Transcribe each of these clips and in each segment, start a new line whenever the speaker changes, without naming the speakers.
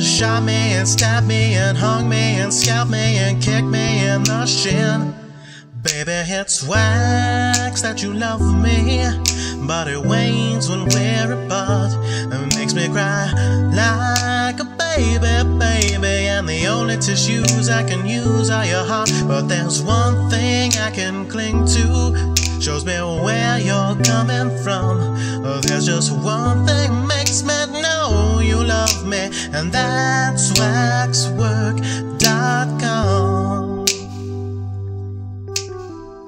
shot me and stabbed me and hung me and scalped me and kicked me in the shin. Baby, it's wax that you love me, but it wanes when we're apart. It makes me cry like a baby, baby. And the only tissues I can use are your heart. But there's one thing I can cling to, shows me where you're coming from. Oh, there's just one thing makes me know you love me, and that's waxwork.com.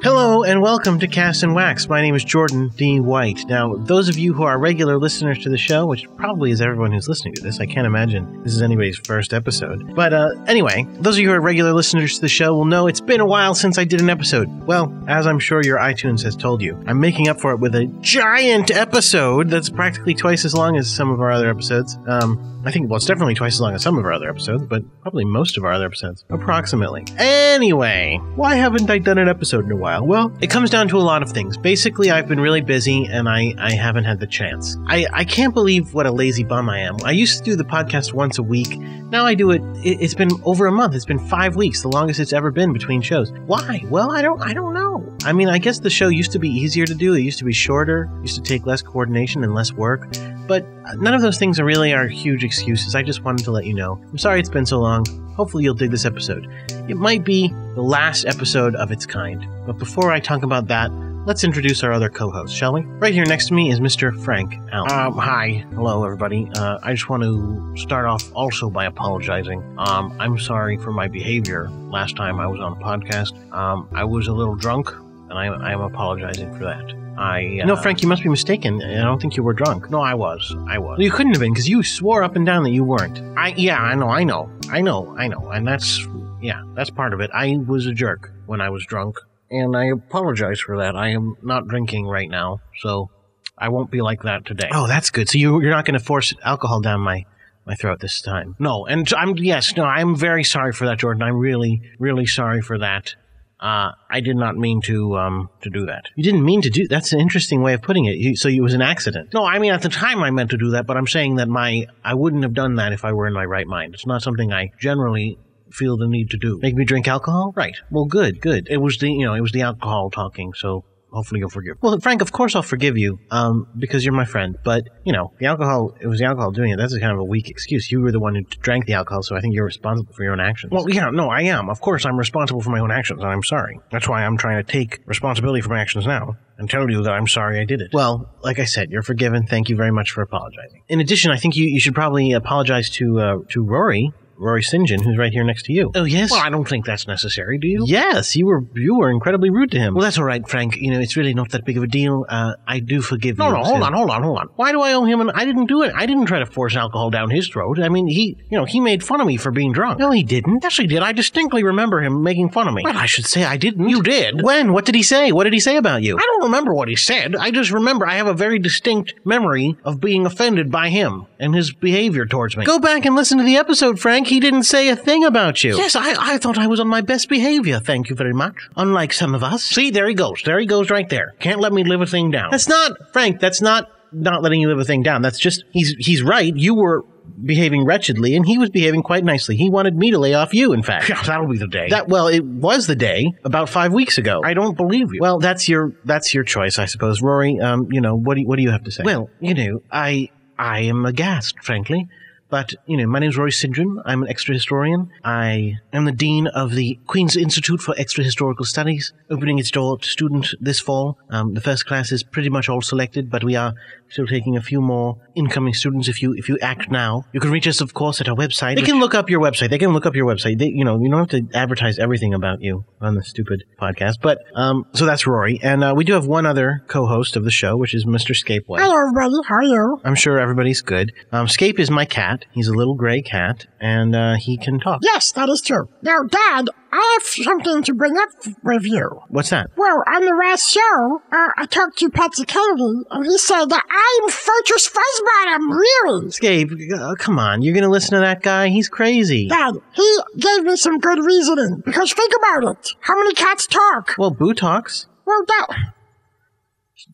Hello and welcome to Cast and Wax. My name is Jordan D. White. Now, those of you who are regular listeners to the show, which probably is everyone who's listening to this, I can't imagine this is anybody's first episode. But uh, anyway, those of you who are regular listeners to the show will know it's been a while since I did an episode. Well, as I'm sure your iTunes has told you, I'm making up for it with a giant episode that's practically twice as long as some of our other episodes. Um, I think, well, it's definitely twice as long as some of our other episodes, but probably most of our other episodes, approximately. Anyway, why haven't I done an episode in a while? Well, it comes down to a lot of things. Basically, I've been really busy and I, I haven't had the chance. I, I can't believe what a lazy bum I am. I used to do the podcast once a week. Now I do it, it it's been over a month. It's been five weeks, the longest it's ever been between shows. Why? Well, I don't, I don't know. I mean, I guess the show used to be easier to do. It used to be shorter, used to take less coordination and less work. But none of those things are really are huge excuses. I just wanted to let you know. I'm sorry it's been so long. Hopefully you'll dig this episode. It might be the last episode of its kind. But before I talk about that, let's introduce our other co-host, shall we? Right here next to me is Mr. Frank Allen. Um, hi. Hello, everybody. Uh, I just want to start off also by apologizing. Um, I'm sorry for my behavior last time I was on the podcast. Um, I was a little drunk, and I, I am apologizing for that. I uh, no, Frank, you must be mistaken. I don't think you were drunk. No, I was. I was. You couldn't have been because you swore up and down that you weren't. I yeah, I know, I know, I know, I know, and that's yeah, that's part of it. I was a jerk when I was drunk, and I apologize for that. I am not drinking right now, so I won't be like that today. Oh, that's good. So you you're not going to force alcohol down my my throat this time. No, and I'm yes, no, I'm very sorry for that, Jordan. I'm really really sorry for that. Uh, I did not mean to um, to do that. You didn't mean to do. That's an interesting way of putting it. You, so it was an accident. No, I mean at the time I meant to do that, but I'm saying that my I wouldn't have done that if I were in my right mind. It's not something I generally feel the need to do. Make me drink alcohol? Right. Well, good, good. It was the you know it was the alcohol talking. So hopefully you'll forgive. Well, Frank, of course I'll forgive you um, because you're my friend. But you know the alcohol. It was the alcohol doing it. That's kind of a weak excuse. You were the one who drank the alcohol, so I think you're responsible for your own actions. Well, yeah, no, I am. Of course, I'm responsible for my own actions, and I'm sorry. That's why I'm trying to take responsibility for my actions now and tell you that I'm sorry I did it. Well, like I said, you're forgiven. Thank you very much for apologizing. In addition, I think you, you should probably apologize to uh, to Rory Rory St. John, who's right here next to you. Oh yes. Well, I don't think that's necessary. Do you? Yes, you were you were incredibly rude to him. Well, that's all right, Frank. You know, it's really not that big of a deal. Uh, I do forgive no,
you,
No, hold
sir.
on, hold on, hold on. Why do I owe him? An, I didn't do it. I didn't try to force alcohol down his throat. I mean, he, you know, he made fun of me for being drunk. No, he didn't. Yes, he did. I distinctly remember him making fun of me. Well, I should say I didn't. You did. When? What did he say? What did he say about you? I don't remember what he said. I just remember I have a very distinct memory of being offended by him and his behavior towards me. Go back and listen to the episode, Frank. He didn't say a thing about you. Yes, I, I thought I was on my best behavior. Thank you very much. Unlike some of us. See, there he goes. There he goes right there. Can't let me live a thing down. That's not, Frank, that's not not letting you live a thing down. That's just, he's, he's right. You were behaving wretchedly and he was behaving quite nicely. He wanted me to lay off you, in fact.
Yeah, that'll be the day.
That well, it was the day about five weeks ago. I don't believe you. Well, that's your that's your choice, I suppose, Rory. Um, you know what do you, what do you have to say? Well, you know, I I am aghast, frankly. But you know, my name's Rory St. John. I'm an extra historian. I am the dean of the Queen's Institute for Extra Historical Studies, opening its door to students this fall. Um, the first class is pretty much all selected, but we are still taking a few more incoming students. If you if you act now, you can reach us, of course, at our website. They can look up your website. They can look up your website. They, you know, you don't have to advertise everything about you on the stupid podcast. But um, so that's Rory, and uh, we do have one other co-host of the show, which is Mr. Scapeway. Hello, everybody. How are you? I'm sure everybody's good. Um, Scape is my cat. He's a little gray cat, and uh, he can talk.
Yes, that is true. Now, Dad, I have something to bring up with you.
What's that?
Well, on the last show, uh, I talked to Patsy Kennedy, and he said that I'm Fortress Fuzzbottom, really.
Scape, uh, come on. You're going to listen to that guy? He's crazy.
Dad, he gave me some good reasoning, because think about it. How many cats talk?
Well, Boo talks.
Well, that...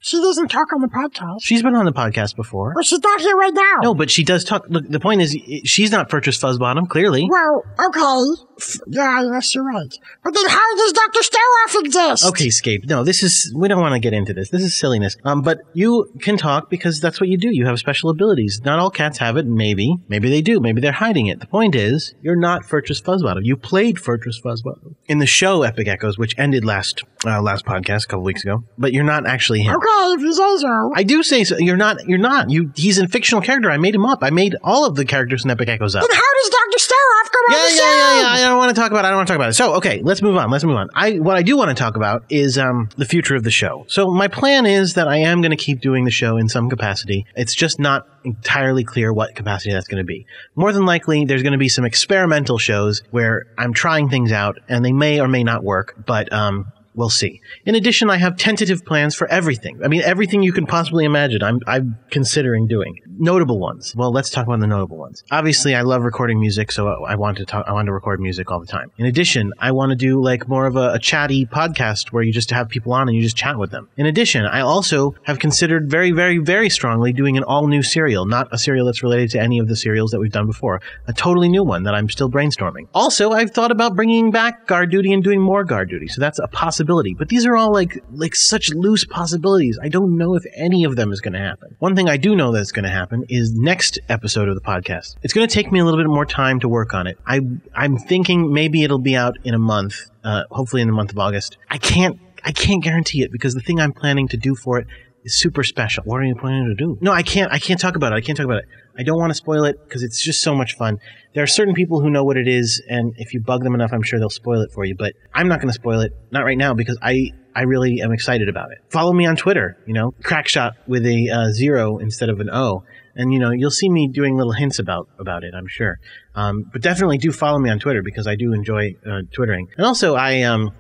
She doesn't talk on the podcast.
She's been on the podcast before.
Well, she's not here right now.
No, but she does talk. Look, the point is, i- she's not Fortress Fuzzbottom, clearly.
Well, okay. F- Yeah, I guess you're right. But then how does Dr. Staroff exist?
Okay, Scape. No, this is. We don't want to get into this. This is silliness. Um, but you can talk because that's what you do. You have special abilities. Not all cats have it. Maybe. Maybe they do. Maybe they're hiding it. The point is, you're not Fortress Fuzzbottom. You played Fortress Fuzzbottom in the show Epic Echoes, which ended last uh, last podcast a couple weeks ago. But you're not actually him.
Okay, if you say so.
I do say so. You're not. You're not. You. He's a fictional character. I made him up. I made all of the characters in Epic Echoes up.
Then how does Dr. Staroff come on
Yeah,
the
yeah,
show?
yeah, yeah. I don't want to talk about. It. I don't want to talk about it. So, okay, let's move on. Let's move on. I what I do want to talk about is um, the future of the show. So, my plan is that I am going to keep doing the show in some capacity. It's just not entirely clear what capacity that's going to be. More than likely, there's going to be some experimental shows where I'm trying things out, and they may or may not work. But um, We'll see. In addition, I have tentative plans for everything. I mean, everything you can possibly imagine, I'm, I'm considering doing. Notable ones. Well, let's talk about the notable ones. Obviously, I love recording music, so I want to talk, I want to record music all the time. In addition, I want to do like more of a, a chatty podcast where you just have people on and you just chat with them. In addition, I also have considered very, very, very strongly doing an all new serial, not a serial that's related to any of the serials that we've done before, a totally new one that I'm still brainstorming. Also, I've thought about bringing back guard duty and doing more guard duty, so that's a possibility. But these are all like like such loose possibilities. I don't know if any of them is going to happen. One thing I do know that's going to happen is next episode of the podcast. It's going to take me a little bit more time to work on it. I I'm thinking maybe it'll be out in a month, uh, hopefully in the month of August. I can't I can't guarantee it because the thing I'm planning to do for it is super special. What are you planning to do? No, I can't. I can't talk about it. I can't talk about it. I don't want to spoil it because it's just so much fun. There are certain people who know what it is, and if you bug them enough, I'm sure they'll spoil it for you. But I'm not going to spoil it, not right now, because I I really am excited about it. Follow me on Twitter. You know, crackshot with a uh, zero instead of an O, and you know you'll see me doing little hints about about it. I'm sure. Um, but definitely do follow me on Twitter because I do enjoy uh, twittering, and also I um.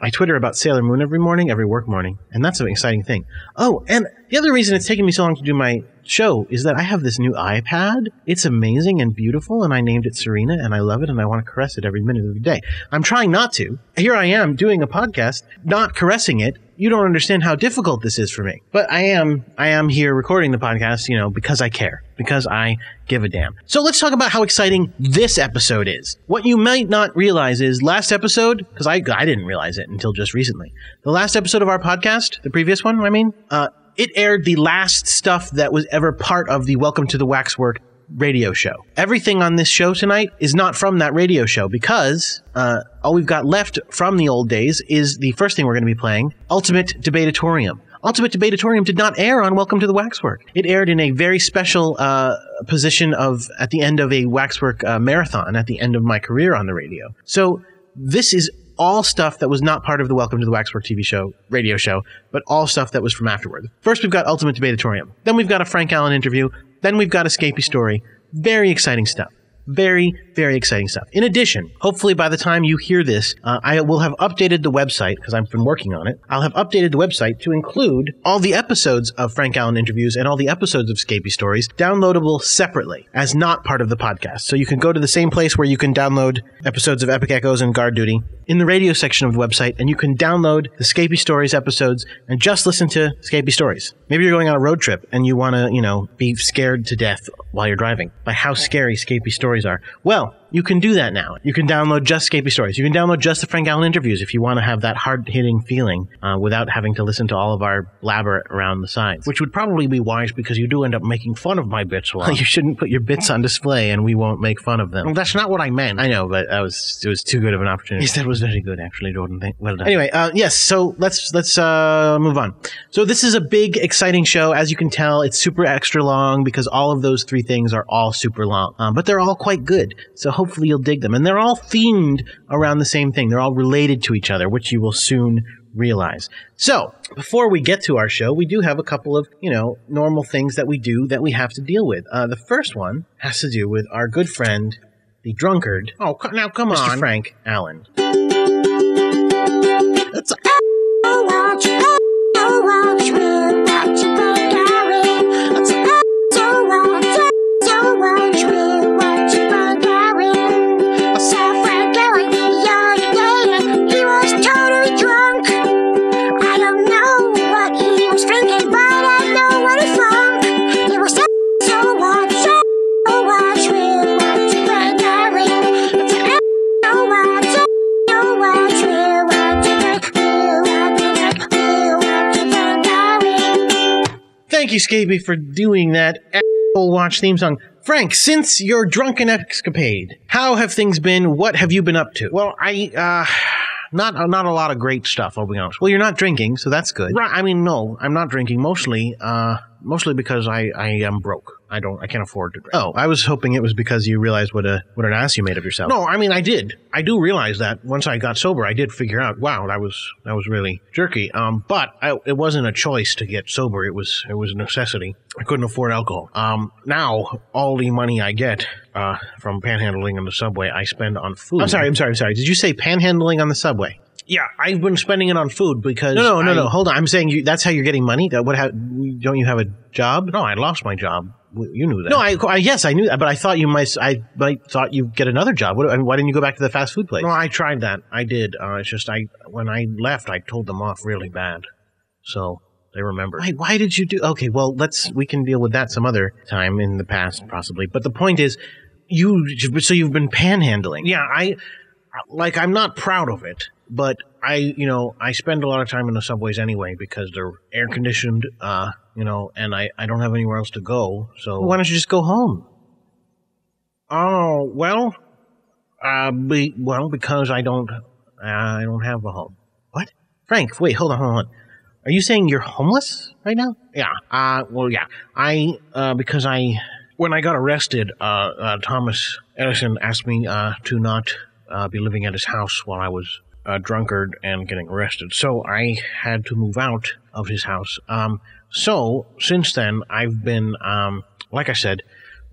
I Twitter about Sailor Moon every morning, every work morning, and that's an exciting thing. Oh, and the other reason it's taking me so long to do my show is that I have this new iPad. It's amazing and beautiful, and I named it Serena, and I love it, and I want to caress it every minute of the day. I'm trying not to. Here I am doing a podcast, not caressing it. You don't understand how difficult this is for me, but I am I am here recording the podcast, you know, because I care, because I give a damn. So let's talk about how exciting this episode is. What you might not realize is last episode, because I, I didn't realize it until just recently, the last episode of our podcast, the previous one, I mean, uh, it aired the last stuff that was ever part of the Welcome to the Waxwork radio show. Everything on this show tonight is not from that radio show because uh, all we've got left from the old days is the first thing we're going to be playing Ultimate Debatatorium. Ultimate Debatatorium did not air on Welcome to the Waxwork. It aired in a very special uh, position of at the end of a Waxwork uh, marathon at the end of my career on the radio. So this is all stuff that was not part of the Welcome to the Waxwork TV show, radio show, but all stuff that was from afterward. First, we've got Ultimate Debatatorium. Then we've got a Frank Allen interview. Then we've got Escapee Story. Very exciting stuff. Very, very exciting stuff. In addition, hopefully by the time you hear this, uh, I will have updated the website because I've been working on it. I'll have updated the website to include all the episodes of Frank Allen interviews and all the episodes of Scapy Stories downloadable separately as not part of the podcast. So you can go to the same place where you can download episodes of Epic Echoes and Guard Duty in the radio section of the website, and you can download the Scapy Stories episodes and just listen to Scapy Stories. Maybe you're going on a road trip and you want to, you know, be scared to death while you're driving by how scary Scapy Stories are. Well, you can do that now. You can download just Scapy Stories. You can download just the Frank Allen interviews if you want to have that hard hitting feeling uh, without having to listen to all of our blabber around the sides, which would probably be wise because you do end up making fun of my bits a lot. you shouldn't put your bits on display and we won't make fun of them. Well, that's not what I meant. I know, but that was it was too good of an opportunity. Yes, that was very good, actually, Jordan. Thank, well done. Anyway, uh, yes. So let's let's uh, move on. So this is a big, exciting show. As you can tell, it's super extra long because all of those three things are all super long, um, but they're all quite good. So hopefully you'll dig them, and they're all themed around the same thing. They're all related to each other, which you will soon realize. So, before we get to our show, we do have a couple of, you know, normal things that we do that we have to deal with. Uh, the first one has to do with our good friend, the drunkard. Oh, co- now come Mr. on. Frank Allen.
It's Oh, watch me. Oh, watch me. Watch me, Bulgarian. It's Oh, watch me. Oh, watch me. Watch me, Bulgarian. I saw Frank Gehry the other day. He was totally drunk. I don't know what he was thinking.
Thank you, Scapy, for doing that asshole watch theme song. Frank, since your drunken escapade, how have things been? What have you been up to? Well, I, uh, not uh, not a lot of great stuff. I'll be honest. Well, you're not drinking, so that's good. Right? I mean, no, I'm not drinking mostly. Uh, mostly because I I am broke. I don't. I can't afford to drink. Oh, I was hoping it was because you realized what a what an ass you made of yourself. No, I mean I did. I do realize that once I got sober, I did figure out. Wow, that was that was really jerky. Um, but I, it wasn't a choice to get sober. It was it was a necessity. I couldn't afford alcohol. Um, now all the money I get uh, from panhandling on the subway, I spend on food. I'm sorry, I'm sorry, I'm sorry. Did you say panhandling on the subway? Yeah, I've been spending it on food because no, no, no, no. Hold on, I'm saying you, that's how you're getting money. That what? How, don't you have a job? No, I lost my job. W- You knew that. No, I, I yes, I knew that, but I thought you might. I, but I thought you'd get another job. What, I mean, why didn't you go back to the fast food place? No, I tried that. I did. Uh, it's just I when I left, I told them off really bad. So they remember. Why, why did you do? Okay, well, let's we can deal with that some other time in the past, possibly. But the point is, you so you've been panhandling. Yeah, I like I'm not proud of it, but I you know I spend a lot of time in the subways anyway because they're air conditioned, uh, you know, and I I don't have anywhere else to go. So why don't you just go home? Oh well, uh, be, well because I don't I don't have a home. What? Frank, wait, hold on, hold on. Are you saying you're homeless right now? Yeah. Uh, well, yeah. I uh, because I when I got arrested, uh, uh, Thomas Edison asked me uh, to not uh, be living at his house while I was a drunkard and getting arrested. So I had to move out of his house. Um, so since then, I've been um, like I said,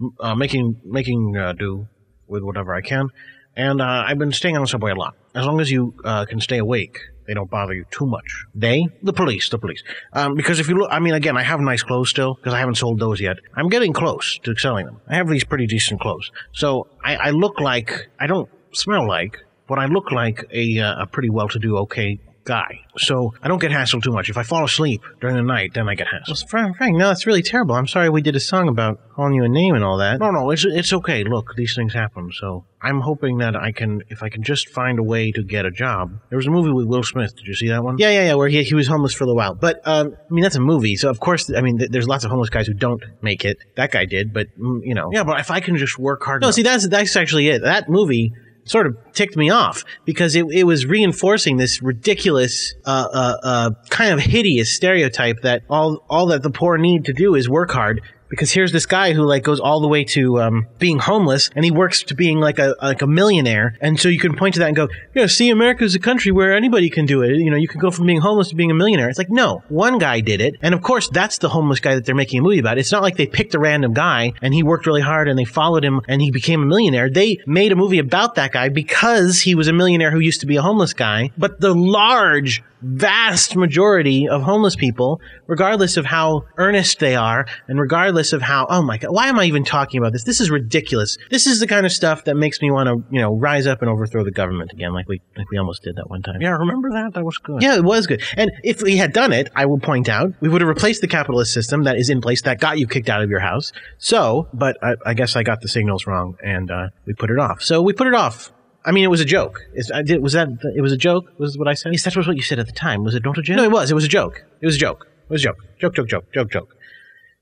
m- uh, making making uh, do with whatever I can. And uh, I've been staying on the subway a lot. As long as you uh, can stay awake, they don't bother you too much. They? The police, the police. Um, because if you look, I mean, again, I have nice clothes still, because I haven't sold those yet. I'm getting close to selling them. I have these pretty decent clothes. So I, I look like, I don't smell like, but I look like a, uh, a pretty well to do, okay guy. So I don't get hassled too much. If I fall asleep during the night, then I get hassled. Frank, Frank, no, that's really terrible. I'm sorry we did a song about calling you a name and all that. No, no, it's it's okay. Look, these things happen. So I'm hoping that I can, if I can just find a way to get a job. There was a movie with Will Smith. Did you see that one? Yeah, yeah, yeah. Where he he was homeless for a little while. But um, I mean, that's a movie. So of course, I mean, th- there's lots of homeless guys who don't make it. That guy did, but mm, you know. Yeah, but if I can just work hard. No, see, that's that's actually it. That movie sort of ticked me off because it, it was reinforcing this ridiculous, uh, uh, uh, kind of hideous stereotype that all all that the poor need to do is work hard. Because here's this guy who like goes all the way to um, being homeless, and he works to being like a like a millionaire. And so you can point to that and go, yeah, see, America is a country where anybody can do it. You know, you can go from being homeless to being a millionaire. It's like no, one guy did it, and of course that's the homeless guy that they're making a movie about. It's not like they picked a random guy and he worked really hard and they followed him and he became a millionaire. They made a movie about that guy because he was a millionaire who used to be a homeless guy. But the large, vast majority of homeless people, regardless of how earnest they are and regardless of how, oh my God, why am I even talking about this? This is ridiculous. This is the kind of stuff that makes me want to, you know, rise up and overthrow the government again, like we, like we almost did that one time. Yeah, remember that? That was good. Yeah, it was good. And if we had done it, I will point out, we would have replaced the capitalist system that is in place that got you kicked out of your house. So, but I, I guess I got the signals wrong and uh, we put it off. So we put it off. I mean, it was a joke. Is, I did, was that it was a joke? Was what I said? Yes, that was what you said at the time. Was it not a joke? No, it was. It was a joke. It was a joke. It was a joke. Joke, joke, joke, joke, joke.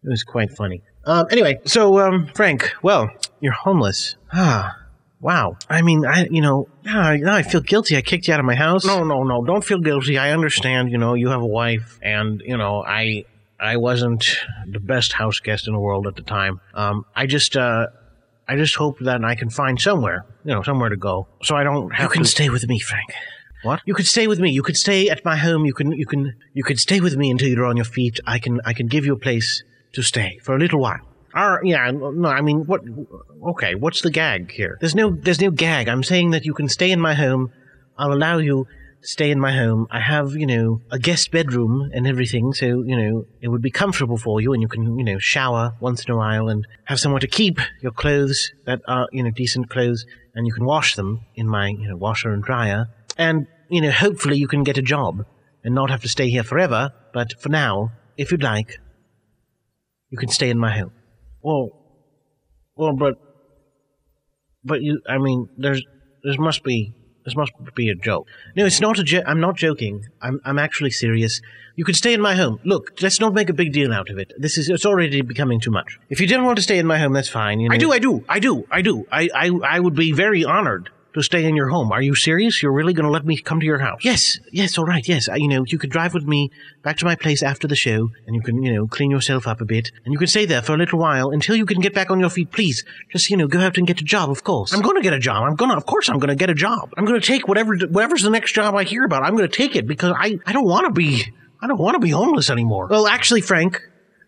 It was quite funny. Um, anyway, so um, Frank, well, you're homeless. Ah, wow. I mean, I you know now I, now I feel guilty. I kicked you out of my house. No, no, no. Don't feel guilty. I understand. You know, you have a wife, and you know, I I wasn't the best house guest in the world at the time. Um, I just uh, I just hope that I can find somewhere, you know, somewhere to go, so I don't have. You can stay with me, Frank. What? You could stay with me. You could stay at my home. You can, you can, you could stay with me until you're on your feet. I can, I can give you a place to stay for a little while. All right, yeah, no, I mean, what? Okay, what's the gag here? There's no, there's no gag. I'm saying that you can stay in my home. I'll allow you to stay in my home. I have, you know, a guest bedroom and everything, so you know it would be comfortable for you, and you can, you know, shower once in a while and have somewhere to keep your clothes that are, you know, decent clothes, and you can wash them in my, you know, washer and dryer, and you know, hopefully you can get a job and not have to stay here forever. But for now, if you'd like, you can stay in my home. Well, well, but, but you, I mean, there's, there must be This must be a joke. No, it's not a joke. I'm not joking. I'm, I'm actually serious. You can stay in my home. Look, let's not make a big deal out of it. This is, it's already becoming too much. If you don't want to stay in my home, that's fine. You know. I do, I do, I do, I do. I, I, I would be very honored to stay in your home. Are you serious? You're really going to let me come to your house? Yes, yes, all right, yes. I, you know, you could drive with me back to my place after the show, and you can, you know, clean yourself up a bit, and you can stay there for a little while until you can get back on your feet. Please, just you know, go out and get a job. Of course, I'm going to get a job. I'm going to, of course, I'm going to get a job. I'm going to take whatever, whatever's the next job I hear about. I'm going to take it because I, I don't want to be, I don't want to be homeless anymore. Well, actually, Frank,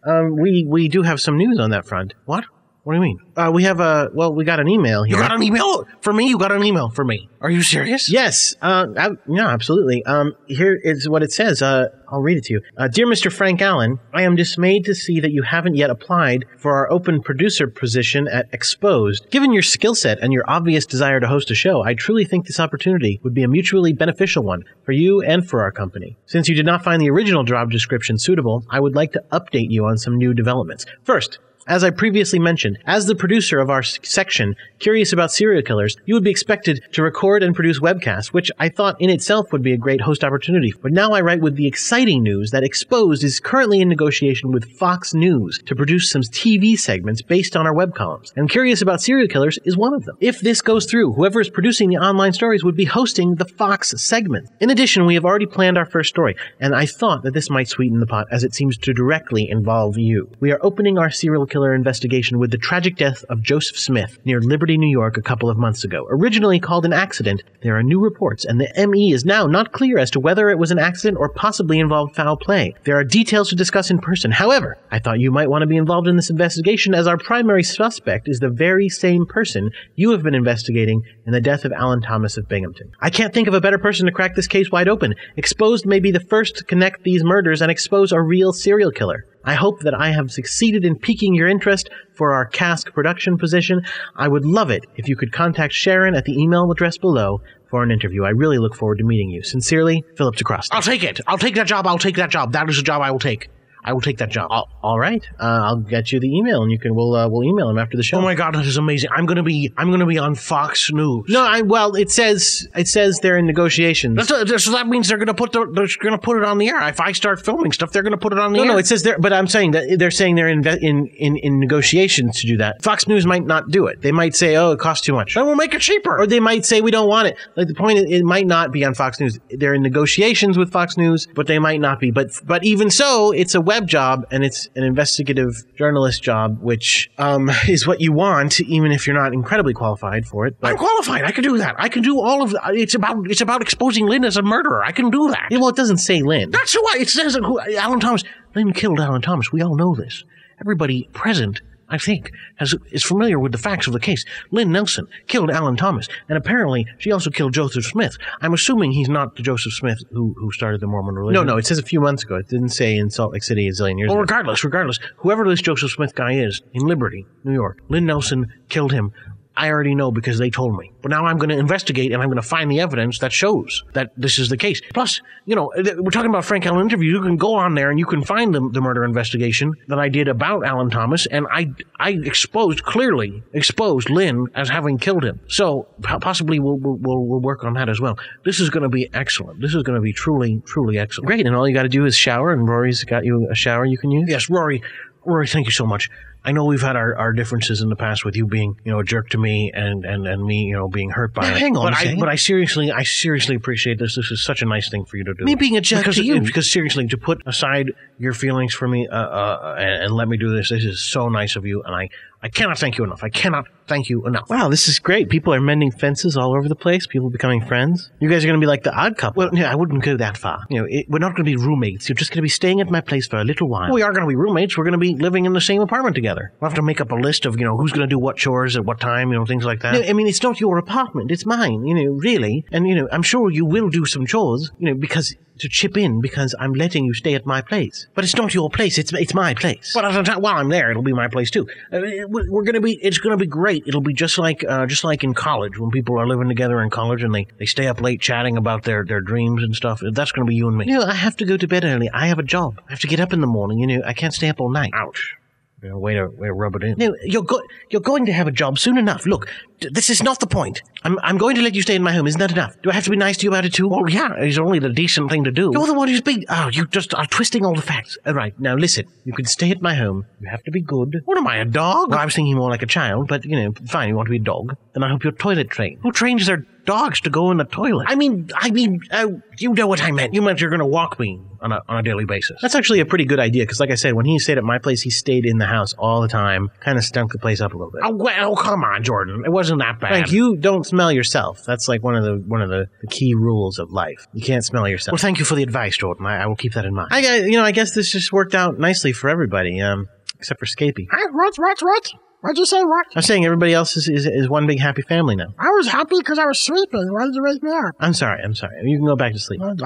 um, we we do have some news on that front. What? What do you mean? Uh, we have a well, we got an email here. You got an email for me. You got an email for me. Are you serious? Yes. Uh, ab- no, absolutely. Um, here is what it says. Uh, I'll read it to you. Uh, Dear Mr. Frank Allen, I am dismayed to see that you haven't yet applied for our open producer position at Exposed. Given your skill set and your obvious desire to host a show, I truly think this opportunity would be a mutually beneficial one for you and for our company. Since you did not find the original job description suitable, I would like to update you on some new developments. First, as I previously mentioned, as the producer of our s- section, Curious About Serial Killers, you would be expected to record and produce webcasts, which I thought in itself would be a great host opportunity. But now I write with the exciting news that Exposed is currently in negotiation with Fox News to produce some TV segments based on our web columns. And Curious About Serial Killers is one of them. If this goes through, whoever is producing the online stories would be hosting the Fox segment. In addition, we have already planned our first story, and I thought that this might sweeten the pot as it seems to directly involve you. We are opening our serial killer investigation with the tragic death of Joseph Smith near Liberty, New York, a couple of months ago. Originally called an accident, there are new reports, and the ME is now not clear as to whether it was an accident or possibly involved foul play. There are details to discuss in person. However, I thought you might want to be involved in this investigation as our primary suspect is the very same person you have been investigating in the death of Alan Thomas of Binghamton. I can't think of a better person to crack this case wide open. Exposed may be the first to connect these murders and expose a real serial killer. I hope that I have succeeded in piquing your interest for our cask production position. I would love it if you could contact Sharon at the email address below for an interview. I really look forward to meeting you. Sincerely, Philip DeCross. I'll take it. I'll take that job. I'll take that job. That is the job I will take. I will take that job. all right, uh, I'll get you the email, and you can we'll uh, we'll email him after the show. Oh my god, that is amazing! I'm gonna be I'm gonna be on Fox News. No, I well, it says it says they're in negotiations. so that means they're gonna put the, they're gonna put it on the air. If I start filming stuff, they're gonna put it on the no, air. No, it says they're. But I'm saying that they're saying they're in in in, in negotiations to do that. Fox News might not do it. They might say, oh, it costs too much. Then we'll make it cheaper. Or they might say we don't want it. Like the point, is, it might not be on Fox News. They're in negotiations with Fox News, but they might not be. But but even so, it's a web job and it's an investigative journalist job, which um, is what you want, even if you're not incredibly qualified for it. But I'm qualified. I can do that. I can do all of. uh, It's about it's about exposing Lynn as a murderer. I can do that. well, it doesn't say Lynn. That's who I. It says who, Alan Thomas. Lynn killed Alan Thomas. We all know this. Everybody present I think, has, is familiar with the facts of the case. Lynn Nelson killed Alan Thomas, and apparently she also killed Joseph Smith. I'm assuming he's not the Joseph Smith who, who started the Mormon religion. No, no, it says a few months ago. It didn't say in Salt Lake City a zillion years well, regardless, regardless, whoever this Joseph Smith guy is in Liberty, New York, Lynn Nelson killed him. I already know because they told me. But now I'm going to investigate and I'm going to find the evidence that shows that this is the case. Plus, you know, th- we're talking about Frank Allen interview. You can go on there and you can find the, the murder investigation that I did about Alan Thomas, and I I exposed clearly exposed Lynn as having killed him. So po- possibly we'll we'll, we'll, we'll work on that as well. This is going to be excellent. This is going to be truly truly excellent. Great, and all you got to do is shower, and Rory's got you a shower you can use. Yes, Rory. Rory, thank you so much. I know we've had our, our differences in the past with you being, you know, a jerk to me and, and, and me, you know, being hurt by it. Hang on, but I, but I seriously, I seriously appreciate this. This is such a nice thing for you to do. Me being a jerk because, to you, because seriously, to put aside your feelings for me uh, uh, and, and let me do this. This is so nice of you, and I, I cannot thank you enough. I cannot thank you enough. Wow, this is great. People are mending fences all over the place. People becoming friends. You guys are going to be like the odd couple. Well, no, I wouldn't go that far. You know, it, we're not going to be roommates. You're just going to be staying at my place for a little while. We are going to be roommates. We're going to be living in the same apartment together. We'll have to make up a list of you know who's going to do what chores at what time. You know, things like that. No, I mean, it's not your apartment. It's mine. You know, really. And you know, I'm sure you will do some chores. You know, because to chip in because I'm letting you stay at my place. But it's not your place. It's it's my place. But at the time, while I'm there, it'll be my place too. Uh, it- we're going to be. It's going to be great. It'll be just like uh, just like in college when people are living together in college and they, they stay up late chatting about their, their dreams and stuff. That's going to be you and me. You know, I have to go to bed early. I have a job. I have to get up in the morning. You know, I can't stay up all night. Ouch. You know, way to way to rub it in. No, you're go- you're going to have a job soon enough. Look, d- this is not the point. I'm I'm going to let you stay in my home. Isn't that enough? Do I have to be nice to you about it too? Well, yeah, it's only the decent thing to do. You're the one who's been. Oh, you just are twisting all the facts. All right, now listen. You can stay at my home. You have to be good. What am I, a dog? Well, I was thinking more like a child, but you know, fine. You want to be a dog? Then I hope you're toilet trained. Who trains their dogs to go in the toilet. I mean, I mean, uh, you know what I meant. You meant you're going to walk me on a, on a daily basis. That's actually a pretty good idea because, like I said, when he stayed at my place, he stayed in the house all the time, kind of stunk the place up a little bit.
Oh, well, come on, Jordan. It wasn't that bad.
Like you don't smell yourself. That's like one of the one of the, the key rules of life. You can't smell yourself. Well, thank you for the advice, Jordan. I, I will keep that in mind. I gu- you know I guess this just worked out nicely for everybody, um, except for Scapy.
Huh? What, what, what? What'd you say, what?
I'm saying everybody else is, is, is one big happy family now.
I was happy because I was sleeping. Why did you wake me up?
I'm sorry. I'm sorry. You can go back to sleep.
I'm good.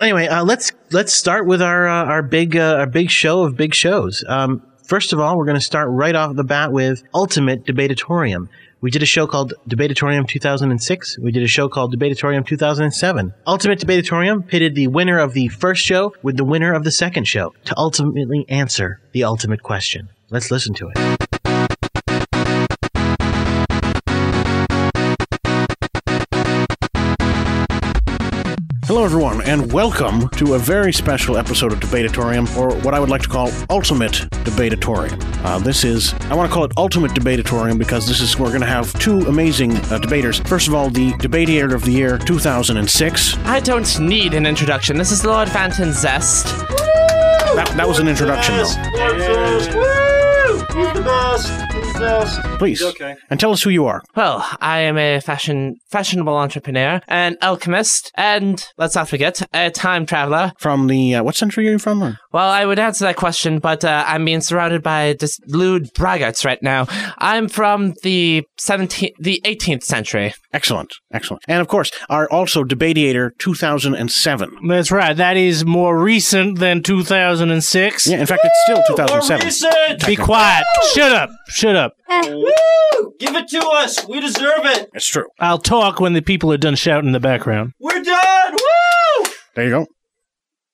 anyway, uh, let's let's start with our uh, our big uh, our big show of big shows. Um, first of all, we're going to start right off the bat with Ultimate Debatatorium. We did a show called Debatatorium 2006. We did a show called Debatatorium 2007. Ultimate Debatatorium pitted the winner of the first show with the winner of the second show to ultimately answer the ultimate question. Let's listen to it.
Hello, everyone, and welcome to a very special episode of Debatatorium, or what I would like to call Ultimate Debatatorium. Uh, this is, I want to call it Ultimate Debatatorium because this is, we're going to have two amazing uh, debaters. First of all, the Debater of the Year 2006.
I don't need an introduction. This is Lord Fountain Zest.
That, that was an introduction, though.
He's the best. He's the best.
Please.
Okay.
And tell us who you are.
Well, I am a fashion fashionable entrepreneur, an alchemist, and let's not forget, a time traveler.
From the, uh, what century are you from? Or-
Well, I would answer that question, but uh, I'm being surrounded by just lewd braggarts right now. I'm from the 17th, the 18th century.
Excellent, excellent. And of course, our also Debatator 2007.
That's right. That is more recent than 2006.
Yeah, in fact, it's still 2007.
Be quiet. Shut up. Shut up.
Eh,
Woo! Give it to us. We deserve it.
It's true.
I'll talk when the people are done shouting in the background.
We're done. Woo!
There you go.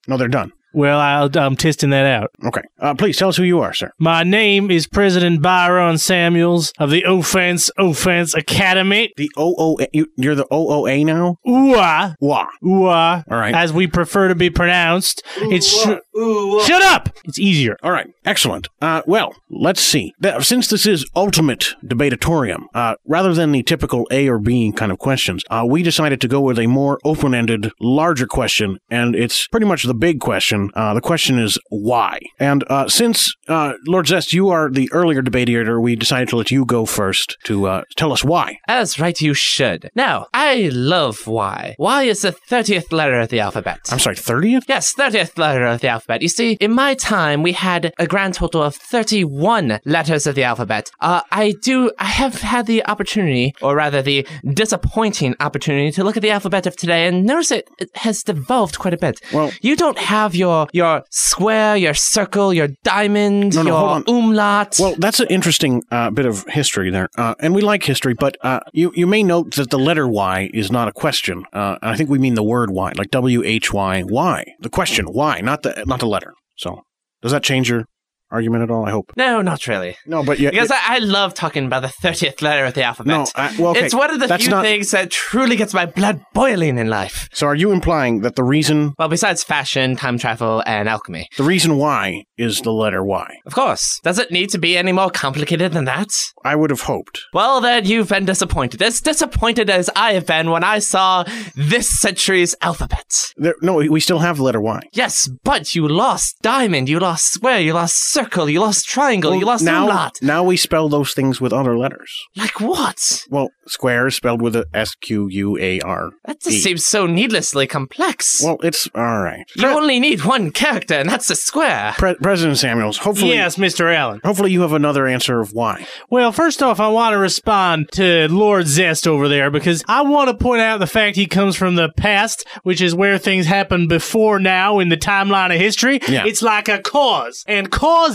No, they're done.
Well, I'll, I'm testing that out.
Okay. Uh, please tell us who you are, sir.
My name is President Byron Samuels of the Offense Offense Academy.
The OOA, you, you're the OOA now?
Ooh-ah.
Wah.
Ooh-ah.
All right.
As we prefer to be pronounced. it's sh-
Ooh,
Shut up! It's easier.
All right. Excellent. Uh, well, let's see. Th- since this is ultimate debatatorium, uh, rather than the typical A or B kind of questions, uh, we decided to go with a more open ended, larger question, and it's pretty much the big question. Uh, the question is why? And uh, since, uh, Lord Zest, you are the earlier debater, we decided to let you go first to uh, tell us why.
As right you should. Now, I love Y. Y is the 30th letter of the alphabet.
I'm sorry, 30th?
Yes, 30th letter of the alphabet. You see, in my time, we had a grand total of 31 letters of the alphabet. Uh, I do, I have had the opportunity, or rather the disappointing opportunity, to look at the alphabet of today and notice it, it has devolved quite a bit.
Well-
you don't have your your square, your circle, your diamond,
No, no,
your
hold on.
umlaut.
Well, that's an interesting uh, bit of history there, uh, and we like history, but uh, you you may note that the letter Y is not a question. Uh, and I think we mean the word Y, like W H Y Y. The question why, not the not the letter. So does that change your argument at all? I hope
no, not really.
no, but yeah,
Because I, I love talking about the 30th letter of the alphabet.
no. I, well, okay,
It's one of the
that's
few
not-
things that truly gets my blood boiling in life.
So are you implying that the reason
Well, besides fashion, time travel, and alchemy.
the reason why is the letter Y?
Of course. Does it need to be any more complicated than that?
I would have hoped.
Well, then you've been disappointed. As disappointed as I have been when I saw this century's alphabet.
There, no, we still have the letter Y.
Yes, but you lost diamond, you lost square, you lost circle, you lost triangle, you lost
now,
umlaut.
now we spell those things with other letters.
Like what?
Well, square is spelled with a S Q U A R.
That just
E.
seems so needlessly complex.
Well, it's all right.
you only need one character, and that's the square.
Pre- President Samuels, hopefully,
Yes, Mr. Allen.
hopefully you have another answer of why.
Well, first off, I want to respond to Lord Zest over there because I want to point out the fact he comes from the past, which is where things happened before now in the timeline of history.
Yeah.
It's like a cause, and causes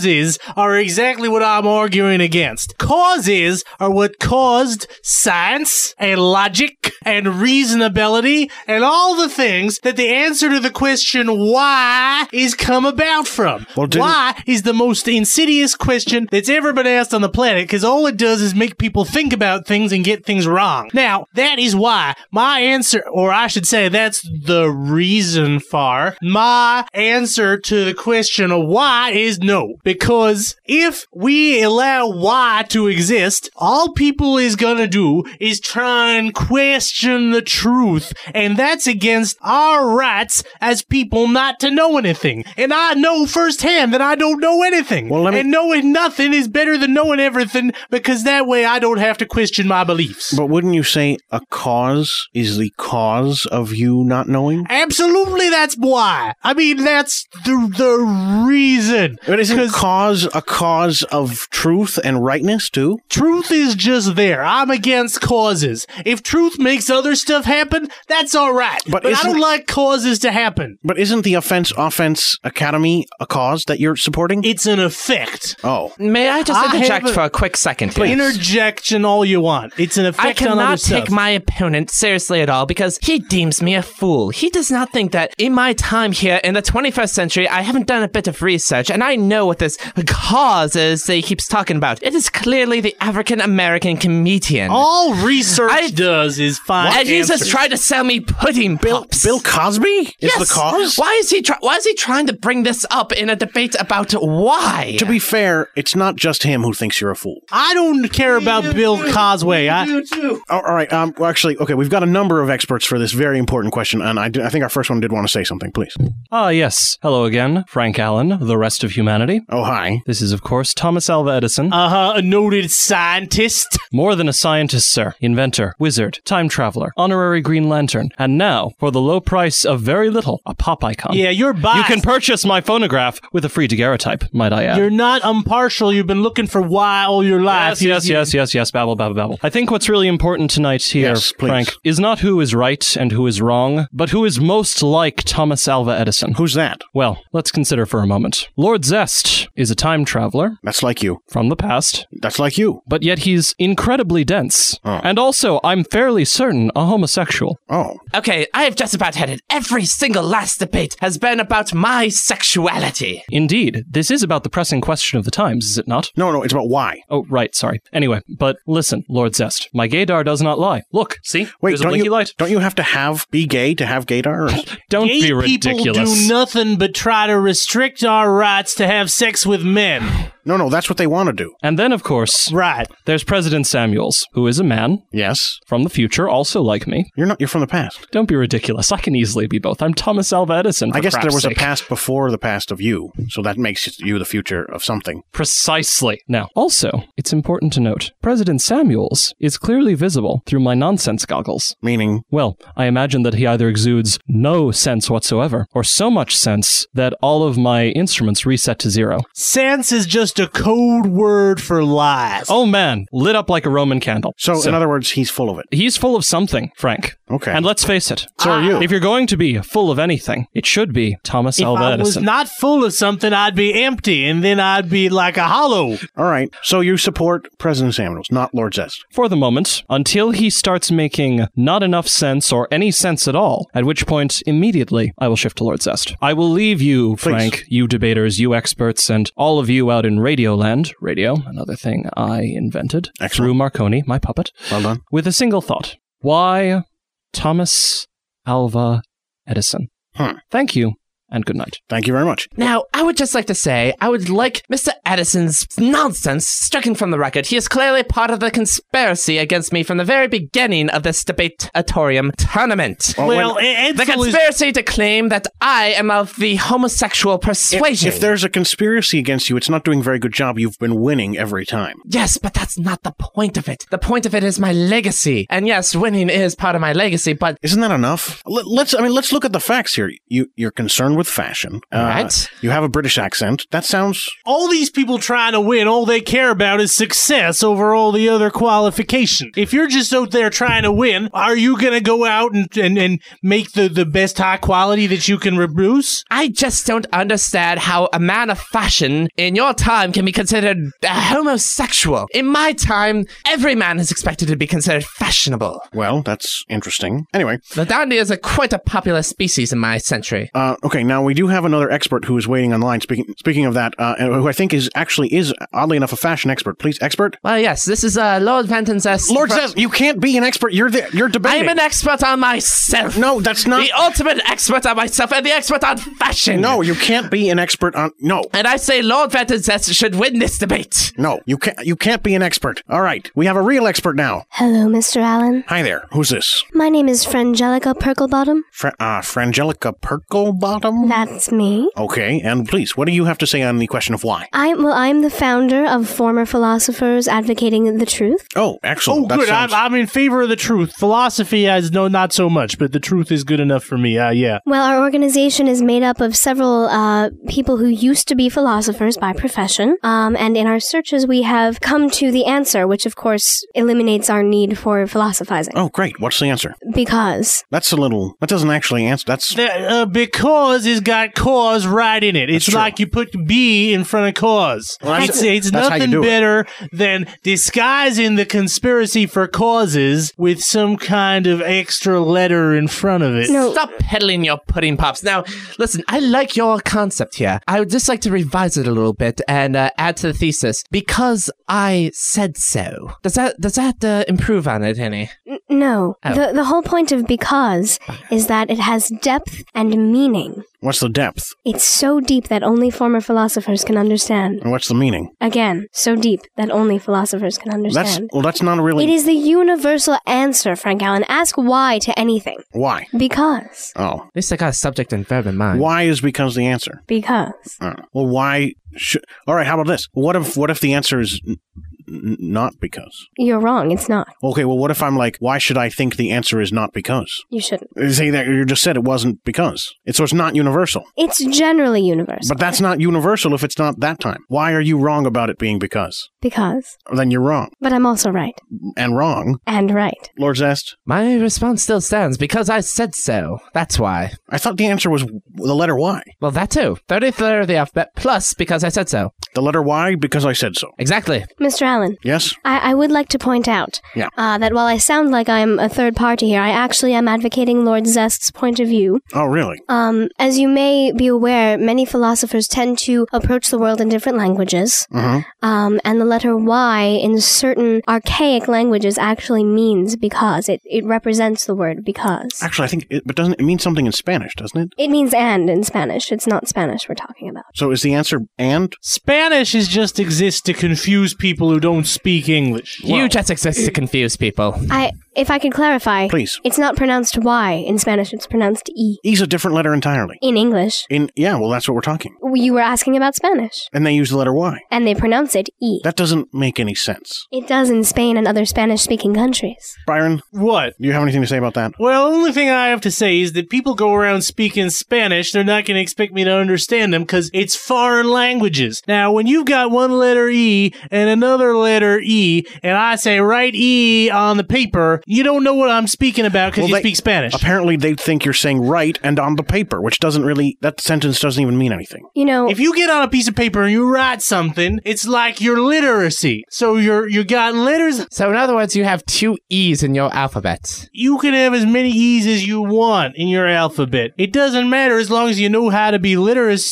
are exactly what I'm arguing against. Causes are what caused science and logic and reasonability and all the things that the answer to the question why is come about from.
Well, didn't-
why is the most insidious question that's ever been asked on the planet because all it does is make people think about things and get things wrong. Now, that is why my answer, or I should say, that's the reason for my answer to the question of why is no. Because if we allow why to exist, all people is gonna do is try and question the truth, and that's against our rights as people not to know anything. And I know firsthand that I don't know anything.
Well, let me-
And knowing nothing is better than knowing everything because that way I don't have to question my beliefs.
But wouldn't you say a cause is the cause of you not knowing?
Absolutely, that's why. I mean, that's the, the reason.
But isn't cause a cause of truth and rightness too?
Truth is just there. I'm against causes. If truth makes other stuff happen, that's all right.
But
But, I
isn't-
don't like causes to happen.
But isn't the offense offense academy a cause that you're supporting?
It's an effect.
oh,
May I just
I
interject
have a-
for a quick second here?
Interjection all you want. It's an effect
I
on other
cannot
stuff.
take my opponent seriously at all because he deems me a fool. He does not think that in my time here in the 21st century, I haven't done a bit of research and I know what this cause is that he keeps talking about. It is clearly the African American comedian.
all research
I-
does is find
and he's
answers.
just trying to sell me pudding pops.
Bill Cosby is the cause.
Why is he? Try- why is he trying to bring this up in a debate about why?
To be fair, it's not just him who thinks you're a fool.
I don't care about Bill Cosway. I,
You too.
Oh, all right. Um, well, actually, okay, we've got a number of experts for this very important question, and I, do- I think our first one did want to say something. Please.
Ah, yes. Hello again, Frank Allen, the rest of humanity.
Oh, hi.
This is, of course, Thomas Alva Edison.
uh huh, a noted scientist.
More than a scientist, sir. Inventor, wizard, time traveler, honorary Green Lantern, and now, for the low price of very little, a pop icon.
Yeah, you're
You
biased.
can purchase my phonograph with a free daguerreotype, might I add.
You're not impartial. You've been looking for why all your life.
Yes, yes, yes, yes, yes. Babble, babble, babble. I think what's really important tonight here,
Yes, please.
Frank, is not who is right and who is wrong, but who is most like Thomas Alva Edison.
Who's that?
Well, let's consider for a moment. Lord Zest is a time traveler
That's like you.
from the past,
That's like you.
but yet he's incredibly dense. And also, I'm fairly certain, a homosexual.
Oh,
okay, I have just about had it. Every single last debate has been about my sexuality.
Indeed, this is about the pressing question of the times, is it not?
no, no. It's about why.
Oh, right, sorry. Anyway, but listen, Lord Zest, my gaydar does not lie. Look, see?
Wait,
There's a
don't
blinky
you
light.
don't you have to have be gay to have gaydar? Or-
Don't
Gay
be
people
ridiculous.
do nothing but try to restrict our rights to have sex with men.
no, no. That's what they want to do.
and then, of course,
Right.
There's President Samuels, who is a man
Yes.
from the future, also like me.
You're not. You're from the past.
Don't be ridiculous. I can easily be both. I'm Thomas Alva Edison. For
I guess
crap's
there was
sake.
a past before the past of you, so that makes you the future of something.
Precisely. Now, also, it's important to note President Samuels is clearly visible through my nonsense goggles.
Meaning,
Well, I imagine that he either exudes no sense whatsoever, or so much sense that all of my instruments reset to zero.
Sense is just a code word for lies.
Oh man, lit up like a Roman candle.
so, in other words, he's full of it.
He's full of something, Frank.
Okay.
And let's face it.
So are you?
If you're going to be full of anything, it should be Thomas
if
Alva
I was
Edison.
not full of something, I'd be empty, and then I'd be like a hollow.
All right. So you support President Samuels, not Lord Zest.
For the moment, until he starts making not enough sense or any sense at all, at which point immediately I will shift to Lord Zest. I will leave you, Frank, you debaters, you experts, and all of you out in Radioland, radio, another thing I invented
Excellent.
through Marconi, my puppet,
Well done.
with a single thought. Why Thomas Alva Edison?
Hmm.
Thank you, and good night.
Thank you very much.
Now, I would just like to say, I would like Mr. Edison's nonsense stricken from the record. He is clearly part of the conspiracy against me from the very beginning of this debatatorium tournament.
well, a-
Oh, The
Edsel is-
conspiracy to claim that I am of the homosexual persuasion.
If there's a conspiracy against you, it's not doing a very good job. You've been winning every time.
Yes, but that's not the point of it. The point of it is my legacy. And yes, winning is part of my legacy, but
Isn't that enough? Let- Let's. I mean, let's look at the facts here. You you're concerned with fashion. Uh,
Right.
You have a British accent. That sounds
All these people trying to win, all they care about is success over all the other qualification. If you're just out there trying to win, are you going to go out and, and, and make the, the best high quality that you can produce?
I just don't understand how a man of fashion in your time can be considered a homosexual. In my time, every man is expected to be considered fashionable.
well. That's interesting. Anyway,
The dandy is a quite a popular species in my century.
Uh, okay, now we do have another expert who is waiting online. Speaking speaking of that, uh, who I think is actually is oddly enough a fashion expert. Please, expert.
Well, yes, this is uh, Lord Venton's. Uh,
Lord says you can't be an expert. You're the, you're debating.
I'm an expert on myself.
no, that's not.
the ultimate expert on myself and the expert on fashion.
No, you can't be an expert on. No,
And I say Lord Venton says should win this debate.
no, you can't. You can't be an expert. All right, we have a real expert now.
Hello, Mr. Allen.
Hi there. Who's this?
My name is Frangelica Perklebottom.
Fra- uh, Frangelica Perklebottom.
That's me.
Okay, and please, what do you have to say on the question of why?
I well, I'm the founder of former philosophers advocating the truth.
Oh, excellent.
Oh,
that
good.
sounds-
I'm, I'm in favor of the truth. Philosophy, I know not so much, but the truth is good enough for me. Uh, yeah.
Well, our organization is made up of several uh, people who used to be philosophers by profession, um, and in our searches, we have come to the answer, which of course eliminates our need for philosophizing.
oh, great. What's the answer?
Because
That's a little. That doesn't actually answer. That's
That, uh, because it's got cause right in it. It's
That's true.
like you put B in front of cause.
Well, that's-
it's it's
that's how you
nothing
do it.
better than disguising the conspiracy for causes with some kind of extra letter in front of it.
no,
Stop peddling your pudding pops. Now, listen, I like your concept here. I would just like to revise it a little bit and uh, add to the thesis because I said so. Does that does that uh, improve on it any?
no.
Oh.
The the whole point of because is that it has depth and meaning.
what's the depth
It's so deep that only former philosophers can understand.
and what's the meaning.
Again, so deep that only philosophers can
That's
understand.
well. That's not a really
It is the universal answer, Frank Allen. Ask why to anything.
why.
Because.
Oh,
At least I got a subject and verb in mind.
why is becomes the answer.
Because.
Uh, well, why? Should, all right. How about this? What if what if the answer is n- n- not because?
You're wrong. It's not.
Okay. Well, what if I'm like, why should I think the answer is not because?
You shouldn't.
You Say that you just said it wasn't because. It's so it's not universal.
It's generally universal.
But that's not universal if it's not that time. Why are you wrong about it being because?
because.
Then you're wrong
But I'm also right.
and wrong.
And right.
Lord Zest,
My response still stands because I said so. That's why.
I thought the answer was w- the letter Y.
Well, that too. 33rd letter of the alphabet plus because I said so.
The letter Y because I said so.
Exactly.
Mr. Allen,
Yes.
I, I would like to point out
Yeah.
uh, that while I sound like I'm a third party here, I actually am advocating Lord Zest's point of view.
Oh, really?
Um, as you may be aware, many philosophers tend to approach the world in different languages.
Mhm.
Um, and the letter Y in certain archaic languages actually means because. It, it represents the word because.
Actually, I think, it, but doesn't it mean something in Spanish? Doesn't it?
It means and in Spanish. It's not Spanish we're talking about.
So is the answer and?
Spanish is just exists to confuse people who don't speak English.
you just exist to confuse people.
I, if I could clarify,
Please.
it's not pronounced Y in Spanish. It's pronounced E
E's a different letter entirely.
in English.
In yeah, well, that's what we're talking.
You were asking about Spanish,
And they use the letter Y.
and they pronounce it E.
That doesn't make any sense.
it does in Spain and other Spanish-speaking countries.
Byron,
What?
do you have anything to say about that?
Well, the only thing I have to say is that people go around speaking Spanish. They're not going to expect me to understand them because it's foreign languages. Now, when you've got one letter E and another letter E, and I say write E on the paper, you don't know what I'm speaking about because
Well,
you
they-
speak Spanish.
Apparently, they think you're saying right and on the paper, which doesn't really. That sentence doesn't even mean anything.
You know,
If you get on a piece of paper and you write something, it's like your literacy. So you're you got letters.
So, in other words, you have two E's in your alphabet.
You can have as many E's as you want in your alphabet. It doesn't matter as long as you know how to be literate,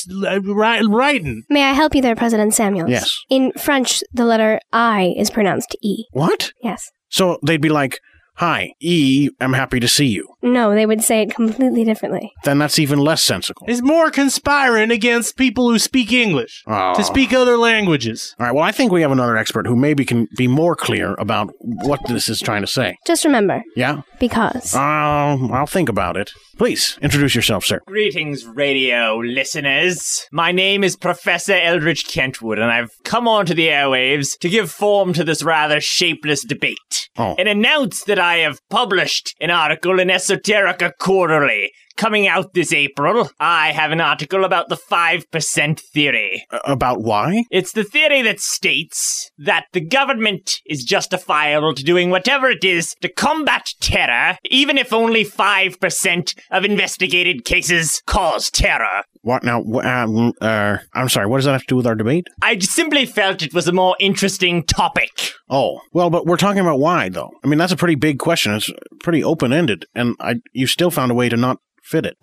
write, writing.
May I help you there, President Samuels?
Yes.
In French, the letter I is pronounced E.
What?
Yes.
So they'd be like, "Hi, E, I'm happy to see you."
No, they would say it completely differently.
Then that's even less sensical.
is more conspiring against people who speak English
Oh.
to speak other languages.
All right. Well, I think we have another expert who maybe can be more clear about what this is trying to say.
Just remember,
Yeah.
because.
Um, I'll think about it. Please introduce yourself, sir.
Greetings, radio listeners. My name is Professor Eldridge Kentwood, and I've come onto the airwaves to give form to this rather shapeless debate
Oh.
and announce that I have published an article in Esoterica Quarterly. Coming out this April, I have an article about the 5% theory.
Uh, about why?
It's the theory that states that the government is justifiable to doing whatever it is to combat terror, even if only 5% of investigated cases cause terror.
What now? wh- Um, uh, I'm sorry. What does that have to do with our debate?
I j- simply felt it was a more interesting topic.
Oh, well, but we're talking about why though. I mean, that's a pretty big question. It's pretty open ended, and I you still found a way to not fit it.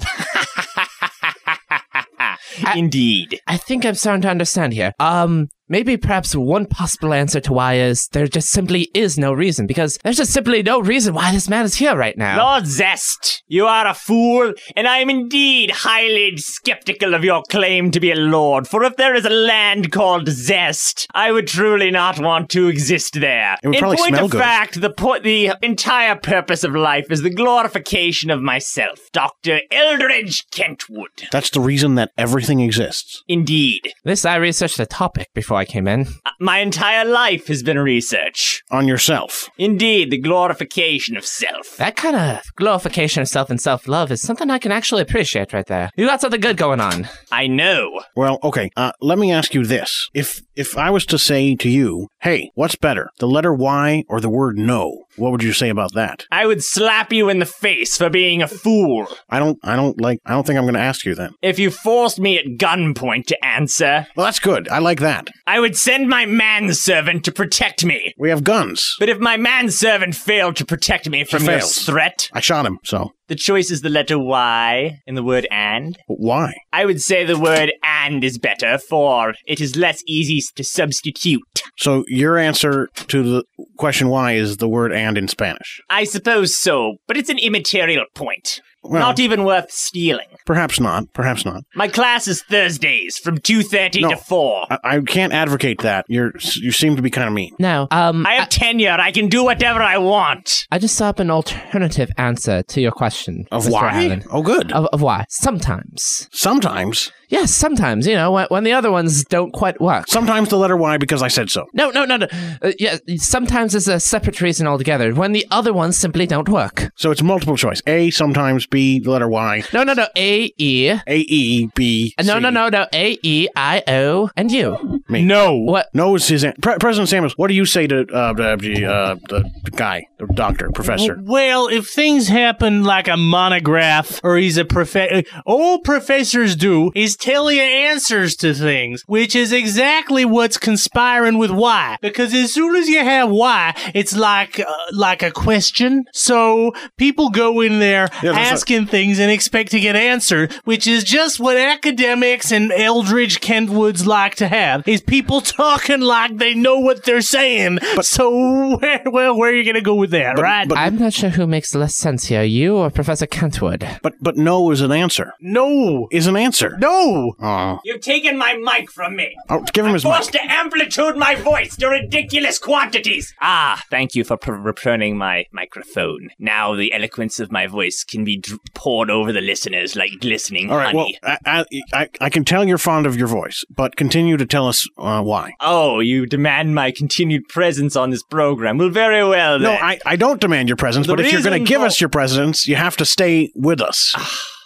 Indeed.
I think I'm starting to understand here. Um, maybe perhaps one possible answer to why is there just simply is no reason because there's just simply no reason why this man is here right now.
Lord Zest, you are a fool, and I am indeed highly skeptical of your claim to be a lord, for if there is a land called Zest, I would truly not want to exist there.
It would
In
probably
point
smell
of
good.
fact, the, po- the entire purpose of life is the glorification of myself, Dr. Eldridge Kentwood.
That's the reason that everything exists.
Indeed.
This I researched the topic before I came in.
Uh, My entire life has been research.
On yourself.
Indeed, the glorification of self.
That kind of glorification of self and self love is something I can actually appreciate right there. You got something good going on.
I know.
Well, okay. Uh, let me ask you this: if if I was to say to you, "Hey, what's better, the letter Y or the word no?" What would you say about that?
I would slap you in the face for being a fool.
I don't. I don't like. I don't think I'm going to ask you then.
If you forced me at gunpoint to answer,
Well, that's good. I like that.
I would send my manservant to protect me.
We have guns.
But if my manservant failed to protect me from your
fails.
threat,
I shot him. So
the choice is the letter Y in the word and.
but why?
I would say the word and is better, for it is less easy to substitute.
So your answer to the question why is the word and in Spanish.
I suppose so, but it's an immaterial point.
Well-
Not even worth stealing.
Perhaps not. Perhaps not.
My class is Thursdays from 2.30
No.
to 4.
I, I can't advocate that. You're you seem to be kind of mean.
No, um,
I
I,
have tenure. I can do whatever I want.
I just saw up an alternative answer to your question.
Of
Mr.
why?
Allen.
Oh, good.
Of, of why? Sometimes.
sometimes,
Yes, sometimes, you know, when, when the other ones don't quite work.
sometimes the letter Y because I said so.
No, no, no, no. Uh, yeah, sometimes it's a separate reason altogether when the other ones simply don't work.
So it's multiple choice. A sometimes. B the letter Y.
No, no, no. A E.
A E B.
Uh, No,
C.
no, no, no. A E I O and you.
No.
What?
No is his an- Pre- President Samuels. What do you say to uh, the, uh, the guy, the doctor, professor?
Well, if things happen like a monograph or he's a professor, all professors do is tell you answers to things, which is exactly what's conspiring with why. Because as soon as you have why, it's like uh, like a question. So people go in there
Yeah, that's
asking things and expect to get answered, which is just what academics and Eldridge Kentwoods like to have: is people talking like they know what they're saying. so where, well, where are you gonna go with that, right?
but-
I'm not sure who makes less sense here, you or Professor Kentwood.
But but no is an answer.
No.
Is an answer.
No.
Oh,
You've taken my mic from me.
oh give him his mic.
Forced to amplitude my voice to ridiculous quantities. Ah, thank you for pr- returning my microphone. Now the eloquence of my voice can be dr- poured over the listeners like glistening
All right. Well,
honey.
I, I I I can tell you're fond of your voice, but continue to tell us uh, why.
Oh, you demand my continued presence on this program. Well, very well
No,
then.
I, I don't demand your presence,
The
but if you're going
reason
to give
for- Ah,
us your presence, you have to stay with us.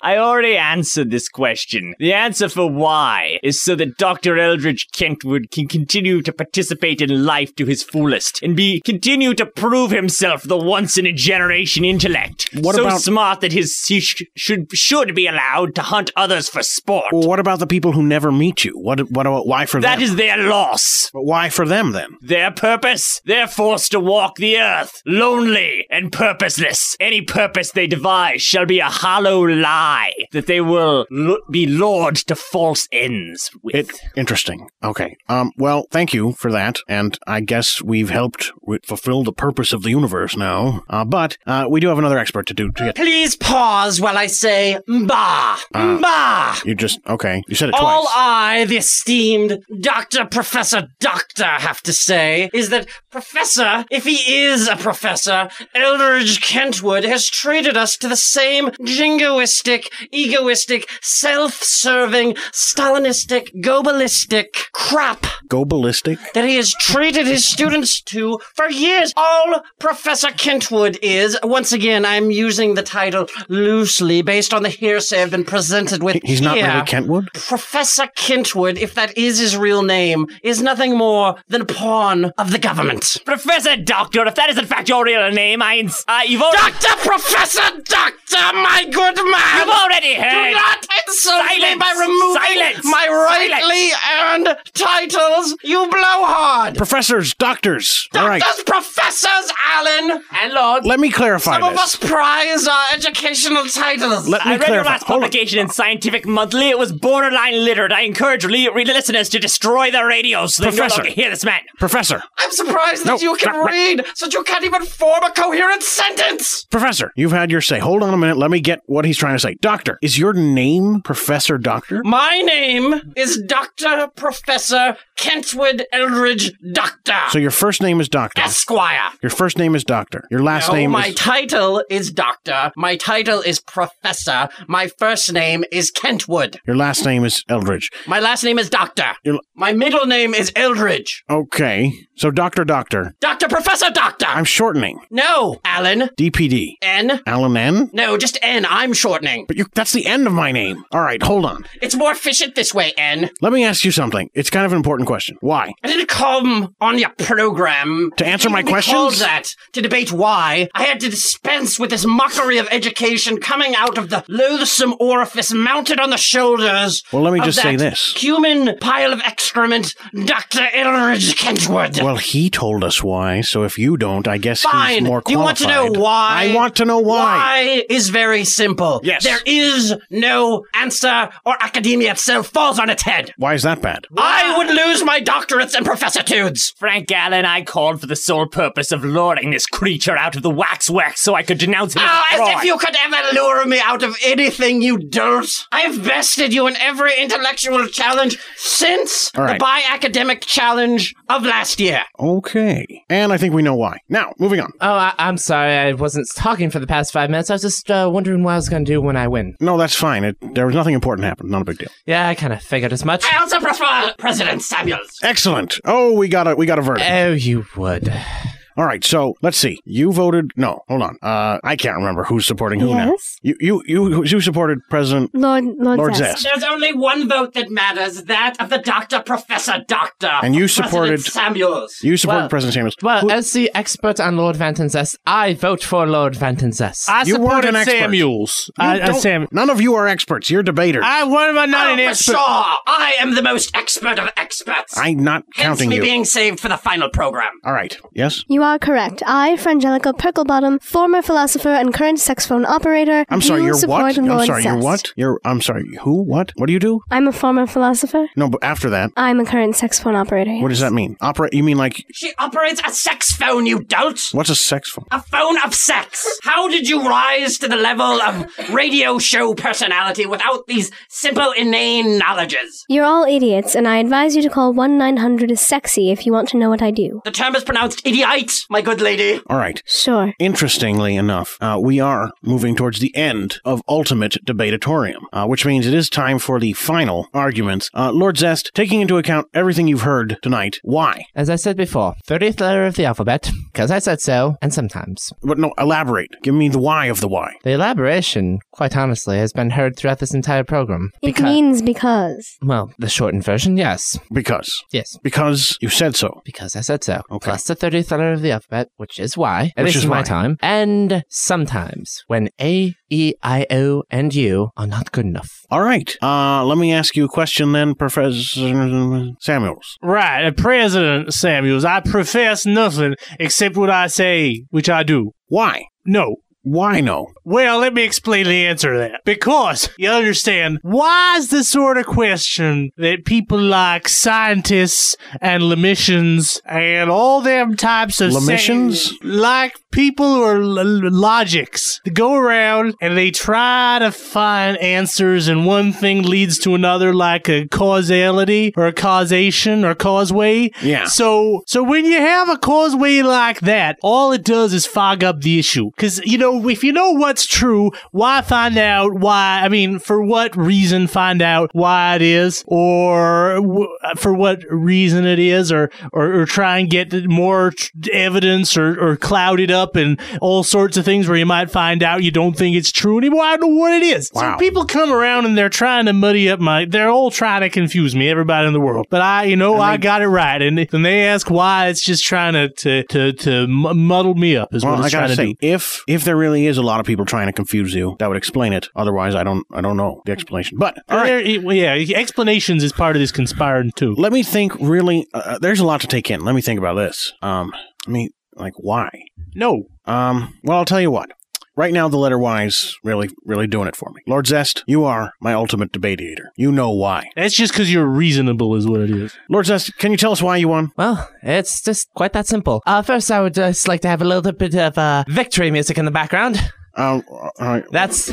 I already answered this question. The answer for why is so that Dr. Eldridge Kentwood can continue to participate in life to his fullest and be continue to prove himself the once in a generation intellect.
What
so
about-
smart that his he sh- should should be allowed to hunt others for sport.
Well, what about the people who never meet you? What what why for
That
them?
is their loss.
But why for them then?
Their purpose? They're forced to walk the earth, lonely and purposeless. Any purpose they devise shall be a hollow lie that they will l- be lured to false ends with.
It interesting. Okay. Um. Well, thank you for that, and I guess we've helped we fulfill the purpose of the universe now. Uh, but uh, we do have another expert to do. To get. uh,
Please pause while I say mbah, mbah.
You just okay. You Ah. said it
All
twice.
I, the esteemed Dr. Professor Doctor, have to say is that Professor, if he is a professor, Eldridge Kentwood has treated us to the same jingoistic narcissistic, egoistic, self-serving, Stalinistic, Gobelistic crap
Go ballistic.
that he has treated his students to for years. All Professor Kentwood is, once again, I'm using the title loosely based on the hearsay I've been presented with.
He- He's not
here.
really Kentwood.
Professor Kentwood, if that is his real name, is nothing more than a pawn of the government.
Professor Doctor, if that is in fact your real name, I ins- uh, you've already
Doctor, Professor, Doctor, my good man!
You've already heard.
Do not insult me
Silence.
by removing
Silence.
my rightly earned titles, you blowhard!
Professors, doctors. All right.
Doctors, professors, Alan! And Lord,
Let me clarify
some of
this.
us prize our educational titles.
Let me
I read your
clarify.
last
Hold on.
publication in Scientific Monthly. It was borderline littered. I encourage re- re- listeners to destroy their radios so they no
Professor.
longer hear this man.
Professor,
I'm surprised that
No,
you can
not right.
read, since you can't even form a coherent sentence!
Professor, you've had your say. Hold on a minute. Let me get what he's trying to say. Doctor, is your name Professor Doctor?
My name is Dr. Professor Kentwood Eldridge Doctor
So your first name is Doctor.
Esquire.
Your first name is Doctor. Your last
No,
name
my
is.
title is Doctor. My title is Professor. My first name is Kentwood.
Your last name is Eldridge.
My last name is Doctor.
Your-
My middle name is Eldridge.
Okay. So Doctor Doctor.
Doctor Professor Doctor.
I'm shortening.
no, Alan.
DPD.
N.
Alan N.
No, just N. I'm shortening.
But you, that's the end of my name. All right, hold on.
It's more efficient this way, N.
Let me ask you something. It's kind of an important question. Why?
I didn't come on your program
To answer my
You called
questions?
that to debate why I had to dispense with this mockery of education coming out of the loathsome orifice mounted on the shoulders.
Well, let me
of
just say
that
this.
human pile of excrement, Doctor Eldridge Kentwood.
Well, he told us why, so if you don't, I guess he's
Fine.
more
Do you want
qualified.
to know why?
I want to know why.
Why is very simple.
Yes.
There is no answer, or academia itself falls on its head.
Why is that bad?
I would lose my doctorates and professortudes.
Frank Allen, I called for the sole purpose of luring this creature out of the waxwork so I could denounce him.
Oh,
as a
as if
fraud.
you could ever lure me out of anything, you dirt! I've vested you in every intellectual challenge since
All right.
the bi-academic challenge of last year.
Okay. And I think we know why. Now, moving on.
Oh, I- I'm sorry. I wasn't talking for the past five minutes. I was just uh, wondering what I was going to do when I win.
No, that's fine. It, there was nothing important happened. Not a big deal.
Yeah, I kind of figured as much.
I also prefer President Samuels.
Excellent. Oh, we got a we got a verdict.
Oh, you would.
All right. So let's see. You voted. No, hold on. Uh, I can't remember who's supporting who now.
Yes.
You you you you supported President
Lord, Lord,
Lord
Zest.
Zest.
There's only one vote that matters, that of the Doctor Professor Doctor.
And you
President
supported-
Samuels.
You supported
Well-
President Samuels.
Well,
Who-
as the expert on Lord Vantenzess, I vote for Lord Vantenzess.
I
You weren't an
supported
expert.
Samuels.
you
I, I,
don't-
Sam,
none of you are experts. You're debaters.
I, what am I not
Oh,
an expert?
Sure, I am the most expert of experts.
I'm not
Hence
counting
me
you.
being saved for the final program.
All right. Yes.
You are correct. I, Frangelica Perklebottom, former philosopher and current saxophone operator,
I'm
do
sorry. You're
support
what?
Lord
I'm sorry. You're
Zest.
what? You're. I'm sorry. Who? What? What do you do?
I'm a former philosopher.
No, but after that,
I'm a current saxophone operator.
what does that mean? Operate? You mean like
She operates a sex phone, you dolt!
what's a sex phone?
A phone of sex! How did you rise to the level of radio show personality without these simple, inane knowledges?
You're all idiots, and I advise you to call 1 900 is sexy if you want to know what I do.
The term is pronounced idiot, my good lady.
All right.
Sure.
Interestingly enough, uh, we are moving towards the end of Ultimate Debatatorium, uh, which means it is time for the final arguments. Uh, Lord Zest, taking into account everything you've heard tonight, why?
As I said before, 30th letter of the alphabet, because I said so, and sometimes.
But no, elaborate. Give me the why of the why.
The elaboration, quite honestly, has been heard throughout this entire program.
It means because.
Well, the shortened version, yes.
Because.
Yes.
Because you said so.
Because I said so.
Okay.
Plus the 30th letter of the alphabet, which is Y, at
Which
least
is
in my
Y.
time. And sometimes when A, E, I, O, and U are not good enough.
All right. Uh, let me ask you a question then, Professor Samuels.
Right, uh, President Samuels, I profess nothing except what I say, which I do.
Why?
No.
Why no?
Well, let me explain the answer to that. Because, you understand, why is the sort of question that people like scientists and Lamicians and all them types of
Lamicians?
sa- like people who are l- l- logics, they go around and they try to find answers, and one thing leads to another, like a causality or a causation or causeway.
Yeah.
So, so when you have a causeway like that, all it does is fog up the issue. Because you know
So if you know what's true, why find out why? I mean, for what reason find out why it is, or w- for what reason it is, or or, or try and get more tr- evidence, or or cloud it up, and all sorts of things where you might find out you don't think it's true anymore. I don't know what it is. So people come around and they're trying to muddy up my. They're all trying to confuse me. Everybody in the world, but I, you know, I, got it right, and then they ask why. It's just trying to to to, to m- muddle me up. Is
well,
what
I
it's trying
gotta
to
say,
do.
if if there really is a lot of people trying to confuse you, that would explain it. Otherwise, I don't I don't know the explanation. But all right,
There- it- well, yeah, explanations is part of this conspiring too.
Let me think. Really, uh, there's a lot to take in. Let me think about this. Um, I mean, like why?
No.
Um. Well, I'll tell you what. Right now, the letter Y's really, really doing it for me. Lord Zest, you are my ultimate debatiator. You know why.
That's just because you're reasonable, is what it is.
Lord Zest, can you tell us why you won?
Well, it's just quite that simple. Uh, first, I would just like to have a little bit of uh, victory music in the background.
Um,
That's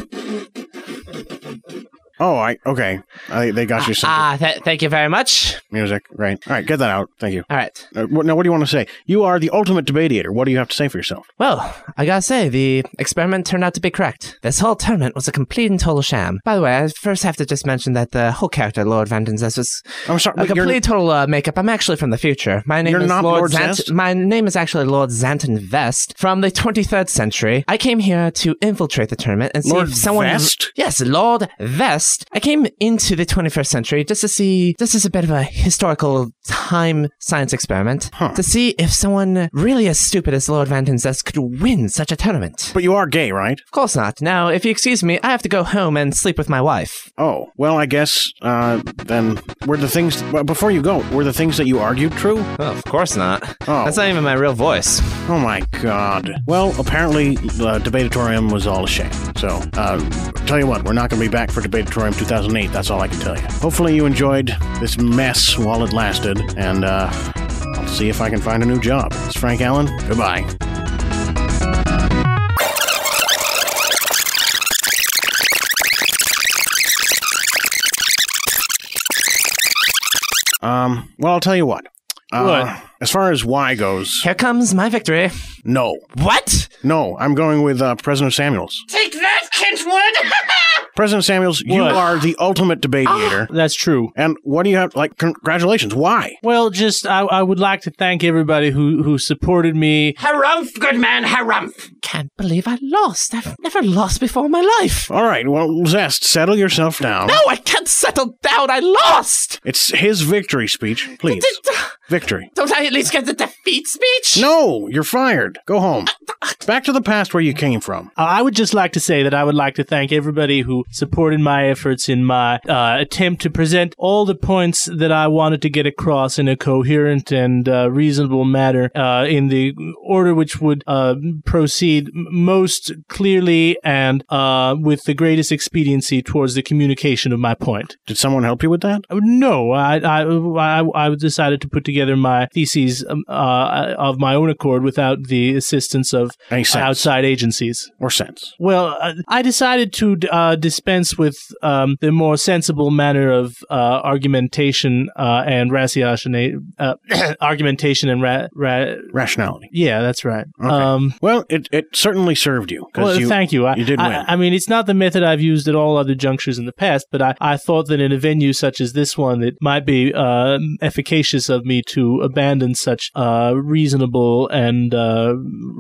Oh, I okay. I, they got you some
ah, th- thank you very much.
music, right? All right, get that out. Thank you.
All right.
Uh, wh- now, what do you want to say? You are the ultimate debatiator. What do you have to say for yourself?
Well, I gotta say, the experiment turned out to be correct. This whole tournament was a complete and total sham. By the way, I first have to just mention that the whole character, Lord Vandenzest, was
I'm Oh, sorry,
a
wait, you're-
complete total uh, makeup. I'm actually from the future. My name
You're
is
not Lord
Zant-
Zest?
My name is actually Lord Zanton Vest from the 23rd century. I came here to infiltrate the tournament and
Lord
see if someone.
Vest?
Yes, Lord Vest. I came into the 21st century just to see. This is a bit of a historical time science experiment to see if someone really as stupid as Lord Vanton Zest could win such a tournament.
But you are gay, right?
Of course not. Now, if you excuse me, I have to go home and sleep with my wife.
Oh, well, I guess uh, then were the things. Well, before you go, were the things that you argued true?
of course not.
Oh.
That's not even my real voice.
Oh my god. Well, apparently uh, the debatatorium was all a sham. So, uh, tell you what, we're not going to be back for debatatorium 2008. That's all I can tell you. Hopefully you enjoyed this mess while it lasted, and uh, I'll see if I can find a new job. It's Frank Allen. Goodbye. Um, well, I'll tell you what. Uh,
What?
As far as why goes,
here comes my victory.
No.
What?
No, I'm going with uh, President Samuels.
Take that, Kentwood!
President Samuels, you
What? Ah,
are the ultimate debatiator.
That's true.
And what do you have? Like, congratulations. Why?
Well, just I, I would like to thank everybody who who supported me.
Harumph, good man, harumph.
Can't believe I lost. I've never lost before in my life.
All right. Well, Zest, settle yourself down.
No, I can't settle down. I lost.
It's his victory speech. Please. victory.
Don't I at least get the defeat speech?
No, you're fired. Go home. Back to the past where you came from.
Uh, I would just like to say that I would like to thank everybody who supported my efforts in my uh, attempt to present all the points that I wanted to get across in a coherent and uh, reasonable manner, uh, in the order which would uh, proceed m- most clearly and uh, with the greatest expediency towards the communication of my point. Uh,
Did someone help you with that?
No, I I, I, I decided to put together my theses um, uh, of my own accord without the assistance of
Any sense.
outside agencies
or sense.
Well, uh, I decided to uh, dispense with um, the more sensible manner of uh, argumentation uh, and rationality, uh, argumentation and ra- ra-
Rationality.
Yeah, that's right.
Okay.
Um,
well, it, it certainly served you. 'cause
well,
you,
thank you. I,
you did
I,
win.
I mean, it's not the method I've used at all other junctures in the past, but I, I thought that in a venue such as this one, it might be uh, efficacious of me to abandon such uh, reasonable and uh,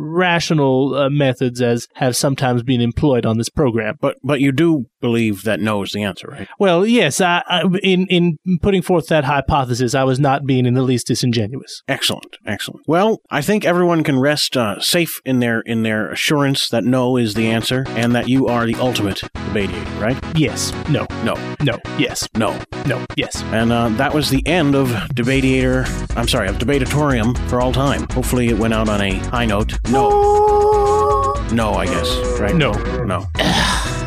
rational uh, methods as have sometimes been employed on this program.
But but you do believe that no is the answer, right?
Well, yes, I, I, in in putting forth that hypothesis, I was not being in the least disingenuous.
Excellent, excellent. Well, I think everyone can rest uh, safe in their in their assurance that no is the answer and that you are the ultimate debateator, right?
Yes. No.
No.
No. Yes.
No.
No. Yes.
And uh, that was the end of debateator. I'm sorry, of debatatorium for all time. Hopefully, it went out on a high note. No. No, I guess. Right.
No.
No.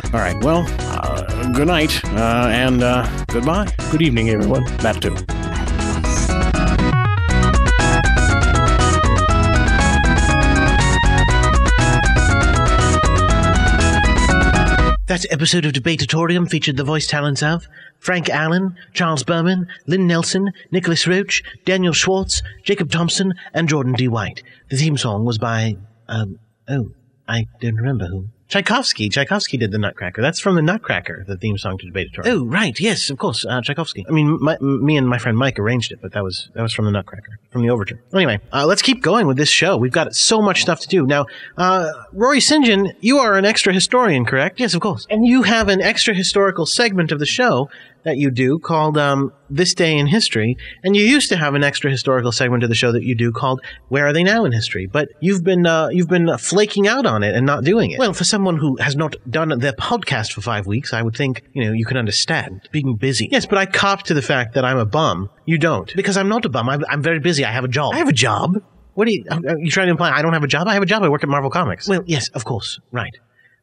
all right. Well, uh, good night uh, and uh, goodbye.
Good evening, everyone.
That too.
That episode of Debatatorium featured the voice talents of Frank Allen, Charles Berman, Lynn Nelson, Nicholas Roach, Daniel Schwartz, Jacob Thompson, and Jordan D. White. The theme song was by, um, oh, I didn't remember who. Tchaikovsky. Tchaikovsky did the Nutcracker. That's from the Nutcracker, the theme song to Debatatorium. Oh, right. Yes, of course. Uh, Tchaikovsky. I mean, my, m- me and my friend Mike arranged it, but that was that was from the Nutcracker, from the Overture. Anyway, uh, let's keep going with this show. We've got so much stuff to do. Now, uh, Rory St. John, you are an extra historian, correct? Yes, of course. And you have an extra historical segment of the show that you do called um, This Day in History. And you used to have an extra historical segment of the show that you do called Where Are They Now in History? But you've been uh, you've been uh, flaking out on it and not doing it. Well, for someone who has not done their podcast for five weeks, I would think you know you can understand being busy. Yes, but I cop to the fact that I'm a bum. You don't because I'm not a bum. I'm, I'm very busy. I have a job. I have a job. What are you? Are you trying to imply I don't have a job? I have a job. I work at Marvel Comics. Well, yes, of course, right.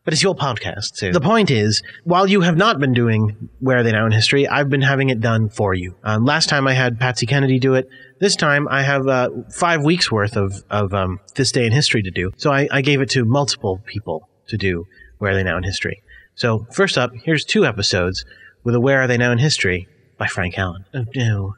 But it's your podcast, too. The point is, while you have not been doing Where Are They Now in History, I've been having it done for you. Um, last time I had Patsy Kennedy do it. This time I have uh, five weeks worth of, of um, This Day in History to do. So I, I gave it to multiple people to do Where Are They Now in History. So first up, here's two episodes with a Where Are They Now in History by Frank Allen. Oh, no.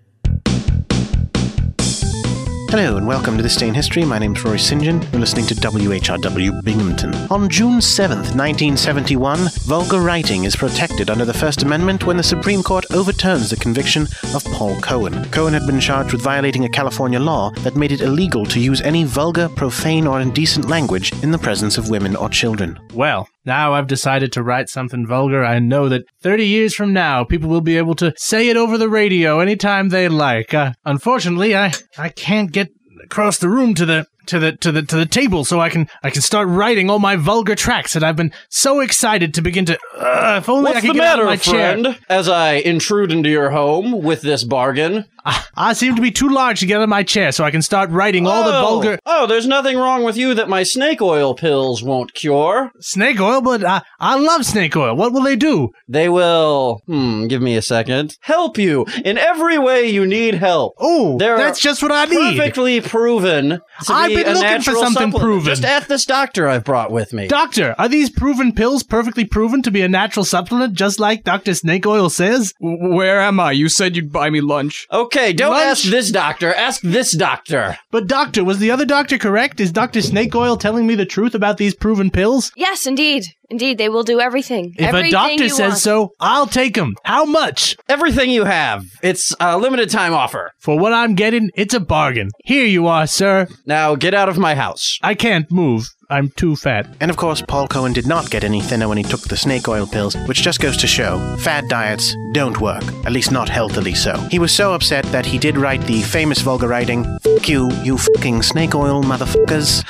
Hello and welcome to This Day in History. My name's Roy St. John. You're listening to WHRW Binghamton. On June 7th, 1971, vulgar writing is protected under the First Amendment when the Supreme Court overturns the conviction of Paul Cohen. Cohen had been charged with violating a California law that made it illegal to use any vulgar, profane, or indecent language in the presence of women or children.
Well, now I've decided to write something vulgar. I know that 30 years from now, people will be able to say it over the radio anytime they like. Uh, unfortunately, I I can't get across the room to the to the to the to the table so I can I can start writing all my vulgar tracks that I've been so excited to begin to. Uh, if only I
What's
could
the
get out of
matter,
my chair.
friend? As I intrude into your home with this bargain,
I, I seem to be too large to get out of my chair, so I can start writing all the
Oh,
vulgar.
Oh, there's nothing wrong with you that my snake oil pills won't cure.
Snake oil, but I, I love snake oil. What will they do?
They will. Hmm. Give me a second. Help you in every way you need help.
Oh,
that's
just what I
need. Perfectly proven. to
I've
be
been
a
looking for
natural
something
supplement.
proven.
Just ask this doctor I've brought with me.
Doctor, are these proven pills perfectly proven to be a natural supplement, just like Dr. Snake Oil says?
Where am I? You said you'd buy me lunch.
Okay, don't ask this doctor. Ask this doctor.
But, Doctor, was the other doctor correct? Is Dr. Snake Oil telling me the truth about these proven pills?
Yes, indeed. Indeed, they will do everything.
If
everything
a doctor
you
says
want.
so, I'll take them. How much?
Everything you have. It's a limited time offer.
For what I'm getting, it's a bargain. Here you are, sir.
Now get out of my house.
I can't move. I'm too fat.
And of course, Paul Cohen did not get any thinner when he took the snake oil pills, which just goes to show fad diets don't work, at least not healthily so. He was so upset that he did write the famous vulgar writing, F you, you fucking snake oil motherfuckers,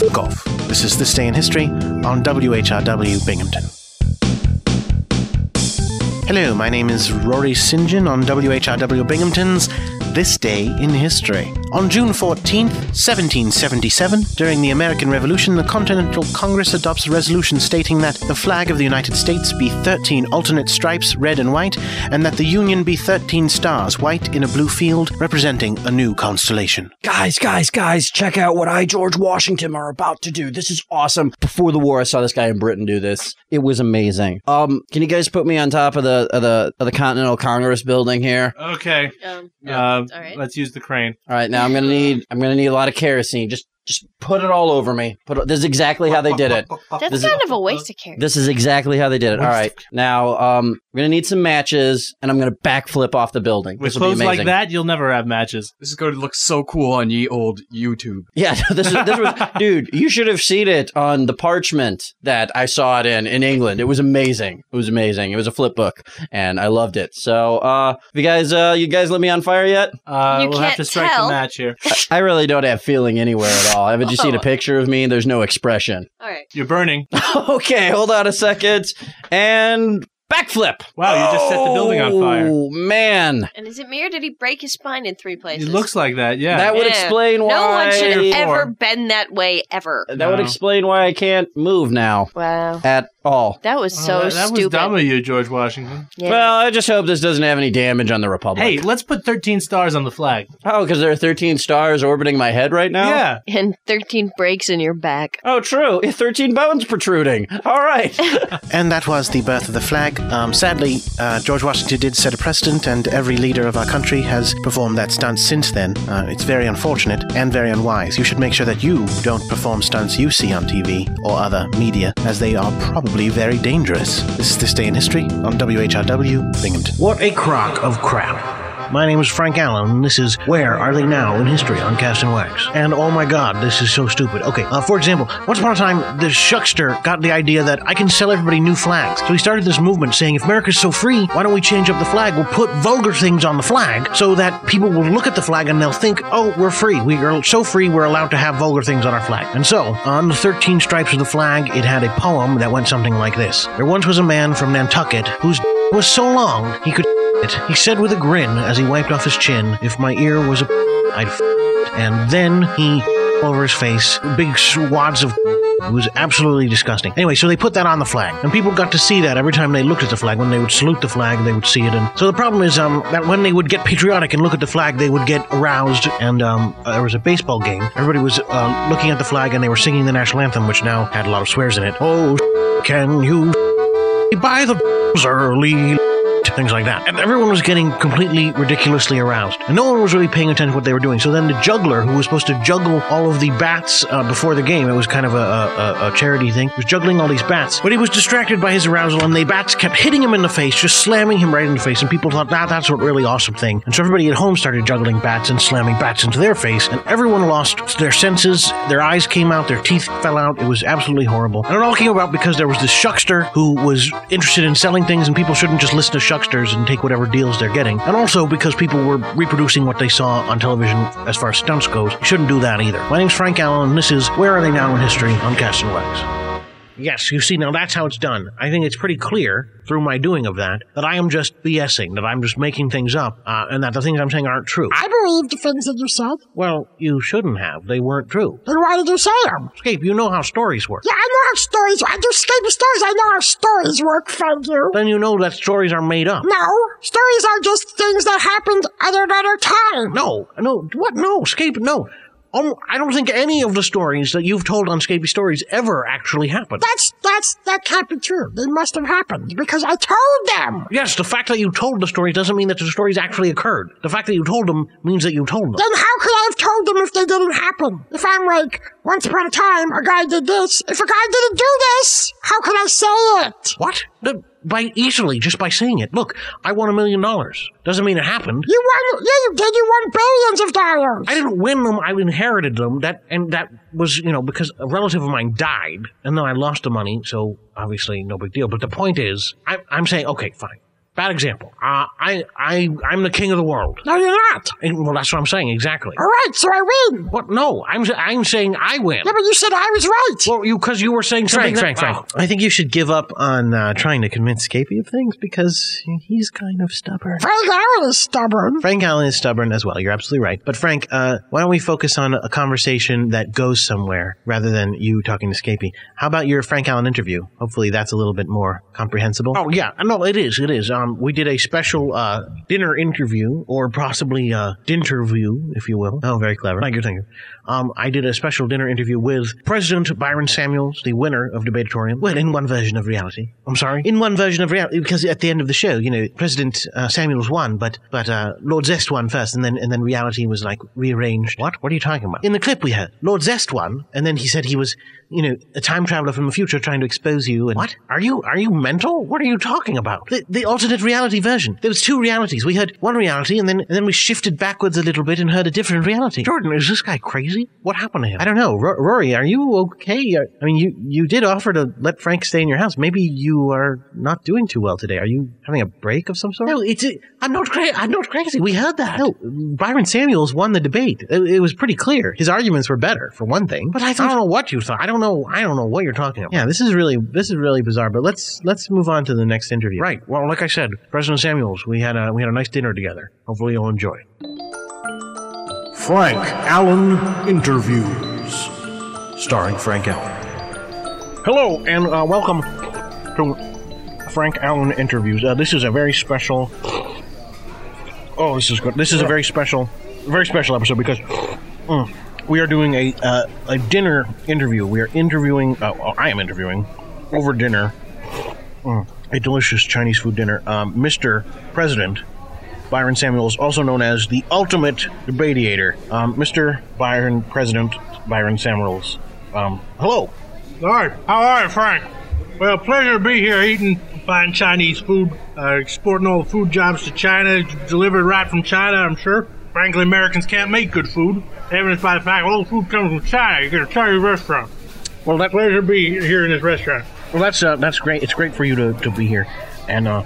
fuck off. This is This Day in History on WHRW Binghamton. Hello, my name is Rory St. John on WHRW Binghamton's This Day in History. On June 14th, 1777, during the American Revolution, the Continental Congress adopts a resolution stating that the flag of the United States be 13 alternate stripes, red and white, and that the Union be 13 stars, white in a blue field, representing a new constellation.
Guys, guys, guys, check out what I, George Washington, are about to do. This is awesome. Before the war, I saw this guy in Britain do this. It was amazing. Um, can you guys put me on top of the of the of the Continental Congress building here?
Okay.
Um,
all right. Let's use the crane.
All right, now I'm gonna need I'm gonna need a lot of kerosene. Just just put it all over me. Put this is exactly how they did it.
That's
This is-
kind of a waste of care.
This is exactly how they did it. All right, now um, we're gonna need some matches, and I'm gonna backflip off the building.
With
This will be
clothes
amazing.
like that, you'll never have matches.
This is going to look so cool on ye old YouTube.
Yeah, this is this was, dude. You should have seen it on the parchment that I saw it in in England. It was amazing. It was amazing. It was a flip book, and I loved it. So, uh, you guys, uh, you guys, let me on fire yet?
Uh,
You we'll have can't to strike the tell. match
here.
I really don't have feeling anywhere at all. Haven't you seen
Oh.
a picture of me? There's no expression.
All right.
You're burning.
okay, hold on a second, and backflip.
Wow, you just set the building on fire.
Oh man.
And is it me or did he break his spine in three places?
It looks like that, yeah.
That would
Yeah.
explain why.
No one should ever bend that way ever.
That would explain why I can't move now.
Wow.
At all.
That was so
Oh, that, that was
stupid.
dumb of you, George Washington.
Yeah.
Well, I just hope this doesn't have any damage on the Republic.
Hey, let's put 13 stars on the flag.
Oh, because there are 13 stars orbiting my head right now?
Yeah.
and 13 breaks in your back.
Oh, true. 13 bones protruding. All right.
And that was the birth of the flag. Um, sadly, uh, George Washington did set a precedent, and every leader of our country has performed that stunt since then. Uh, it's very unfortunate and very unwise. You should make sure that you don't perform stunts you see on TV or other media, as they are probably very dangerous. This is This Day in History on WHRW, Binghamton. What a crock of crap. My name is Frank Allen, and this is Where Are They Now in History on Cast and Wax. And oh my god, this is so stupid. Okay, uh, for example, once upon a time, the shuckster got the idea that I can sell everybody new flags. So he started this movement saying, if America's so free, why don't we change up the flag? We'll put vulgar things on the flag so that people will look at the flag and they'll think, oh, we're free. We are so free, we're allowed to have vulgar things on our flag. And so, on the 13 stripes of the flag, it had a poem that went something like this There once was a man from Nantucket whose was so long he could it. He said with a grin as he wiped off his chin, If my ear was a I'd f it. And then he over his face, big swaths of it was absolutely disgusting. Anyway, so they put that on the flag, and people got to see that every time they looked at the flag. When they would salute the flag, they would see it. And so the problem is um, that when they would get patriotic and look at the flag, they would get aroused. And um, uh, there was a baseball game. Everybody was uh, looking at the flag, and they were singing the national anthem, which now had a lot of swears in it. Oh, can you buy the early? things like that. And everyone was getting completely ridiculously aroused. And no one was really paying attention to what they were doing. So then the juggler, who was supposed to juggle all of the bats uh, before the game, it was kind of a, a, a- a charity thing, was juggling all these bats. But he was distracted by his arousal, and the bats kept hitting him in the face, just slamming him right in the face. And people thought, that that's a really awesome thing. And so everybody at home started juggling bats and slamming bats into their face. And everyone lost their senses. Their eyes came out, their teeth fell out. It was absolutely horrible. And it all came about because there was this shuckster who was interested in selling things, and people shouldn't just listen to shucksters and take whatever deals they're getting. And also because people were reproducing what they saw on television as far as stunts goes, you shouldn't do that either. My name's Frank Allen, and this is Where Are They Now in History on Cast and Wax. Yes, you see, now that's how it's done. I think it's pretty clear through my doing of that that I am just BSing, that I'm just making things up, uh, and that the things I'm saying aren't true.
I believe the things that you said.
well, you shouldn't have. They weren't true.
Then why did you say them?
Escape, you know how stories work.
Yeah, I know how stories. I do scary stories. I know how stories work, thank you.
Then you know that stories are made up.
No, stories are just things that happened at another time.
No, no, what? No, Scape, no. Um, I don't think any of the stories that you've told on Scapy Stories ever actually happened.
That's that's that can't be true. They must have happened because I told them.
Yes, the fact that you told the stories doesn't mean that the stories actually occurred. The fact that you told them means that you told them.
Then how could I have told them if they didn't happen? If I'm like, once upon a time, a guy did this. If a guy didn't do this, how could I say it?
What? The- by easily, just by saying it. Look, I won a million dollars. Doesn't mean it happened.
You won, yeah, you did. You won billions of dollars.
I didn't win them. I inherited them. That and that was, you know, because a relative of mine died, and then I lost the money. So obviously, no big deal. But the point is, I, I'm saying, okay, fine. Bad example. Uh, I, I, I'm the king of the world.
No, you're not.
And, well, that's what I'm saying exactly.
All right, so I win.
What? No, I'm, sa- I'm saying I win.
Yeah, but you said I was right.
Well, you because you were saying something.
Frank,
that-
Frank, Frank.
Oh, I think you should give up on uh, trying to convince Scapy of things because he's kind of stubborn.
Frank Allen is stubborn.
Frank Allen is stubborn as well. You're absolutely right. But Frank, uh, why don't we focus on a conversation that goes somewhere rather than you talking to Scapy? How about your Frank Allen interview? Hopefully, that's a little bit more comprehensible. Oh yeah, no, it is. It is. Um, we did a special uh, dinner interview, or possibly uh, dinterview, if you will. Oh, very clever. Thank you. Thank you. Um, I did a special dinner interview with President Byron Samuels, the winner of Debatatorium. Well, in one version of reality. I'm sorry. In one version of reality, because at the end of the show, you know, President uh, Samuels won, but but uh, Lord Zest won first, and then and then reality was like rearranged. What? What are you talking about? In the clip we heard, Lord Zest won, and then he said he was, you know, a time traveler from the future trying to expose you. And what? Are you are you mental? What are you talking about? The, the alternate reality version. There was two realities. We heard one reality, and then and then we shifted backwards a little bit and heard a different reality. Jordan, is this guy crazy? What happened to him? I don't know. R- Rory, are you okay? Uh, I mean, you you did offer to let Frank stay in your house. Maybe you are not doing too well today. Are you having a break of some sort? No, it's i I'm not crazy. I'm not crazy. We heard that. No, Byron Samuels won the debate. It, it was pretty clear. His arguments were better for one thing. But I, don't know what you thought. I don't know. I don't know what you're talking about. Yeah, this is really this is really bizarre. But let's let's move on to the next interview. Right. Well, like I said, President Samuels, we had a we had a nice dinner together. Hopefully, you'll enjoy.
Frank Allen Interviews, starring Frank Allen.
Hello and uh, welcome
to Frank Allen interviews. Uh, this is a very special. Oh, this is good. This is a very special, very special episode because mm, we are doing a uh, a dinner interview. We are interviewing. Uh, well, I am interviewing over dinner mm, a delicious Chinese food dinner. Um, Mr. President Byron Samuels, also known as the ultimate debatiator. Um, Mr. Byron President Byron Samuels. Um, hello.
All right. How are you, Frank? Well, pleasure to be here eating fine Chinese food, uh, exporting all the food jobs to China, delivered right from China, I'm sure. Frankly, Americans can't make good food, evidenced by the fact all the food comes from China. You get a Chinese restaurant.
Well, that
pleasure to be here in this restaurant.
Well, that's uh, that's great. It's great for you to, to be here, and uh,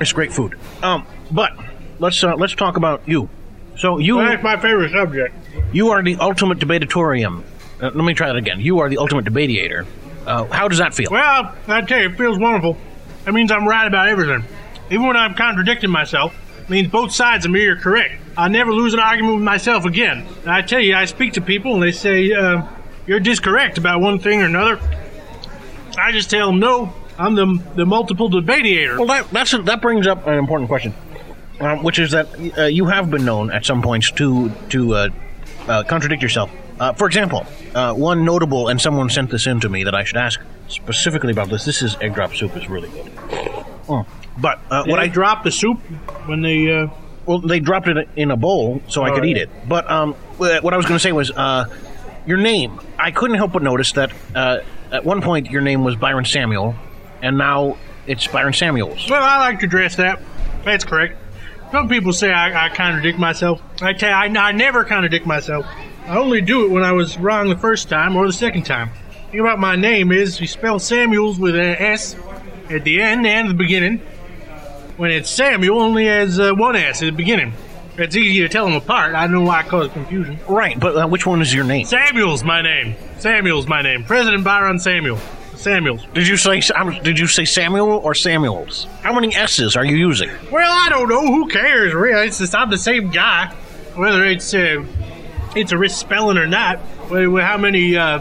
it's great food. Um, but let's uh, let's talk about you. So you
Well, that's my favorite subject.
You are the ultimate debatatorium. Uh, let me try that again. You are the ultimate debatiator. Uh, how does that feel?
Well, I tell you, it feels wonderful. That means I'm right about everything. Even when I'm contradicting myself, it means both sides of me are correct. I never lose an argument with myself again. And I tell you, I speak to people and they say, uh, you're discorrect about one thing or another. I just tell them, no, I'm the, the multiple debatiator.
Well, that that's that brings up an important question, um, which is that uh, you have been known at some points to to uh, uh, contradict yourself. Uh, for example, uh, one notable, and someone sent this in to me that I should ask specifically about this. This is egg drop soup is really good. Mm. But uh,
Did
what
they
I dropped the soup when they uh... well they dropped it in a bowl so I
Oh,
could
yeah.
eat it. But um, wh- what I was going to say was uh, your name. I couldn't help but notice that uh, at one point your name was Byron Samuel, and now it's Byron Samuels.
Well, I like to dress that. That's correct. Some people say I, I contradict myself. I tell you, I, I never contradict myself. I only do it when I was wrong the first time or the second time. The thing about my name is you spell Samuels with an S at the end and the beginning. When it's Samuel, only has uh, one S at the beginning. It's easy to tell them apart. I know why I caused confusion.
Right, but uh, which one is your name?
Samuel's my name. Samuel's my name. President Byron Samuel. Samuels.
Did you say Sam- Did you say Samuel or Samuels? How many S's are you using?
Well, I don't know. Who cares? Really, it's just I'm the same guy. Whether it's uh, it's a misspelling or not, whether, whether how many uh,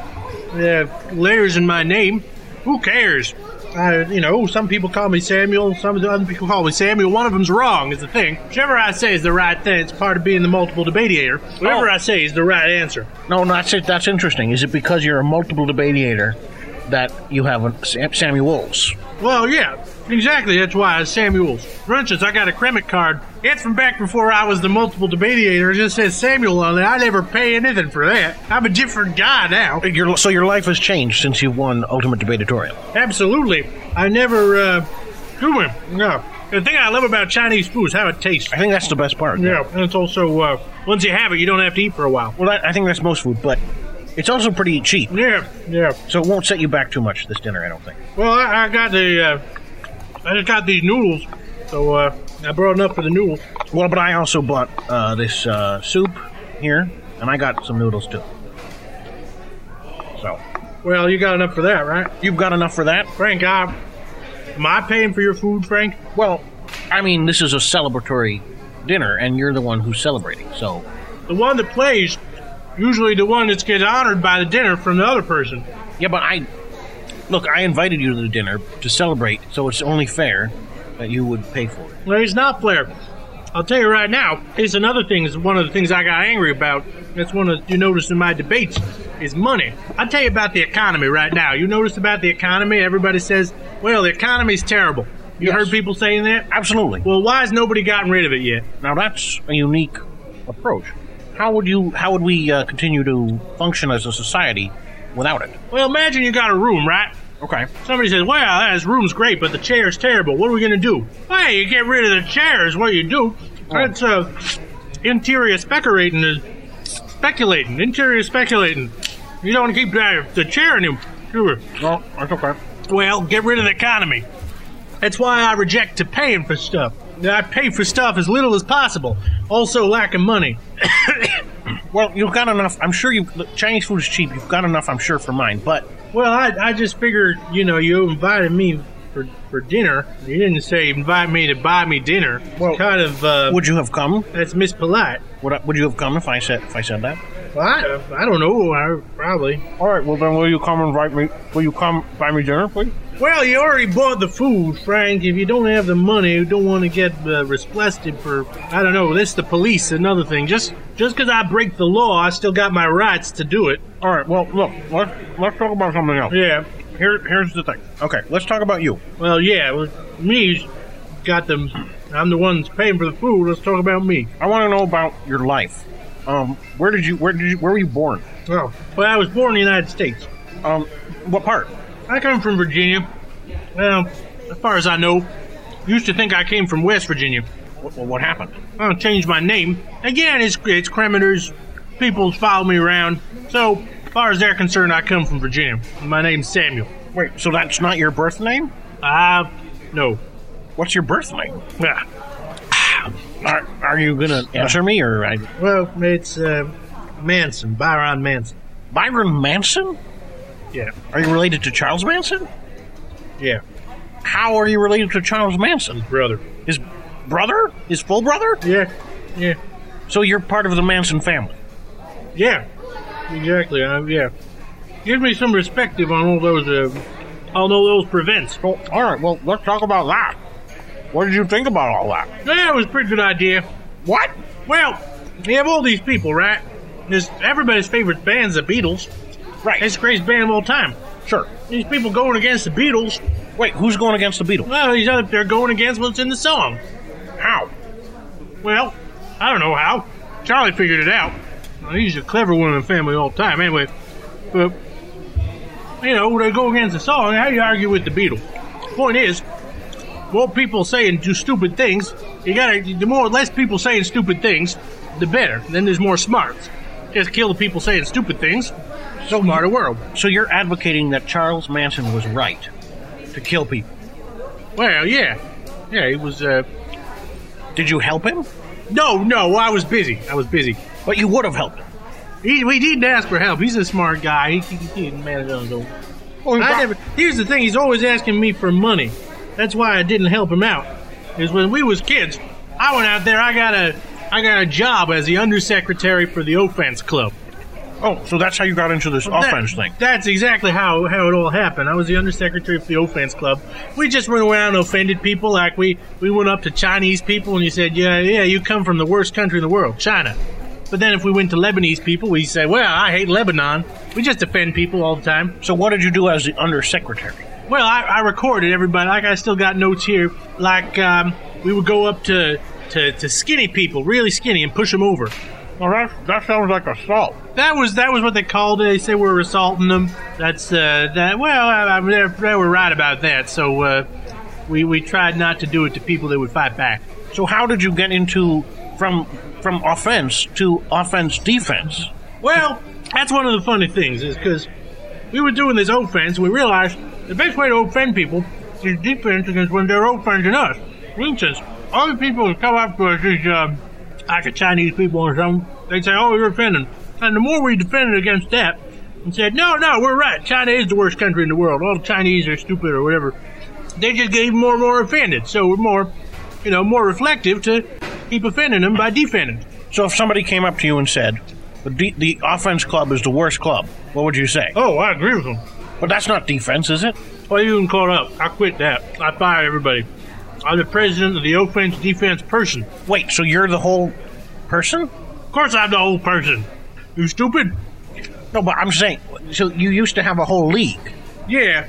uh, letters in my name, who cares? I, you know, some people call me Samuel. Some of the other people call me Samuel. One of them's wrong is the thing. Whichever I say is the right thing. It's part of being the multiple debater. Whatever I say is the right answer.
No, no, that's it. That's interesting. Is it because you're a multiple debatiator that you have a Sam- Samuels?
Well, yeah, exactly. That's why it's Samuels. For instance, I got a credit card. It's from back before I was the multiple debater. It just says Samuel on it. I never pay anything for that. I'm a different guy now.
Your, so your life has changed since you won Ultimate Debatatorial.
Absolutely. I never uh, do it. No. The thing I love about Chinese food is how it tastes. I
think that's the best part.
Yeah, and it's also uh, once you have it, you don't have to eat for a while.
Well, that, I think that's most food, but it's also pretty cheap.
Yeah, yeah.
So it won't set you back too much this dinner, I uh, don't think.
Well, I, I got the uh, I just got these noodles, so uh, I brought enough for the noodles.
Well, but I also bought uh, this uh, soup here, and I got some noodles too. So
Well, you got enough for that, right?
you've got enough for that,
Frank. I am I paying for your food, Frank?
Well, I mean, this is a celebratory dinner, and you're the one who's celebrating. So
the one that plays, usually the one that's gets honored by the dinner from the other person.
Yeah, but I look. I invited you to the dinner to celebrate, so it's only fair that you would pay for it.
Well, he's not Flair. I'll tell you right now, it's another thing, it's one of the things I got angry about. That's one of you notice in my debates is money. I'll tell you about the economy right now. You notice about the economy, everybody says, well, the economy's terrible. You heard people saying that?
Absolutely.
Well, why has nobody gotten rid of it yet?
Now that's a unique approach. How would you? How would we uh, continue to function as a society without it?
Well, imagine you got a room, right?
Okay.
Somebody says, "Well, this room's great, but the chair's terrible. What are we gonna do?" Well, you get rid of the chair is what you do.
Oh.
That's uh, interior speculating, is speculating, interior speculating. You don't keep the, the chair anymore. Sure.
Well, that's okay.
Well, get rid of the economy. That's why I reject to paying for stuff. I pay for stuff as little as possible. Also, lacking money.
Well, you've got enough. I'm sure you. look, Chinese food is cheap. You've got enough. I'm sure for mine, but
Well, I, I just figured, you know, you invited me for, for dinner. You didn't say invite me to buy me dinner. Well, kind of. Uh,
would you have come?
That's mispolite.
Would I, Would you have come if I said if I said that?
Well, I, I don't know. I, probably.
All right. Well, then will you come and invite me? Will you come buy me dinner, please?
Well, you already bought the food, Frank. If you don't have the money, you don't want to get uh, resplested for I don't know. This the police. Another thing. Just just because I break the law, I still got my rights to do it.
All right. Well, look. Let's let's talk about something else.
Yeah.
Here here's the thing. Okay. Let's talk about you.
Well, yeah. Well, me's got them. I'm the one that's paying for the food. Let's talk about me.
I want to know about your life. Um, where did you where did you where were you born?
Oh, well, I was born in the United States.
Um, what part?
I come from Virginia. Well, as far as I know, used to think I came from West Virginia.
What, what happened?
I changed my name. Again, it's, it's criminals. People follow me around. So, as far as they're concerned, I come from Virginia. My name's Samuel.
Wait, so that's not your birth name?
Uh, no.
What's your birth name?
Yeah.
Are, are you gonna answer me or I?
Well, it's uh, Manson, Byron Manson.
Byron Manson?
Yeah.
Are you related to Charles Manson?
Yeah.
How are you related to Charles Manson?
Brother.
His brother? His full brother?
Yeah. Yeah.
So you're part of the Manson family.
Yeah. Exactly. Uh, yeah. Give me some perspective on all those, uh, all those prevents.
Well, all right. Well, let's talk about that. What did you think about all that?
Yeah, it was a pretty good idea.
What?
Well, you have all these people, right? There's everybody's favorite band's the Beatles.
Right.
It's the greatest band of all time.
Sure.
These people going against the Beatles.
Wait, who's going against the Beatles?
Well, these other they're going against what's in the song.
How?
Well, I don't know how. Charlie figured it out. Well, he's a clever one in the family all the time. Anyway, but you know they go against the song. How do you argue with the Beatles? Point is, more people saying do stupid things. You gotta the more less people saying stupid things, the better. Then there's more smarts. Just kill the people saying stupid things. So smarter world.
So you're advocating that Charles Manson was right to kill people.
Well, yeah, yeah, he was. Uh...
Did you help him?
No, no, I was busy. I was busy.
But you would have helped him.
He, we didn't ask for help. He's a smart guy. He, he, he didn't manage on his own. I never, here's the thing. He's always asking me for money. That's why I didn't help him out. Is when we was kids, I went out there. I got a, I got a job as the undersecretary for the offense club.
Oh, so that's how you got into this
That-
offense thing.
That's exactly how, how it all happened. I was the undersecretary for the offense club. We just went around and offended people. Like we, we went up to Chinese people and you said, yeah, yeah, you come from the worst country in the world, China. But then if we went to Lebanese people, we say, well, I hate Lebanon. We just offend people all the time.
So what did you do as the undersecretary?
Well, I, I recorded everybody. Like I still got notes here. Like um, we would go up to, to, to skinny people, really skinny, and push them over.
Well, that that sounds like assault.
That was that was what they called it. They say we're assaulting them. That's uh, that. Well, I, I, they they were right about that. So uh, we we tried not to do it to people that would fight back.
So how did you get into from from offense to offense defense?
Well, that's one of the funny things is because we were doing this offense. and We realized the best way to offend people is defense against when they're offending us. For instance, other people who come up to us is um, like a Chinese people or something. They say, "Oh, you're offending," and the more we defended against that, and said, "No, no, we're right. China is the worst country in the world. All the Chinese are stupid or whatever." They just get even more and more offended. So we're more, you know, more reflective to keep offending them by defending.
So if somebody came up to you and said, "The de- the offense club is the worst club," what would you say?
Oh, I agree with them.
But that's not defense, is it?
Well, you can call it up. I quit that. I fired everybody. I'm the president of the offense defense person.
Wait, so you're the whole person?
Of course, I'm the whole person. You stupid?
No, but I'm saying, so you used to have a whole league. Uh,
Yeah.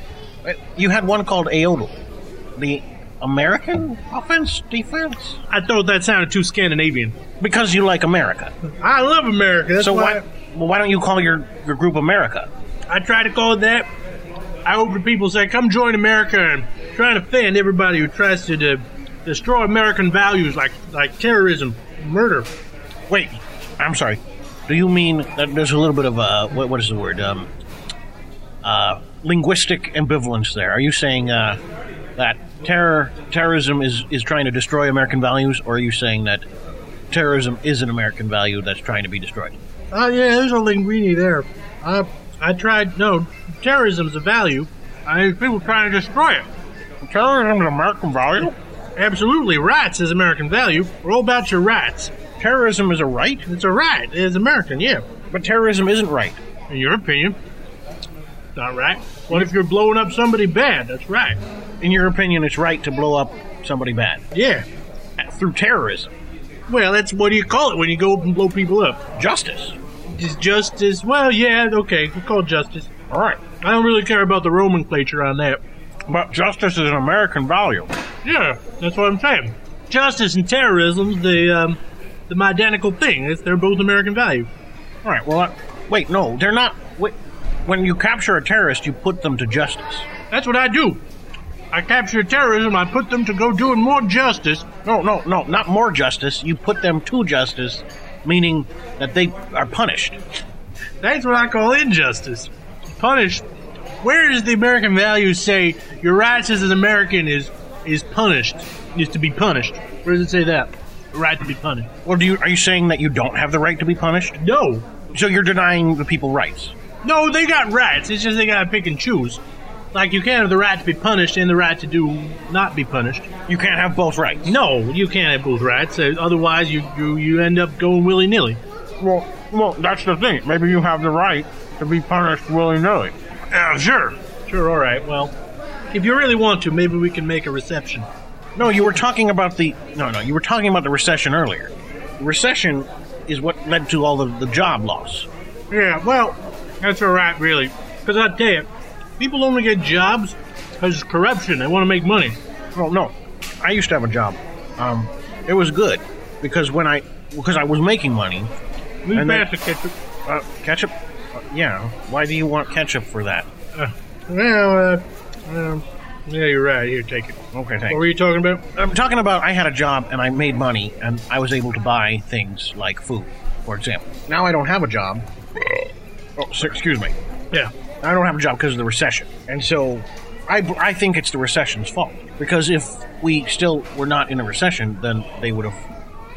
You had one called AODL, the American Offense Defense,
I thought that sounded too Scandinavian.
because you like America.
I love America. That's
so
why
why, well, why don't you call your, your group America?
I try to call it that. I hope that people say, "Come join America," and try to offend everybody who tries to de- destroy American values like like terrorism, murder.
Wait, I'm sorry. Do you mean that there's a little bit of uh what, what is the word? Um, uh, linguistic ambivalence there. Are you saying uh, that terror terrorism is, is trying to destroy American values, or are you saying that terrorism is an American value that's trying to be destroyed?
Oh yeah, there's a linguini there. I I tried. No, terrorism's a value. I mean, people trying to destroy it.
Terrorism is an American value?
Absolutely, rights is American value. We're all about your rights.
Terrorism is a right,
It's a right. It's American, yeah.
but terrorism isn't right.
In your opinion, All right. What if you're blowing up somebody bad? That's right.
In your opinion, it's right to blow up somebody bad.
Yeah.
Through terrorism.
Well, that's what do you call it when you go up and blow people up?
Justice.
Just justice. Well, yeah, okay. We call it justice.
All right.
I don't really care about the nomenclature on that.
But justice is an American value.
Yeah, that's what I'm saying. Justice and terrorism, the um, the identical thing. It's, they're both American value.
All right. Well, I, wait. No, they're not. Wait. When you capture a terrorist, you put them to justice.
That's what I do. I capture terrorism. I put them to go doing more justice.
No, no, no, not more justice. You put them to justice, meaning that they are punished.
That's what I call injustice. Punish. Where does the American values say your rights as an American is is punished? Is to be punished. Where does it say that? The right to be punished.
Or do you are you saying that you don't have the right to be punished?
No.
So you're denying the people rights.
No, they got rights. It's just they gotta pick and choose. Like you can't have the right to be punished and the right to do not be punished.
You can't have both rights.
No, you can't have both rights. uh, Otherwise, you you, you end up going willy nilly.
Well, well, that's the thing. Maybe you have the right to be punished willy nilly.
Yeah, sure, sure. All right. Well, if you really want to, maybe we can make a reception.
No, you were talking about the no, no. You were talking about the recession earlier. The recession is what led to all the, the job loss.
Yeah, well, that's all right, really. Because I tell you, people only get jobs because corruption. They want to make money.
Well, no, I used to have a job. Um, it was good because when I because I was making money.
Move
and
past
they-
the ketchup.
uh, ketchup. Uh, yeah. Why do you want ketchup for that?
Uh, well, uh, um, yeah, you're right. Here, take it.
Okay,
What
thanks.
were you talking about?
I'm talking about I had a job and I made money and I was able to buy things like food, for example. Now I don't have a job. Oh, s- excuse me.
Yeah.
I don't have a job because of the recession. And so I, b- I think it's the recession's fault. Because if we still were not in a recession, then they would have.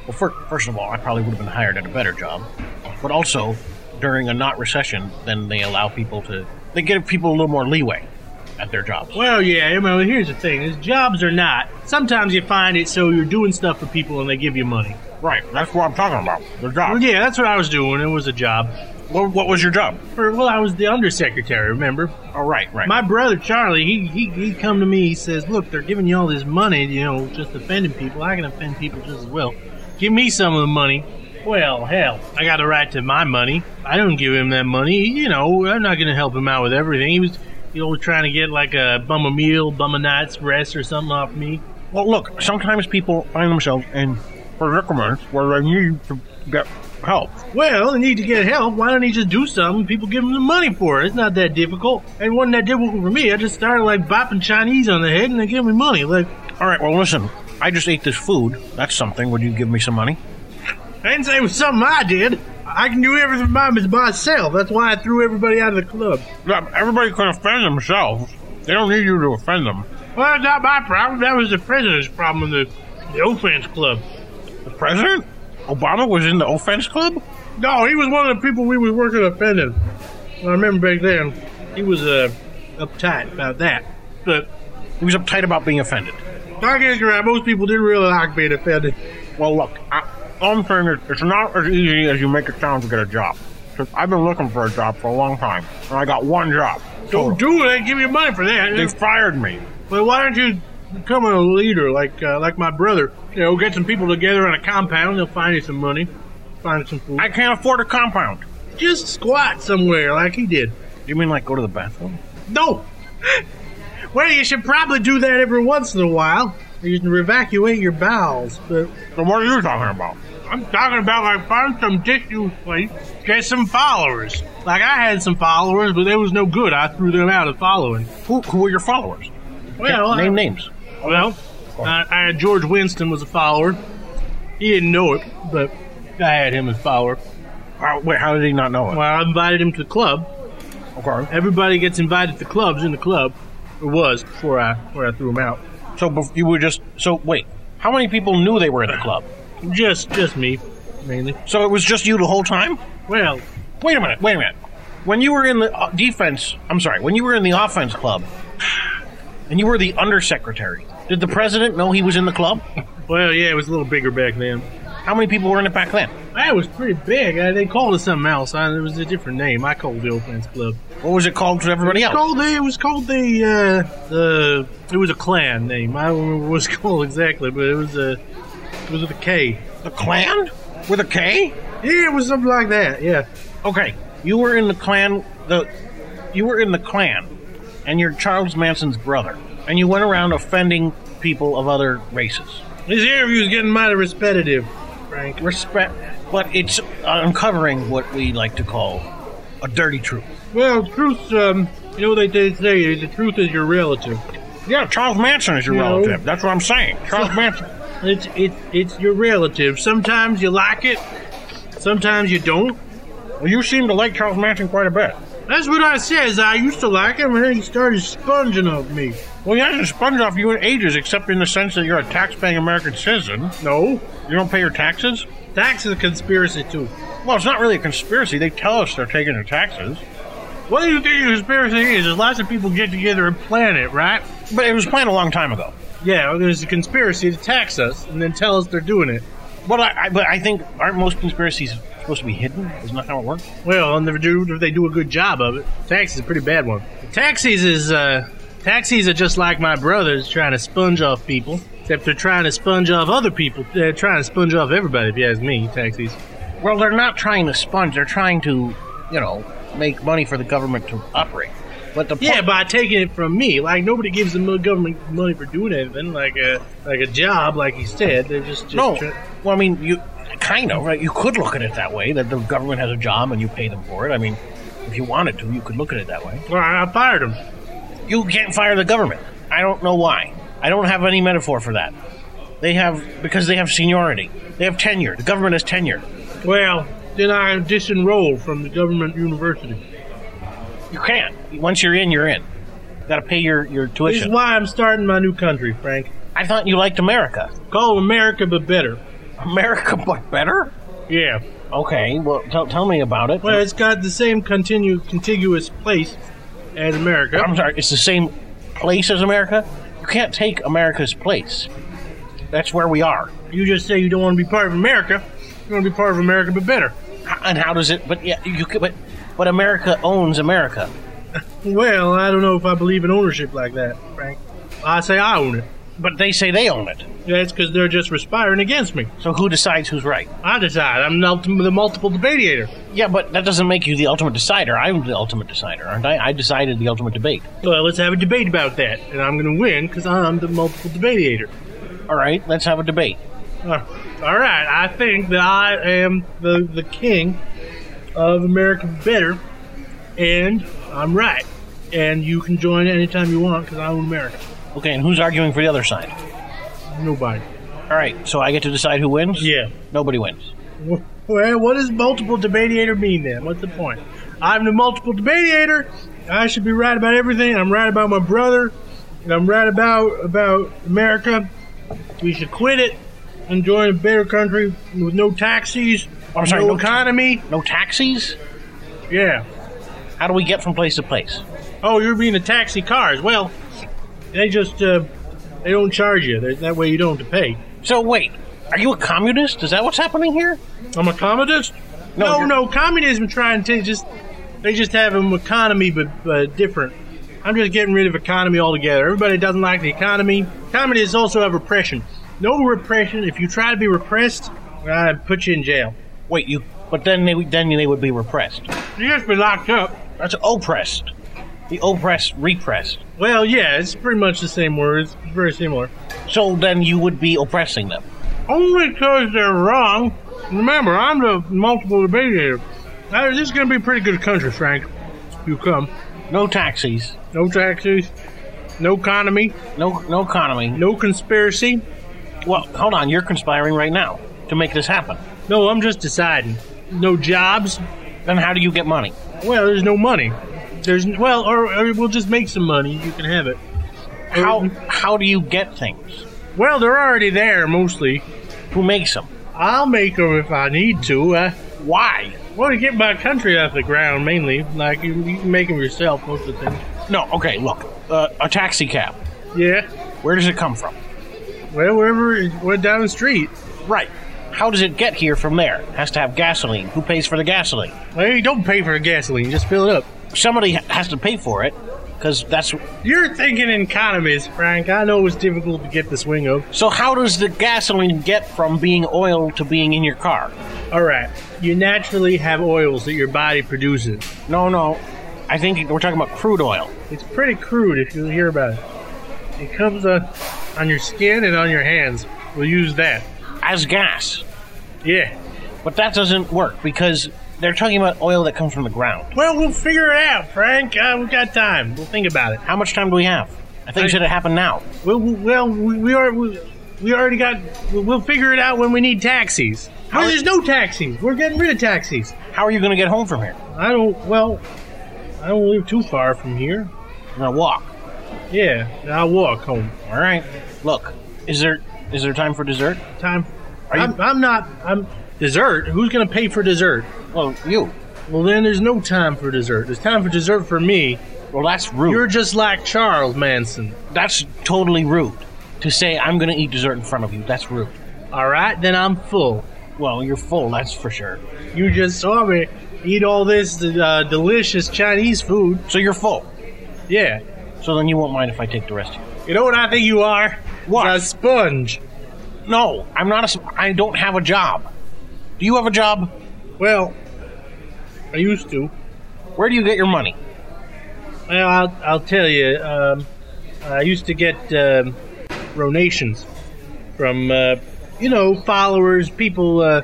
Well, fir- first of all, I probably would have been hired at a better job. But also, during a not recession, then they allow people to. They give people a little more leeway at their jobs.
Well, yeah, I mean, here's the thing: is jobs are not. Sometimes you find it so you're doing stuff for people and they give you money.
Right. That's what I'm talking about. The job.
Well, yeah, that's what I was doing. It was a job.
Well, what was your job?
well, I was the undersecretary. Remember?
All right, right.
My brother Charlie, he, he he come to me. He says, "Look, they're giving you all this money. You know, just offending people. I can offend people just as well. Give me some of the money." Well, hell, I got a right to my money. I don't give him that money. You know, I'm not going to help him out with everything. He was, you know, trying to get like a bum a meal, bum a night's rest, or something off me.
Well, look, sometimes people find themselves in predicaments where they need to get help.
Well, they need to get help. Why don't he just do something? People give him the money for it. It's not that difficult. It wasn't that difficult for me. I just started like bopping Chinese on the head, and they give me money. Like,
All right, well, listen, I just ate this food. That's something. Would you give me some money?
I didn't say it was something I did. I can do everything by myself. That's why I threw everybody out of the club.
everybody can offend themselves. They don't need you to offend them.
Well, that's not my problem. That was the president's problem. The the offense club.
The president? Obama was in the offense club?
No, he was one of the people we was working offending. I remember back then, he was uh, uptight about that. But
He was uptight about being offended.
I guess you're right. Most people didn't really like being offended.
Well, look, I, all I'm saying is it's not as easy as you make it sound to get a job. 'Cause I've been looking for a job for a long time, and I got one job.
Don't do it. They give you money for that.
They fired me.
But why don't you become a leader like uh, like my brother? You know, get some people together in a compound. They'll find you some money, find you some food.
I can't afford a compound.
Just squat somewhere like he did.
You mean like go to the bathroom?
No. well, you should probably do that every once in a while. You can evacuate your bowels. But
So what are you talking about?
I'm talking about like find some disused place, get some followers. Like I had some followers, but they was no good. I threw them out of following.
Who, who were your followers?
Well,
name
I-
names.
Well, I, I had George Winston was a follower. He didn't know it, but I had him as follower.
How, wait, how did he not know it?
Well, I invited him to the club.
Okay.
Everybody gets invited to clubs in the club. It was before I before I threw him out.
So bef- you were just so wait. How many people knew they were in the club?
Just just me, mainly.
So it was just you the whole time?
Well,
Wait a minute. Wait a minute. When you were in the uh, defense, I'm sorry. When you were in the offense club, and you were the undersecretary, did the president know he was in the club?
well, yeah, it was a little bigger back then.
How many people were in it back then?
That was pretty big. Uh, they called it something else. Uh, it was a different name. I called it the Old Man's Club.
What was it called to everybody
it was
else?
Called the, it was called the uh, the it was a clan name. I don't remember what it was called exactly, but it was a it was with a K.
The clan with a K?
Yeah, it was something like that. Yeah.
Okay, you were in the clan. The you were in the clan, and you're Charles Manson's brother, and you went around offending people of other races.
This interview's getting mighty repetitive, Frank.
Respect, but it's uncovering what we like to call a dirty truth.
Well, truth. Um, you know what they, they say: the truth is your relative.
Yeah, Charles Manson is your
You know-
relative. That's what I'm saying. Charles Manson.
It's it's it's your relative. Sometimes you like it, sometimes you don't.
Well, you seem to like Charles Manson quite a bit.
That's what I says. I used to like him, and then he started sponging of me.
Well, he hasn't sponged off you in ages, except in the sense that you're a tax-paying American citizen.
No,
you don't pay your taxes.
Tax is a conspiracy too.
Well, it's not really a conspiracy. They tell us they're taking their taxes.
What do you think a conspiracy is? Is lots of people get together and plan it, right?
But it was planned a long time ago.
Yeah, there's a conspiracy to tax us and then tell us they're doing it.
But I, I, but I think aren't most conspiracies supposed to be hidden? Isn't that how it works?
Well, and if they do, if they do a good job of it, tax is a pretty bad one. Taxis is uh, taxis are just like my brothers trying to sponge off people, except they're trying to sponge off other people. They're trying to sponge off everybody, if you ask me. Taxis.
Well, they're not trying to sponge. They're trying to, you know, make money for the government to operate. But the
Yeah, by taking it from me, like nobody gives the mo- government money for doing anything, like a like a job, like you said. They're just, just
no.
try-
well, I mean, you kind of right. You could look at it that way that the government has a job and you pay them for it. I mean, if you wanted to, you could look at it that way.
Well, I fired him.
You can't fire the government. I don't know why. I don't have any metaphor for that. They have because they have seniority. They have tenure. The government has tenure.
Well, then I am disenrolled from the government university.
You can't. Once you're in, you're in. You gotta pay your, your
This is
tuition.
why I'm starting my new country, Frank.
I thought you liked America.
Call America, but better.
America, but better?
Yeah.
Okay, well, tell, tell me about it.
Well, it's got the same continu- contiguous place as America.
I'm sorry, it's the same place as America? You can't take America's place. That's where we are.
You just say you don't want to be part of America. You want to be part of America, but better.
And how does it? But yeah, you could. But but America owns America.
Well, I don't know if I believe in ownership like that, Frank. I say I own it.
But they say they own it.
That's because they're just respiring against me.
So who decides who's right?
I decide. I'm the, ultimate, the multiple debater.
Yeah, but that doesn't make you the ultimate decider. I'm the ultimate decider, aren't I? I decided the ultimate debate.
Well, let's have a debate about that, and I'm going to win because I'm the multiple debater.
All right, let's have a debate.
Uh, all right, I think that I am the, the king of America Better, and I'm right. And you can join anytime you want because I own America.
Okay, and who's arguing for the other side?
Nobody.
All right, so I get to decide who wins.
Yeah.
Nobody wins.
Wh- Well, what does multiple debater mean then? What's the point? I'm the multiple debater. I should be right about everything. I'm right about my brother, and I'm right about about America. We should quit it and join a better country with no taxis,
I'm Oh, sorry,
no
no ta-
economy.
No taxis.
yeah.
How do we get from place to place?
Oh, you're being a taxi cars. Well, they just uh, they don't charge you. They- That way you don't have to pay.
So wait, are you a communist? Is that what's happening here?
I'm a communist. No, no,
you're-
communism trying to just they just have an economy but, but different. I'm just getting rid of economy altogether. Everybody doesn't like the economy. Communists also have repression. No repression. If you try to be repressed, I put you in jail.
Wait, you. But then they then they would be repressed.
You just be locked up.
That's oppressed. The oppressed, repressed.
Well, yeah, it's pretty much the same word. It's very similar.
So then you would be oppressing them.
Only because they're wrong. Remember, I'm the multiple debater. Now, this is going to be a pretty good country, Frank. You come.
No taxis.
No taxes. No economy.
No, no economy.
No conspiracy.
Well, hold on. You're conspiring right now to make this happen.
No, I'm just deciding. No jobs.
Then how do you get money?
Well, there's no money. There's well, or, or we'll just make some money. You can have it.
How how do you get things?
Well, they're already there mostly.
Who makes them?
I'll make them if I need to. Uh,
Why?
well, to get my country off the ground mainly. Like you, you can make them yourself most of the time.
No. Okay. Look, uh, a taxi cab.
Yeah.
Where does it come from?
Well, wherever, it- well down the street.
Right. How does it get here from there? Has to have gasoline. Who pays for the gasoline?
Well, you don't pay for the gasoline. You just fill it up.
Somebody ha- has to pay for it, because that's.
You're thinking in economies, Frank. I know it's difficult to get the swing of.
So how does the gasoline get from being oil to being in your car?
All right. You naturally have oils that your body produces.
No, no. I think we're talking about crude oil.
It's pretty crude if you hear about it. It comes on, on your skin and on your hands. We'll use that.
As gas.
Yeah.
But that doesn't work because they're talking about oil that comes from the ground.
Well, we'll figure it out, Frank. Uh, we've got time. We'll think about it.
How much time do we have? I think
I-
it should have happened now.
Well, we- well, we, we are. We, we already got. we- We'll figure it out when we need taxis. Well, there's no taxis. We're getting rid of taxis.
How are you going to get home from here?
I don't. Well, I don't live too far from here.
Now walk.
Yeah, and I'll walk home.
All right. Look, is there is there time for dessert?
Time.
Are you-
I'm, I'm not. I'm dessert. Who's gonna pay for dessert?
Well, you.
Well, then there's no time for dessert. There's time for dessert for me.
Well, that's rude.
You're just like Charles Manson.
That's totally rude to say I'm going to eat dessert in front of you. That's rude.
All right, then I'm full.
Well, you're full. That's for sure.
You just saw me eat all this uh, delicious Chinese food.
So you're full.
Yeah.
So then you won't mind if I take the rest of you.
You know what I think you are?
What?
A sponge.
No, I'm not a. sp- I don't have a job. Do you have a job?
Well, I used to.
Where do you get your money?
Well, I'll, I'll tell you. Um, I used to get um, donations from, uh, you know, followers, people, uh,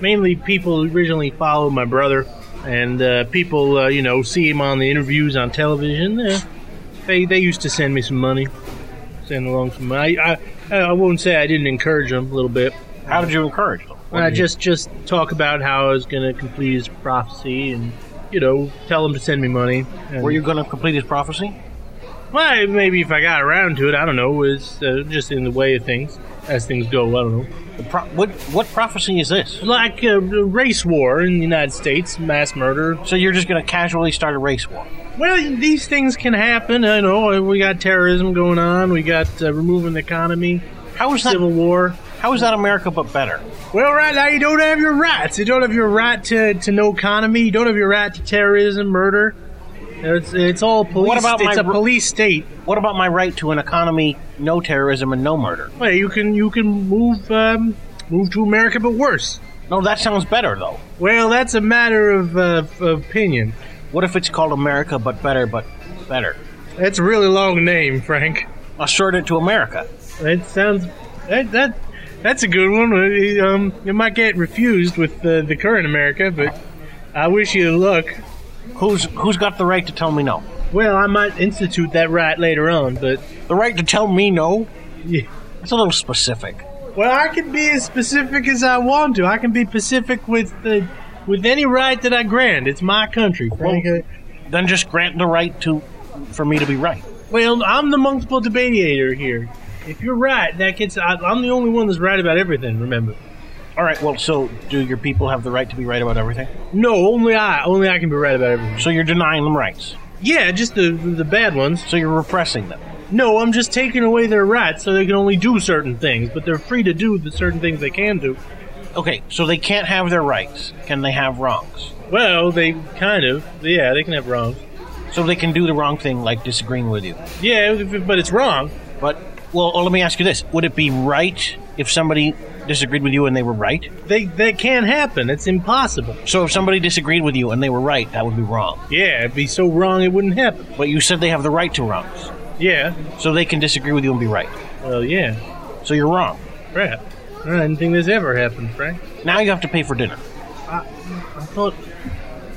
mainly people who originally followed my brother, and uh, people, uh, you know, see him on the interviews on television. Uh, they they used to send me some money, send along some money. I, I, I wouldn't say I didn't encourage them a little bit.
How did you encourage them?
I just just talk about how I was going to complete his prophecy and you know tell him to send me money. And,
Were you going to complete his prophecy?
Well, maybe if I got around to it, I don't know. It's uh, just in the way of things as things go. I don't know.
The pro- what what prophecy is this?
Like uh, a race war in the United States, mass murder.
So you're just going to casually start a race war?
Well, these things can happen. I know we got terrorism going on. We got uh, removing the economy.
How is that-
civil war?
How is that America but better?
Well, right now you don't have your rights. You don't have your right to, to no economy. You don't have your right to terrorism, murder. It's it's all police.
What about
it's
my
a
r-
police state.
What about my right to an economy, no terrorism, and no murder?
Well, you can you can move um, move to America, but worse.
No, that sounds better though.
Well, that's a matter of, uh, of opinion.
What if it's called America but better, but better?
That's a really long name, Frank.
I'll short it to America.
That sounds that that that's a good one. Uh, Um, you might get refused with uh, the current America, but I wish you luck.
Who's who's got the right to tell me no?
Well, I might institute that right later on, but
The right to tell me no?
yeah.
That's a little specific.
Well, I can be as specific as I want to. I can be specific with the with any right that I grant. It's my country, Frank.
Well-
Well,
Then just grant the right to for me to be right.
I'm the multiple debater here. If you're right, that gets. I, I'm the only one that's right about everything. Remember?
All right. Well, so do your people have the right to be right about everything?
No, only I. Only I can be right about everything.
So you're denying them rights.
Yeah, just the the bad ones.
So you're repressing them.
No, I'm just taking away their rights so they can only do certain things, but they're free to do the certain things they can do.
Okay. So they can't have their rights. Can they have wrongs?
Well, they kind of. Yeah, they can have wrongs.
So they can do the wrong thing, like disagreeing with you.
Yeah, if- but it's wrong.
But well, oh, let me ask you this: Would it be right if somebody disagreed with you and they were right?
They that can't happen. It's impossible.
So if somebody disagreed with you and they were right, that would be wrong.
Yeah, it'd be so wrong it wouldn't happen.
But you said they have the right to wrongs,
Yeah.
so they can disagree with you and be right.
Well, yeah.
So you're wrong.
Crap. I didn't think this ever happened, Frank.
Now you have to pay for dinner.
I thought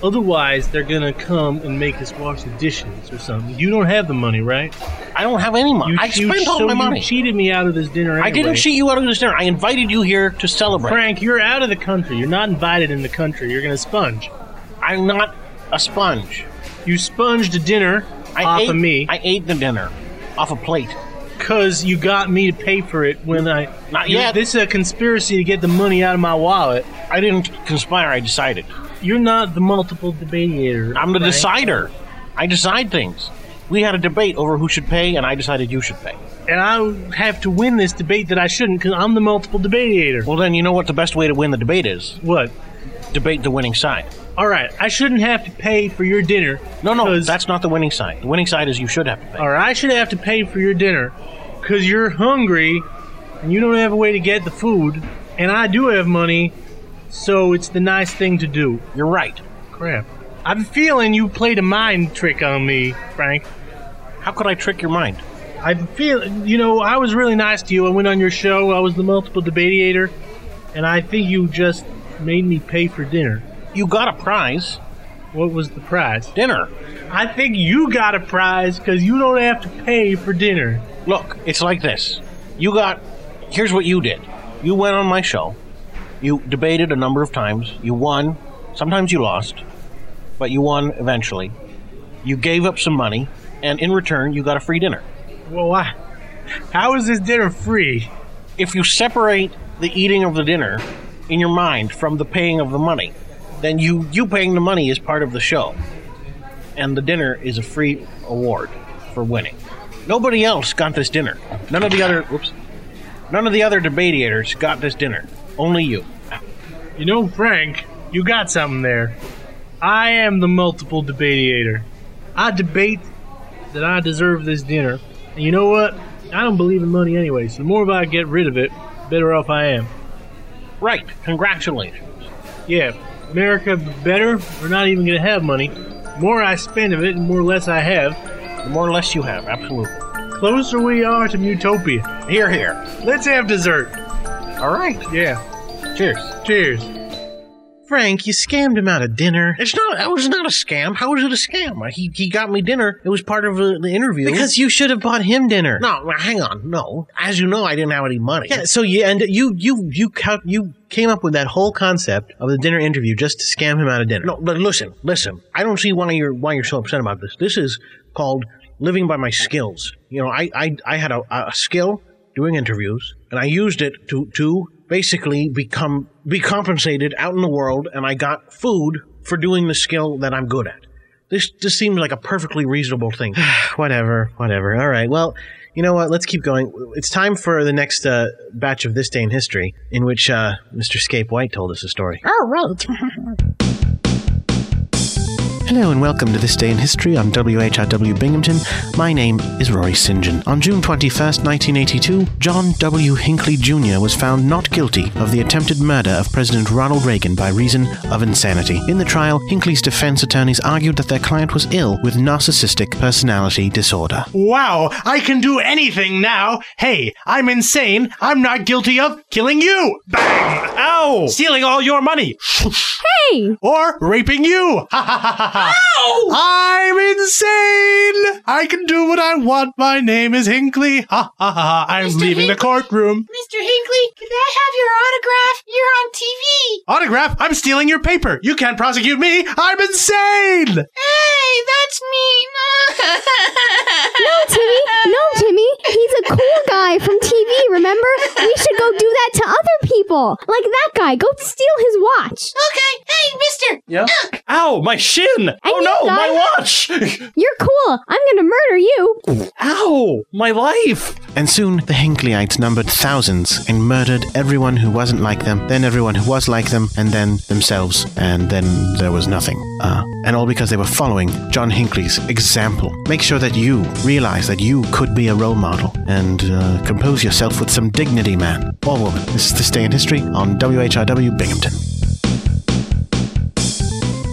otherwise they're gonna come and make us wash the dishes or something. You don't have the money, right?
I don't have any money.
You,
I
you-
spent all
so
my
you
money.
cheated me out of this dinner.
I didn't
anyway.
cheat you out of this dinner. I invited you here to celebrate.
Frank, you're out of the country. You're not invited in the country. You're gonna sponge.
I'm not a sponge.
You sponged a dinner
I
off
ate,
of me
I ate the dinner off a plate.
because you got me to pay for it when I.
Not
You-
yet.
This is a conspiracy to get the money out of my wallet.
I didn't conspire. I decided.
You're not the multiple debater.
I'm the
Frank.
decider. I decide things.
We had a debate over who should pay, and I decided you should pay.
And I have to win this debate that I shouldn't because I'm the multiple debater.
Well, then you know what the best way to win the debate is.
What?
Debate the winning side.
All right, I shouldn't have to pay for your dinner.
No, no, that's not the winning side. The winning side is you should have to pay.
All right, I should have to pay for your dinner because you're hungry and you don't have a way to get the food, and I do have money, so it's the nice thing to do.
You're right.
Crap. I'm feeling you played a mind trick on me, Frank.
How could I trick your mind?
I feel, you know, I was really nice to you. I went on your show, I was the multiple debater, and I think you just made me pay for dinner.
You got a prize.
What was the prize?
Dinner.
I think you got a prize because you don't have to pay for dinner.
Look, it's like this. You got. Here's what you did. You went on my show. You debated a number of times. You won. Sometimes you lost. But you won eventually. You gave up some money. And in return, you got a free dinner.
Well, why? How is this dinner free?
If you separate the eating of the dinner in your mind from the paying of the money, then you, you paying the money is part of the show. And the dinner is a free award for winning. Nobody else got this dinner. None of the other whoops. None of the other debatators got this dinner. Only you.
You know, Frank, you got something there. I am the multiple debater. I debate that I deserve this dinner. And you know what? I don't believe in money anyway, so the more I get rid of it, the better off I am.
Right. Congratulations.
Yeah. America better. We're not even going to have money. The more I spend of it, the more less I have.
The more less you have, absolutely.
Closer we are to Utopia.
Here, here.
Let's have dessert.
All right.
Yeah.
Cheers.
Cheers.
Frank, you scammed him out of dinner. It's not. That was not a scam. How was it a scam? He, he got me dinner. It was part of uh, the interview.
Because you should have bought him dinner.
No, well, hang on. No, as you know, I didn't have any money.
Yeah. So you and you you you cal- you came up with that whole concept of the dinner interview just to scam him out of dinner.
No, but listen, listen. I don't see why you're why you're so upset about this. This is called living by my skills. You know, I I, I had a, a skill doing interviews, and I used it to to basically become be compensated out in the world and I got food for doing the skill that I'm good at. This just seems like a perfectly reasonable thing. whatever, whatever. All right. Well, you know what? Let's keep going. It's time for the next uh, batch of this day in history, in which uh, Mr. Scape White told us a story.
Oh, right.
Hello and welcome to This Day in History on WHRW Binghamton. My name is Rory St. John. On June 21st, 1982, John W. Hinckley Jr. was found not guilty of the attempted murder of President Ronald Reagan by reason of insanity. In the trial, Hinckley's defense attorneys argued that their client was ill with narcissistic personality disorder.
Wow, I can do anything now. Hey, I'm insane. I'm not guilty of killing you. Bang! Ow! Stealing all your money.
Hey!
Or raping you. Ha ha ha ha.
Ow!
I'm insane! I can do what I want. My name is Hinkley. Ha ha ha ha. I'm
Mr.
leaving the
Hinkley?
courtroom.
Mr. Hinkley, can I have your autograph? You're on TV.
Autograph, I'm stealing your paper. You can't prosecute me. I'm insane!
Hey, that's mean.
No, Timmy. No, Timmy. He's a cool guy from TV, remember? We should go do that to other people. Like that guy. Go steal his watch.
Okay. Hey, mister.
Yeah. Ow, my shin! oh
you
no, my
guys-
watch!
You're cool. I'm going to murder you.
Ow, my life!
And soon, the Hinkleyites numbered thousands and murdered everyone who wasn't like them, then everyone who was like them, and then themselves, and then there was nothing. Uh, and all because they were following John Hinckley's example. Make sure that you realize that you could be a role model and uh, compose yourself with some dignity, man or woman. This is This Day in History on WHRW Binghamton.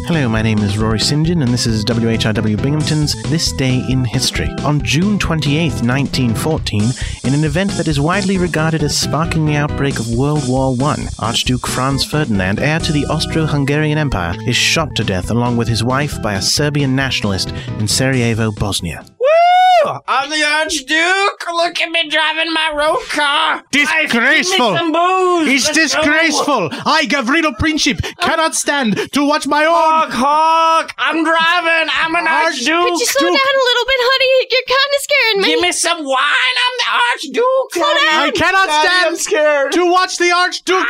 Hello, my name is Rory St. John, and this is WHRW Binghamton's This Day in History. On June 28, 1914, in an event that is widely regarded as sparking the outbreak of World War I, Archduke Franz Ferdinand, heir to the Austro Hungarian Empire, is shot to death along with his wife by a Serbian nationalist in Sarajevo, Bosnia.
you? I'm the Archduke. Look at me driving my road car. Give
Disgraceful!
me some booze.
It's
Let's go. Oh.
disgraceful! I, Gavrilo Princip, cannot stand to watch my own. Hawk,
Hawk! I'm driving. I'm an
Could
Archduke.
you slow down a little bit, honey? You're kind of scaring me.
Give me some wine. I'm the Archduke.
Slow down.
I cannot stand to watch the Archduke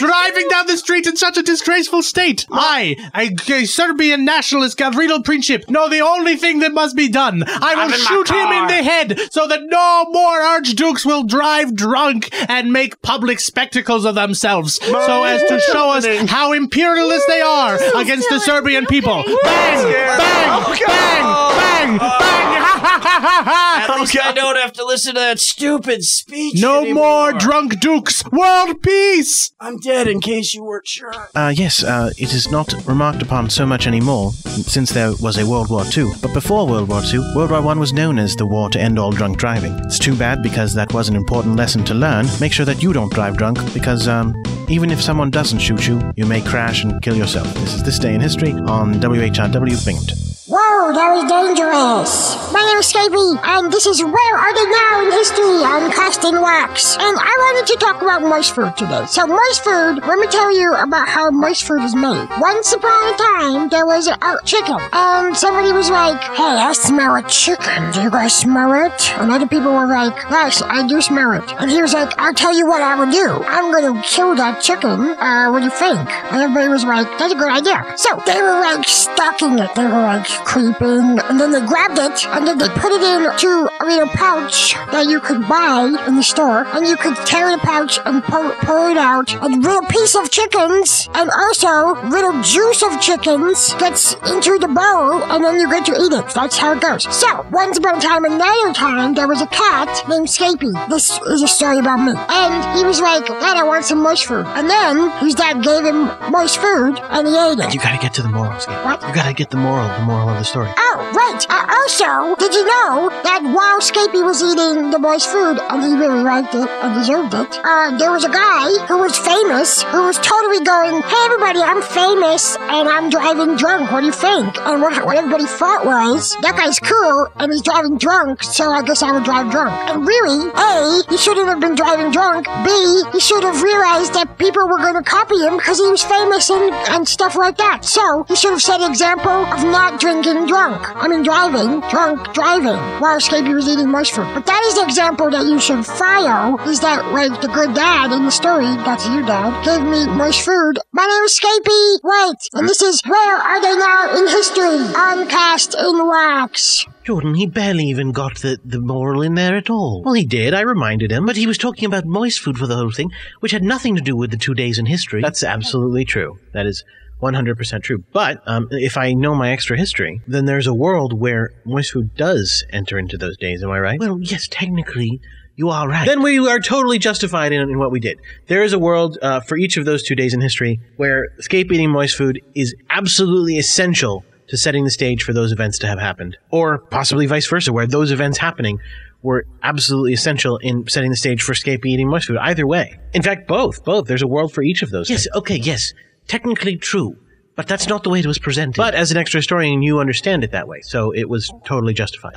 driving down the street in such a disgraceful state. I, a, a Serbian nationalist, Gavrilo Princip, know the only thing that must be done. I will
in my
shoot him in
car.
the head so that no more Archdukes will drive drunk and make public spectacles of themselves so as to show us how imperialist they are against the Serbian people. Bang! Bang! Bang! Bang! Bang!
Uh, At least I don't have to listen to that stupid speech.
No
anymore.
more drunk dukes. World peace.
I'm dead in case you weren't sure.
Uh, yes, uh, it is not remarked upon so much anymore, since there was a World War II. But before World War II, World War I was known as the war to end all drunk driving. It's too bad because that was an important lesson to learn. Make sure that you don't drive drunk, because um, even if someone doesn't shoot you, you may crash and kill yourself. This is This Day in History on WHRW Binghamton.
Whoa, that was dangerous. My name's Scapy, and this is Where Are They Now in History on Cast and Wax. And I wanted to talk about moist food today. So, moist food, let me tell you about how moist food is made. Once upon a time, there was a uh, chicken, and somebody was like, Hey, I smell a chicken. Do you guys smell it? And other people were like, Yes, I do smell it. And he was like, I'll tell you what I will do. I'm going to kill that chicken. Uh, what do you think? And everybody was like, That's a good idea. So, they were like stocking it. They were like, creeping, and then they grabbed it, and then they put it in to a little pouch that you could buy in the store, and you could tear the pouch and pull, pull it out, and little piece of chickens, and also little juice of chickens gets into the bowl, and then you get to eat it. That's how it goes. So, once upon a time, another time, there was a cat named Scapy. This is a story about me. And he was like, Dad, I want some moist food. And then his dad gave him moist food, and he ate it.
You gotta get to the morals. What? You gotta get the moral, the moral of the story.
Oh, right. Uh, also, did you know that while Scapy was eating the boy's food, and he really liked it and deserved it, uh, there was a guy who was famous who was totally going, Hey, everybody, I'm famous and I'm driving drunk. What do you think? And what, what everybody thought was, That guy's cool and he's driving drunk, so I guess I would drive drunk. And really, A, he shouldn't have been driving drunk. B, he should have realized that people were going to copy him because he was famous and, and stuff like that. So he should have set an example of not drinking drunk. I mean, driving, drunk, driving while Scapy was eating mushroom. But that is the example that you should follow. Is that like the good dad in the story? That's you, dad. Gave me mush food. My name's Scapy Wait, and this is Where Are They Now in History? on Cast in Wax.
Jordan, he barely even got the, the moral in there at all. Well, he did, I reminded him, but he was talking about moist food for the whole thing, which had nothing to do with the two days in history. That's absolutely true. That is 100% true. But um, if I know my extra history, then there's a world where moist food does enter into those days, am I right? Well, yes, technically. You are right. Then we are totally justified in, in what we did. There is a world uh, for each of those two days in history where escape eating moist food is absolutely essential to setting the stage for those events to have happened, or possibly vice versa, where those events happening were absolutely essential in setting the stage for escape eating mush food. Either way, in fact, both, both. There's a world for each of those. Yes, okay, yes, technically true, but that's not the way it was presented. But as an extra historian, you understand it that way, so it was totally justified.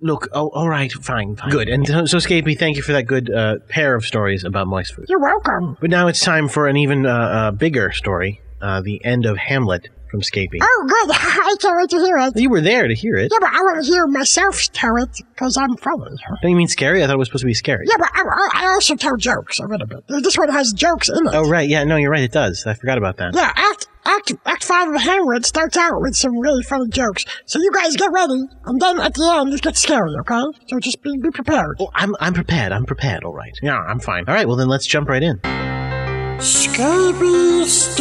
Look, oh, all right, fine, fine. Good. And so, so Scapy, thank you for that good uh, pair of stories about moist food.
You're welcome.
Hmm. But now it's time for an even uh, uh, bigger story uh, the end of Hamlet from Scapy.
Oh, good. I can't wait to hear it.
You were there to hear it.
Yeah, but I want to hear myself tell it because I'm funny.
Don't you mean scary? I thought it was supposed to be scary.
Yeah, but I, I- I also tell jokes a little bit. This one has jokes in it.
Oh, right. Yeah, no, you're right. It does. I forgot about that.
Yeah, act act act five of Hamlet starts out with some really funny jokes. So you guys get ready, and then at the end it gets scary, okay? So just be, be prepared.
Oh, I'm, I'm prepared. I'm prepared. All right. Yeah, I'm fine. All right. Well, then let's jump right in.
Scary stories.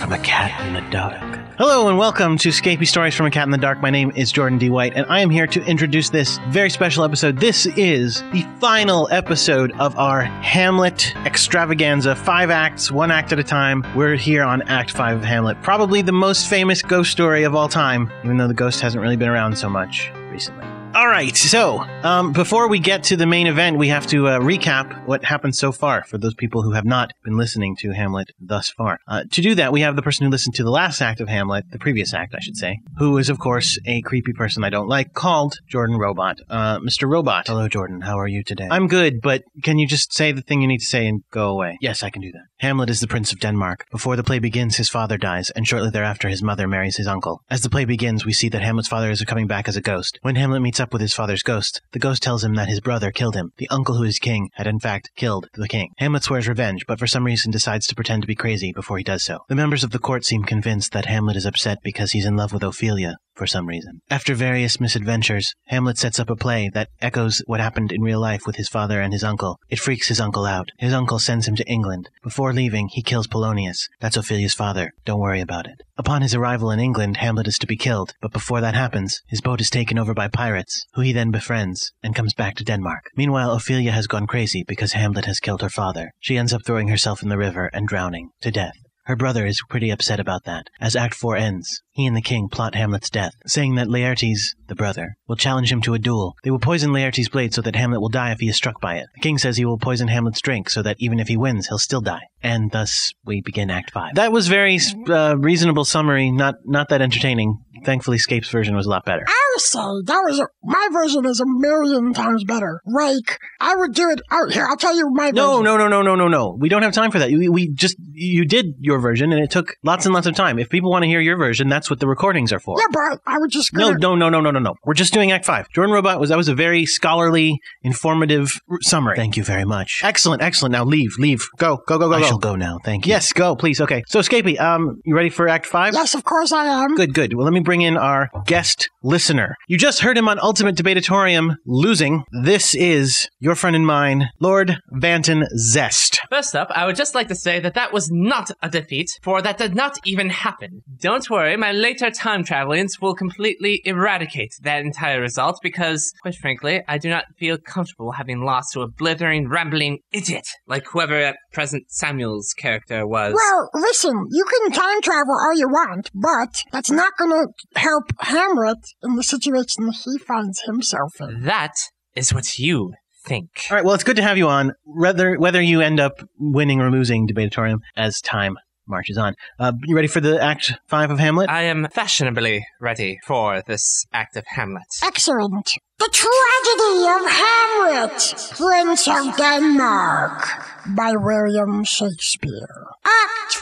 From a cat in the dark. Hello and welcome to Scapy Stories from a Cat in the Dark. My name is Jordan D. White, and I am here to introduce this very special episode. This is the final episode of our Hamlet extravaganza, five acts, one act at a time. We're here on Act Five of Hamlet, probably the most famous ghost story of all time, even though the ghost hasn't really been around so much recently. All right. So, um, before we get to the main event, we have to uh, recap what happened so far for those people who have not been listening to Hamlet thus far. Uh, to do that, we have the person who listened to the last act of Hamlet, the previous act, I should say, who is, of course, a creepy person I don't like called Jordan Robot. Uh, Mr. Robot. Hello, Jordan. How are you today? I'm good, but can you just say the thing you need to say and go away? Yes, I can do that. Hamlet is the Prince of Denmark. Before the play begins, his father dies, and shortly thereafter, his mother marries his uncle. As the play begins, we see that Hamlet's father is coming back as a ghost. When Hamlet meets up with his father's ghost, the ghost tells him that his brother killed him. The uncle who is king had in fact killed the king. Hamlet swears revenge, but for some reason decides to pretend to be crazy before he does so. The members of the court seem convinced that Hamlet is upset because he's in love with Ophelia for some reason. After various misadventures, Hamlet sets up a play that echoes what happened in real life with his father and his uncle. It freaks his uncle out. His uncle sends him to England. Before leaving, he kills Polonius. That's Ophelia's father. Don't worry about it. Upon his arrival in England, Hamlet is to be killed, but before that happens, his boat is taken over by pirates, who he then befriends and comes back to Denmark. Meanwhile, Ophelia has gone crazy because Hamlet has killed her father. She ends up throwing herself in the river and drowning to death. Her brother is pretty upset about that. As Act 4 ends, he and the king plot Hamlet's death, saying that Laertes, the brother, will challenge him to a duel. They will poison Laertes' blade so that Hamlet will die if he is struck by it. The king says he will poison Hamlet's drink so that even if he wins, he'll still die. And thus we begin Act 5. That was very uh, reasonable summary, not not that entertaining. Thankfully, Scape's version was a lot better.
I'll say that was a, my version is a million times better. Like I would do it out here. I'll tell you my
No, no, no, no, no, no, no. We don't have time for that. We, we just you did your version, and it took lots and lots of time. If people want to hear your version, that's what the recordings are for.
Yeah, but I would just
No, no, no, no, no, no, no. We're just doing Act Five. Jordan Robot was that was a very scholarly, informative r- summary. Thank you very much. Excellent, excellent. Now leave, leave, go, go, go, go.
I
go.
shall
go now. Thank you. Yes, go, please. Okay. So, Scapy, um, you ready for Act Five?
Yes, of course I am.
Good, good. Well, let me bring in our guest listener. You just heard him on Ultimate Debatatorium losing. This is your friend and mine, Lord Vanton Zest.
First up, I would just like to say that that was not a defeat, for that did not even happen. Don't worry, my later time travelings will completely eradicate that entire result because, quite frankly, I do not feel comfortable having lost to a blithering, rambling idiot like whoever at present Samuel's character was.
Well, listen, you can time travel all you want, but that's not going to help Hamlet in the situation he finds himself in.
That is what you think.
All right. Well, it's good to have you on. Whether whether you end up winning or losing Debatatorium as time marches on. Uh, you ready for the Act Five of Hamlet?
I am fashionably ready for this act of Hamlet.
Excellent. The Tragedy of Hamlet, Prince of Denmark, by William Shakespeare. Act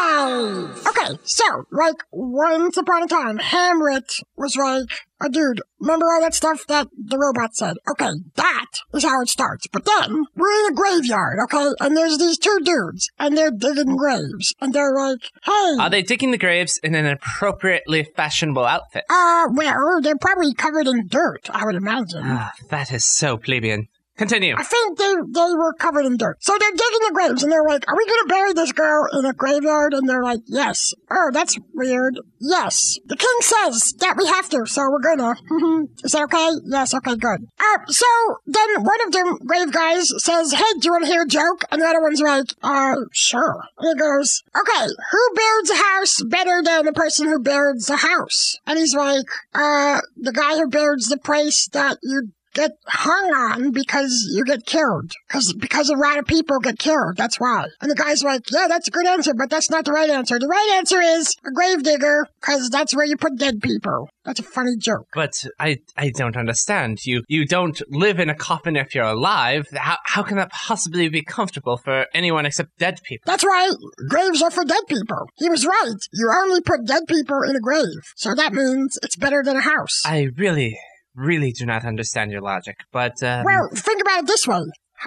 5. Okay, so, like, once upon a time, Hamlet was like, a dude, remember all that stuff that the robot said? Okay, that is how it starts. But then, we're in a graveyard, okay? And there's these two dudes, and they're digging graves, and they're like, hey,
Are they digging the graves in an appropriately fashionable outfit?
uh, well, they're probably covered in dirt, I would imagine.
Ah, that is so plebeian. Continue.
I think they, they were covered in dirt. So they're digging the graves and they're like, Are we gonna bury this girl in a graveyard? And they're like, Yes. Oh, that's weird. Yes. The king says that we have to, so we're gonna. Is that okay? Yes, okay, good. Uh, so then one of them grave guys says, Hey, do you wanna hear a joke? And the other one's like, Uh, sure. And he goes, Okay, who builds a house better than the person who builds a house? And he's like, Uh, the guy who builds the place that you get hung on because you get killed. Because because a lot of people get killed. That's why. And the guy's like, yeah, that's a good answer, but that's not the right answer. The right answer is a gravedigger, because that's where you put dead people. That's a funny joke.
But I, I don't understand. You you don't live in a coffin if you're alive. How, how can that possibly be comfortable for anyone except dead people?
That's why graves are for dead people. He was right. You only put dead people in a grave. So that means it's better than a house.
I really, really do not understand your logic. But um,
well, think about it this way.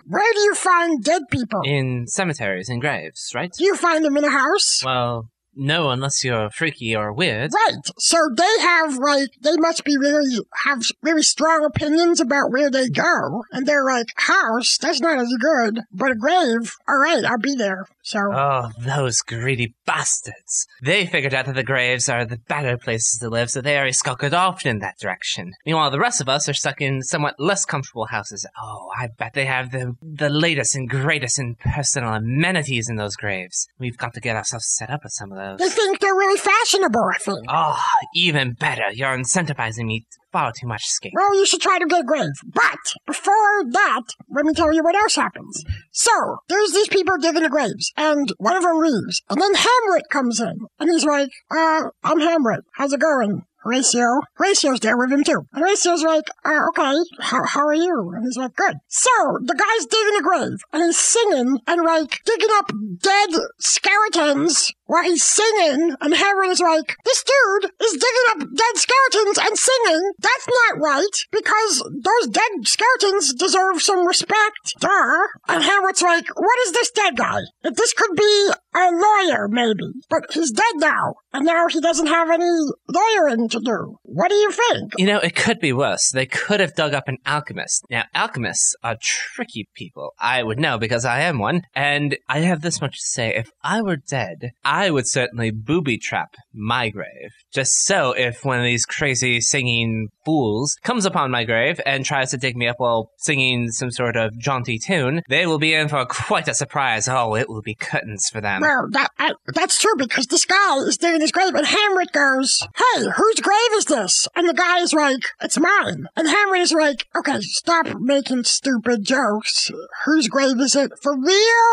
Where do you find dead people?
in cemeteries and graves, right?
Do you find them in a house?
Well, no, unless you're freaky or weird.
Right. So they have like they must be really have really strong opinions about where they go, and they're like house. That's not as good, but a grave. All right, I'll be there. So
Oh, those greedy bastards. They figured out that the graves are the better places to live, so they already skulked off in that direction. Meanwhile, the rest of us are stuck in somewhat less comfortable houses. Oh, I bet they have the, the latest and greatest in personal amenities in those graves. We've got to get ourselves set up with some of themselves.
They think they're really fashionable, I think.
Oh, even better. You're incentivizing me far too much, Skate.
Well, you should try to get grave. But before that, let me tell you what else happens. So, there's these people digging the graves, and one of them leaves. And then Hamlet comes in, and he's like, uh, I'm Hamlet. How's it going? Horatio. Horatio's there with him too. And Horatio's like, uh, okay, how, how are you? And he's like, good. So, the guy's digging a grave, and he's singing, and like, digging up dead skeletons while he's singing, and Hamlet is like, this dude is digging up dead skeletons and singing. That's not right, because those dead skeletons deserve some respect. Duh. And Hamlet's like, what is this dead guy? If this could be a lawyer, maybe. But he's dead now, and now he doesn't have any lawyering to do. What do you think?
You know, it could be worse. They could have dug up an alchemist. Now, alchemists are tricky people. I would know because I am one. And I have this much to say. If I were dead, I would certainly booby trap my grave. Just so if one of these crazy singing fools comes upon my grave and tries to dig me up while singing some sort of jaunty tune, they will be in for quite a surprise. Oh, it will be curtains for them.
Well, that I, that's true because this guy is digging his grave, and Hamlet goes, "Hey, whose grave is this?" And the guy is like, "It's mine." And Hamlet is like, "Okay, stop making stupid jokes. Whose grave is it for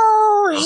real?"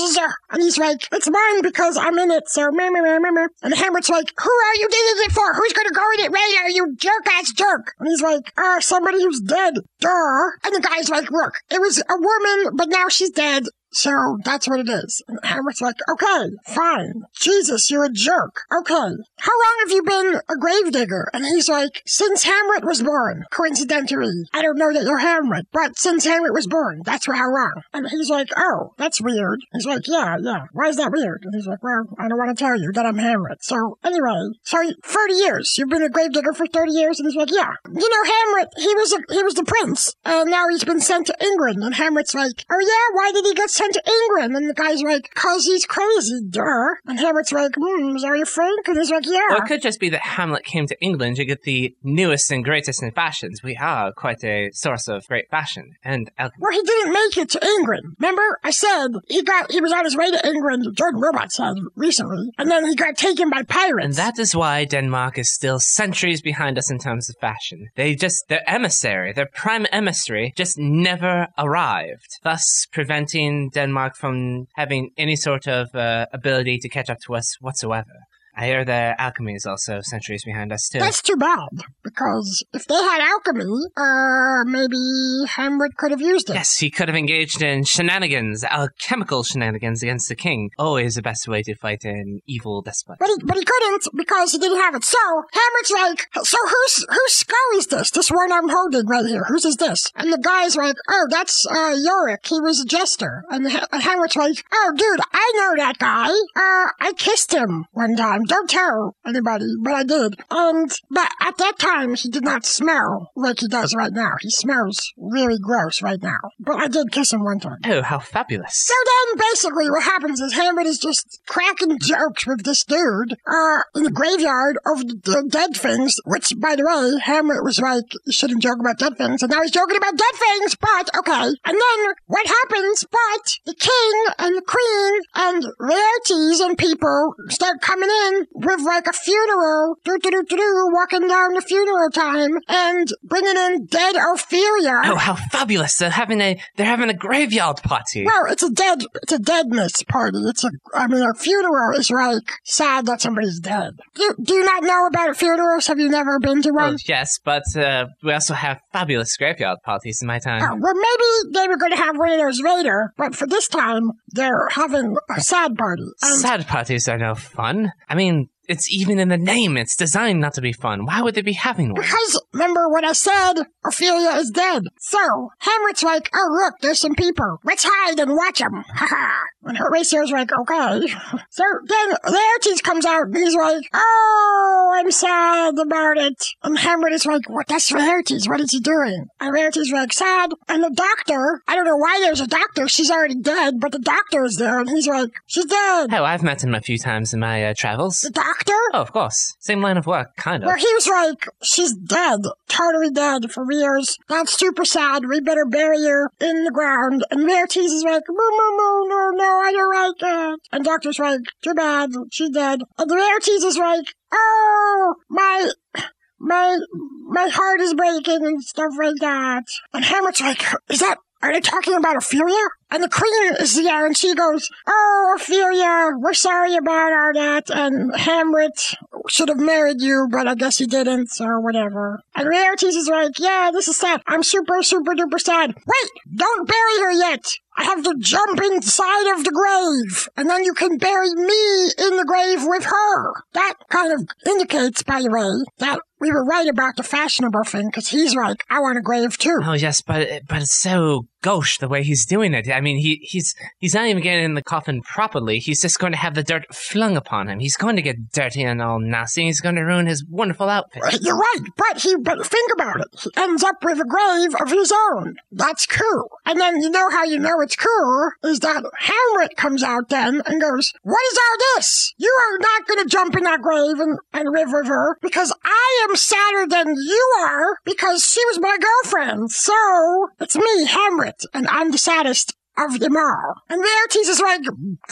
And he's like, "It's mine because I'm in it." So, meh, meh, meh, meh, meh." and Hamlet's like, "Who are you digging it for? Who's gonna go in it later? You jerk ass jerk!" And he's like, "Uh, somebody who's dead, duh." And the guy's like, "Look, it was a woman, but now she's dead." So that's what it is. And Hamlet's like, okay, fine. Jesus, you're a jerk. Okay. How long have you been a gravedigger? And he's like, since Hamlet was born. Coincidentally. I don't know that you're Hamlet, but since Hamlet was born, that's how long. And he's like, oh, that's weird. He's like, yeah, yeah. Why is that weird? And he's like, well, I don't want to tell you that I'm Hamlet. So anyway, so 30 years. You've been a gravedigger for 30 years? And he's like, yeah. You know, Hamlet, he was, a, he was the prince. And now he's been sent to England. And Hamlet's like, oh yeah, why did he get sent to England. And the guy's like, cause he's crazy, duh. And Hamlet's like, hmm, is that your friend? And he's like, yeah.
Or it could just be that Hamlet came to England to get the newest and greatest in fashions. We are quite a source of great fashion and alchemy.
Well, he didn't make it to England. Remember, I said he got he was on his way to England. Jordan Robot said recently, and then he got taken by pirates.
And that is why Denmark is still centuries behind us in terms of fashion. They just their emissary, their prime emissary, just never arrived, thus preventing Denmark from having any sort of uh, ability to catch up to us whatsoever. I hear their alchemy is also centuries behind us too.
That's too bad because if they had alchemy, uh, maybe Hamlet could have used it.
Yes, he could have engaged in shenanigans, alchemical shenanigans against the king. Always the best way to fight an evil despot.
But he, but he couldn't because he didn't have it. So Hamlet's like, so whose whose skull is this? This one I'm holding right here. Whose is this? And the guy's like, oh, that's uh, Yorick. He was a jester. And, Ha- and Hamlet's like, oh, dude, I know that guy. Uh, I kissed him one time. Don't tell anybody, but I did. And but at that time, he did not smell like he does right now. He smells really gross right now. But I did kiss him one time.
Oh, how fabulous.
So then, basically, what happens is Hamlet is just cracking jokes with this dude uh, in the graveyard of the dead things, which, by the way, Hamlet was like, you shouldn't joke about dead things, and now he's joking about dead things, but okay. And then what happens? But the king and the queen and rarities and people start coming in with like a funeral, do do do do do, walking down the funeral time and bringing in dead Ophelia.
Oh, how fabulous! They're having a they're having a graveyard party.
Well, it's a dead, it's a deadness party. It's a, I mean, a funeral is like sad that somebody's dead. Do, do you not know about funerals? Have you never been to one?
Oh, yes, but uh, we also have fabulous graveyard parties in my time.
Oh, well, maybe they were going to have one of those later, but for this time, they're having a sad party. And
Sad parties are no fun. I mean, it's even in the name. It's designed not to be fun. Why would they be having one?
Because remember what I said, Ophelia is dead. So Hamlet's like, oh look, there's some people. Let's hide and watch them. Ha ha. And Horatio's like, okay. so then Laertes comes out and he's like, oh, I'm sad about it. And Hamlet is like, what? That's Laertes. What is he doing? And Laertes is like, sad. And the doctor, I don't know why there's a doctor. She's already dead, but the doctor is there and he's like, she's dead.
Oh, I've met him a few times in my uh, travels.
The doc doctor?
Oh, of course. Same line of work, kind of.
Well, he was like, she's dead, totally dead for years. That's super sad. We better bury her in the ground. And Laertes is like, moo, moo, moo, no, no, I don't like it. And Doctor's like, too bad, she's dead. And Laertes is like, oh, my, my, my heart is breaking and stuff like that. And Hamlet's like, is that, are they talking about Ophelia? And the queen is there, and she goes, "Oh, Ophelia, we're sorry about all that." And Hamlet should have married you, but I guess he didn't, or whatever. And Laertes is like, "Yeah, this is sad. I'm super, super duper sad. Wait, don't bury her yet. I have to jump inside of the grave, and then you can bury me in the grave with her." That kind of indicates, by the way, that we were right about the fashionable thing, because he's like, "I want a grave too."
Oh yes, but but it's so gauche the way he's doing it. I mean, he he's he's not even getting in the coffin properly. He's just going to have the dirt flung upon him. He's going to get dirty and all nasty. And he's going to ruin his wonderful outfit.
You're right, but he but think about it. He ends up with a grave of his own. That's cool. And then you know how you know it's cool is that Hamlet comes out then and goes, "What is all this? You are not going to jump in that grave and, and live with her because I am sadder than you are because she was my girlfriend. So it's me, Hamlet, and I'm the saddest." Of them all. And Laertes is like,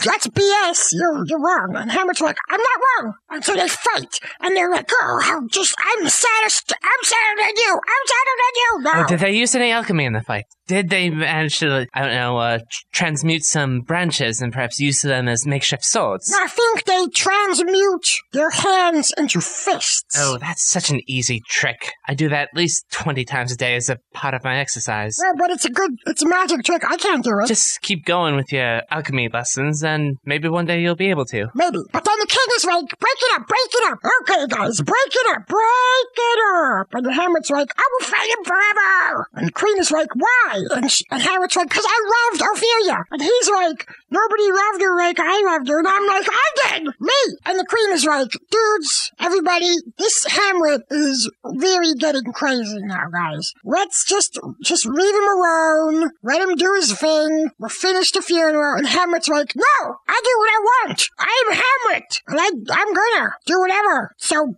that's BS, you're, you're wrong. And Hamlet's like, I'm not wrong. And so they fight. And they're like, oh, I'm just, I'm the saddest, I'm sadder than you, I'm sadder than you. No.
Oh, did they use any alchemy in the fight? Did they manage to, I don't know, uh, tr- transmute some branches and perhaps use them as makeshift swords?
I think they transmute their hands into fists.
Oh, that's such an easy trick. I do that at least 20 times a day as a part of my exercise.
Yeah, but it's a good, it's a magic trick. I can't do it.
Just keep going with your alchemy lessons and maybe one day you'll be able to.
Maybe. But then the king is like, break it up, break it up. Okay, guys, break it up, break it up. And the Hamlet's like, I will fight him forever. And the queen is like, why? And, sh- and Hamlet's like, because I loved Ophelia. And he's like, nobody loved her like I loved her. And I'm like, I did, me. And the queen is like, dudes, everybody, this Hamlet is really getting crazy now, guys. Let's just, just leave him alone. Let him do his thing. We'll finish the funeral. And Hamlet's like, no, I do what I want. I am Hamlet. And I, I'm gonna do whatever. So,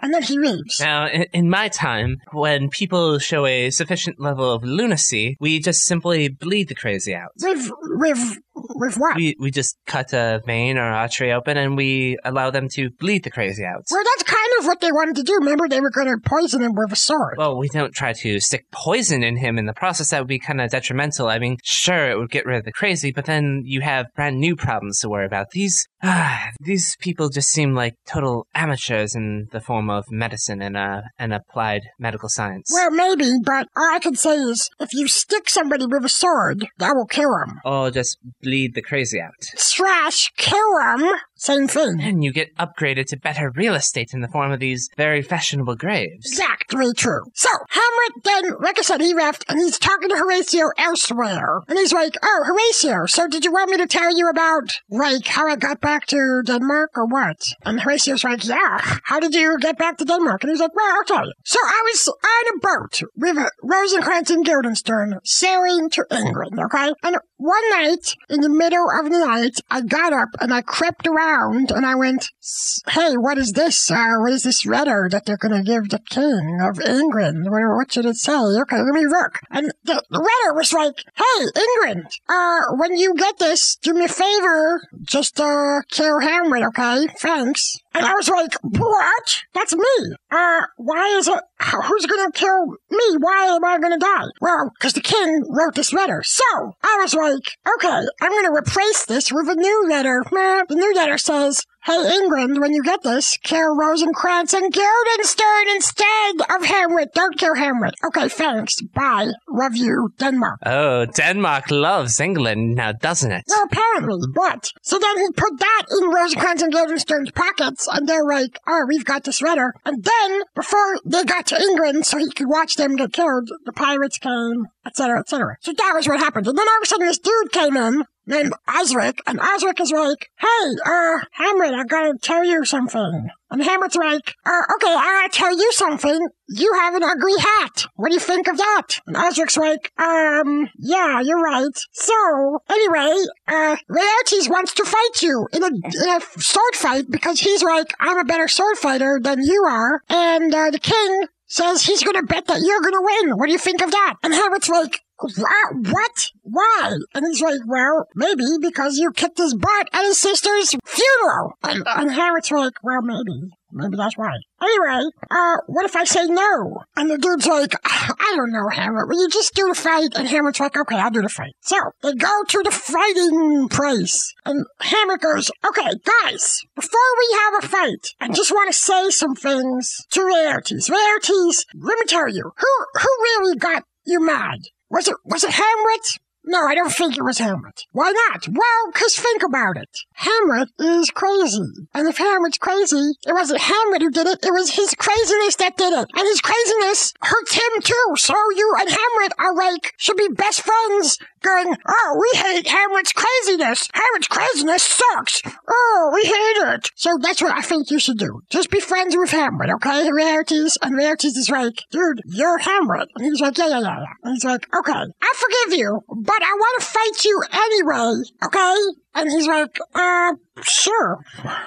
and then he leaves.
Now, in, in my time, when people show a sufficient level of lunacy, we just simply bleed the crazy out.
With, with, with what?
We, we just cut a vein or artery open and we allow them to bleed the crazy out.
Well, that's kind of what they wanted to do. Remember, they were going to poison him with a sword.
Well, we don't try to stick poison in him in the process. That would be kind of detrimental. I mean, sure, it would get rid of the crazy, but then you have brand new problems to worry about. These, ah, these people just seem like total amateurs in the form of medicine and, uh, and applied medical science.
Well, maybe, but all I can say is if you stick somebody with a sword, that will kill him.
Or just bleed the crazy out.
Slash, kill him. Same thing.
And you get upgraded to better real estate in the form of these very fashionable graves.
Exactly true. So, Hamlet then, like I said, he left and he's talking to Horatio elsewhere. And he's like, Oh, Horatio, so did you want me to tell you about, like, how I got back to Denmark or what? And Horatio's like, Yeah, how did you get back to Denmark? And he's like, Well, I'll tell you. So I was on a boat with Rosencrantz and Guildenstern sailing to England, okay? And one night, in the middle of the night, I got up and I crept around and I went, "S- Hey, what is this? Uh, what is this letter that they're going to give the king of England? What, what should it say? Okay, let me look. And the the letter was like, Hey, England, uh, when you get this, do me a favor, just uh, kill Hamlet, okay? Thanks. And I was like, What? That's me. Uh, why is it? how- Who's going to kill me? Why am I going to die? Well, because the king wrote this letter. So I was like, okay, I'm going to replace this with a new letter. Meh. The new letter says, Hey England, when you get this, kill Rosencrantz and Guildenstern instead of Hamlet. Don't kill Hamlet. Okay, thanks. Bye. Love you, Denmark.
Oh, Denmark loves England now, doesn't it?
Well, apparently, but so then he put that in Rosencrantz and Guildenstern's pockets, and they're like, "Oh, we've got this letter." And then before they got to England, so he could watch them get killed, the pirates came etc., etc. So that was what happened. And then all of a sudden, this dude came in named Osric, and Osric is like, "Hey, uh, Hamlet, I gotta tell you something." And Hamlet's like, uh, "Okay, I gotta tell you something. You have an ugly hat. What do you think of that?" And Osric's like, "Um, yeah, you're right. So anyway, uh, Laertes wants to fight you in a, in a sword fight because he's like, I'm a better sword fighter than you are, and uh, the king." Says he's gonna bet that you're gonna win. What do you think of that? And Hamlet's like, Wow, what? Why? And he's like, well, maybe because you kicked his butt at his sister's funeral. And, and Harriet's like, well, maybe. Maybe that's why. Anyway, uh, what if I say no? And the dude's like, I don't know, Hamlet. Will you just do the fight? And Hamlet's like, okay, I'll do the fight. So they go to the fighting place. And Hamlet goes, okay, guys, before we have a fight, I just want to say some things to Laertes. Laertes, let me tell you, who, who really got you mad? Was it was it Hamlet? No, I don't think it was Hamlet. Why not? Well, 'cause think about it. Hamlet is crazy. And if Hamlet's crazy, it wasn't Hamlet who did it, it was his craziness that did it. And his craziness hurts him too. So you and Hamlet are like, should be best friends going, oh, we hate Hamlet's craziness. Hamlet's craziness sucks. Oh, we hate it. So that's what I think you should do. Just be friends with Hamlet, okay? Laertes. And Laertes is like, dude, you're Hamlet. And he's like, yeah, yeah, yeah, yeah. And he's like, okay, I forgive you, but I want to fight you anyway, okay? And he's like, uh, sure.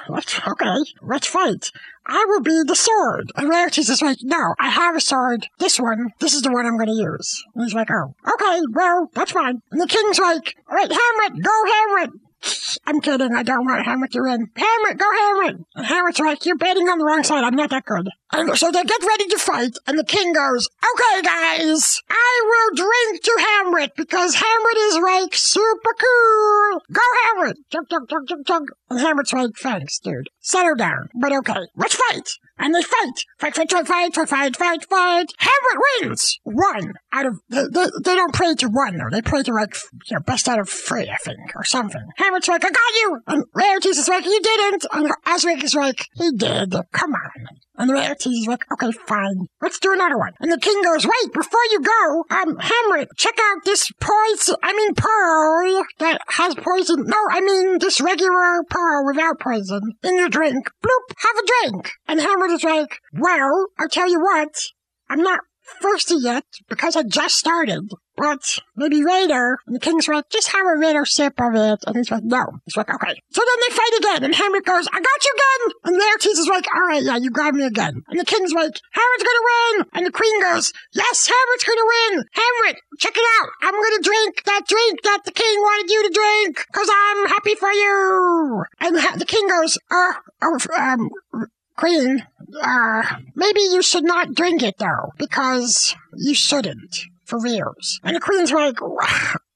Let's, okay, let's fight. I will be the sword. And Laertes is like, no, I have a sword. This one, this is the one I'm going to use. And he's like, oh, okay, well, that's fine. And the king's like, all right, Hamlet, go Hamlet. I'm kidding. I don't want Hamlet to win. Hamlet, go Hamlet. And Hamlet's like, you're betting on the wrong side. I'm not that good. And so they get ready to fight, and the king goes, okay, guys, I will drink to Hamlet because Hamlet is like super cool. Go Hamlet. Chug, chug, chug, chug, chug. And Hamlet's like, thanks, dude. Settle down. But okay, let's fight. And they fight. Fight, fight, fight, fight, fight, fight, fight, fight. Hamlet wins. One out of, they, they, they don't pray to one, though. They pray to like, you know, best out of three, I think, or something. Hamlet's like, I got you. And Laertes is like, you didn't. And Osric is like, he did. Come on. And the Laertes is like, okay, fine. Let's do another one. And the king goes, wait, before you go, um, Hamlet, check out this poison, I mean pearl that has poison. No, I mean this regular pearl without poison in your drink. Bloop, have a drink. And Hamlet is like, well, I'll tell you what, I'm not thirsty yet because I just started. But maybe later. And the king's like, just have a little sip of it. And he's like, no. He's like, okay. So then they fight again. And Hamlet goes, I got you again. And Laertes is like, all right, yeah, you got me again. And the king's like, Hamlet's gonna win. And the queen goes, yes, Hamlet's gonna win. Hamlet, check it out. I'm gonna drink that drink that the king wanted you to drink. Cause I'm happy for you. And the, the king goes, uh, oh, um, Queen, uh, maybe you should not drink it though, because you shouldn't, for reals. And the queen's like,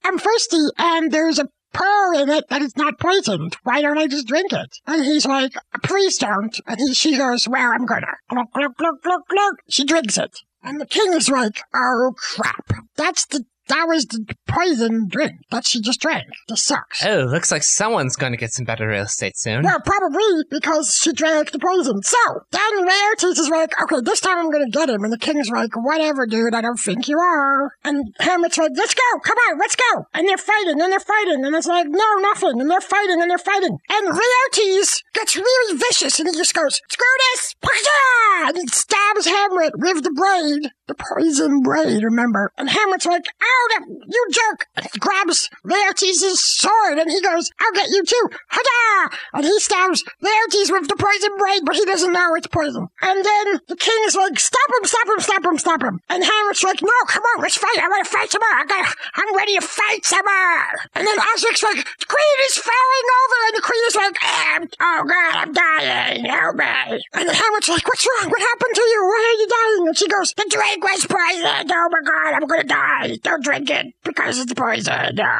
I'm thirsty, and there's a pearl in it that is not poisoned. Why don't I just drink it? And he's like, please don't. And he, she goes, well, I'm gonna. Glug, glug, glug, glug, glug. She drinks it. And the king is like, oh crap, that's the that was the poison drink that she just drank. This sucks.
Oh, looks like someone's going to get some better real estate soon.
Well, probably because she drank the poison. So, then Laertes is like, okay, this time I'm gonna get him. And the king's like, whatever, dude, I don't think you are. And Hamlet's like, let's go, come on, let's go. And they're fighting, and they're fighting, and it's like, no, nothing. And they're fighting, and they're fighting. And Laertes gets really vicious, and he just goes, screw this, Pah-yah! and he stabs Hamlet with the blade, the poison blade, remember. And Hamlet's like, ow, that, you jerk. And he grabs Laertes' sword, and he goes, I'll get you too, ha-da! And he stabs Laertes with the poison blade, but he doesn't know it's poison. And then the king is like, stop him, stop him, stop him, stop him. And Hamlet's like, no, come on, let's fight. I want to fight some more. I got, I'm ready to fight some more. And then Osric's like, the queen is falling over. And the queen is like, "Ah, I'm, oh God, I'm dying. Help me. And Hamlet's like, what's wrong? What happened to you? Why are you dying? And she goes, the drink was poisoned. Oh my God, I'm going to die. Don't drink it because it's poison. No.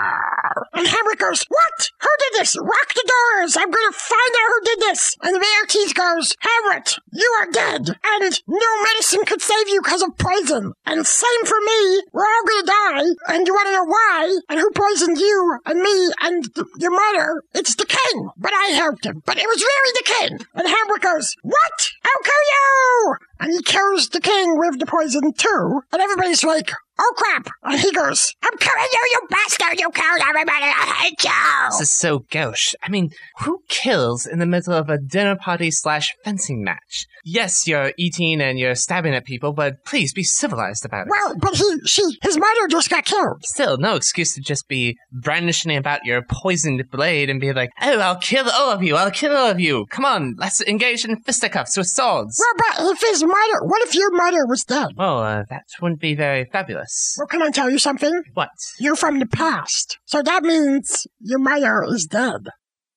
And Hamlet goes, What? Who did this? Rock the doors! I'm gonna find out who did this! And Laertes goes, Hamlet, you are dead! And no medicine could save you because of poison! And same for me! We're all gonna die! And you wanna know why? And who poisoned you and me and th- your mother? It's the king! But I helped him! But it was really the king! And Hamlet goes, What? I'll kill you! And he kills the king with the poison too. And everybody's like, Oh crap! And he goes, I'm killing you, you bastard! You killed everybody! I hate you!
This is so gauche. I mean, who kills in the middle of a dinner party slash fencing match? Yes, you're eating and you're stabbing at people, but please be civilized about it.
Well, but he, she, his mother just got killed.
Still, no excuse to just be brandishing about your poisoned blade and be like, oh, I'll kill all of you, I'll kill all of you. Come on, let's engage in fisticuffs with swords.
Well, but if his mother, what if your mother was dead?
Well, uh, that wouldn't be very fabulous.
Well, can I tell you something?
What?
You're from the past. So that means your mother is dead.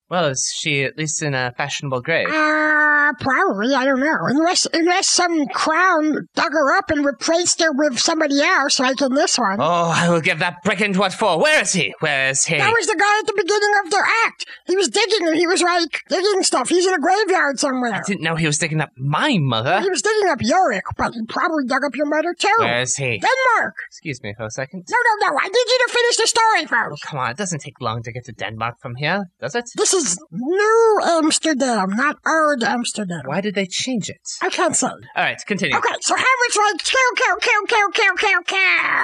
Well, is she at least in a fashionable grave?
Uh, probably. I don't know. Unless, unless some crown dug her up and replaced her with somebody else, like in this one.
Oh, I will give that brigand what for. Where is he? Where is he?
That was the guy at the beginning of their act. He was digging and he was like digging stuff. He's in a graveyard somewhere.
Didn't know he was digging up my mother.
He was digging up Yorick, but he probably dug up your mother too.
Where is he?
Denmark.
Excuse me for a second.
No, no, no. I need you to finish the story first.
Come on, it doesn't take long to get to Denmark from here, does it?
This is New Amsterdam, not Old Amsterdam.
Why did they change it?
I can't say.
All right, continue.
Okay, so Hamlet's like, kill, kill, kill, kill, kill, kill,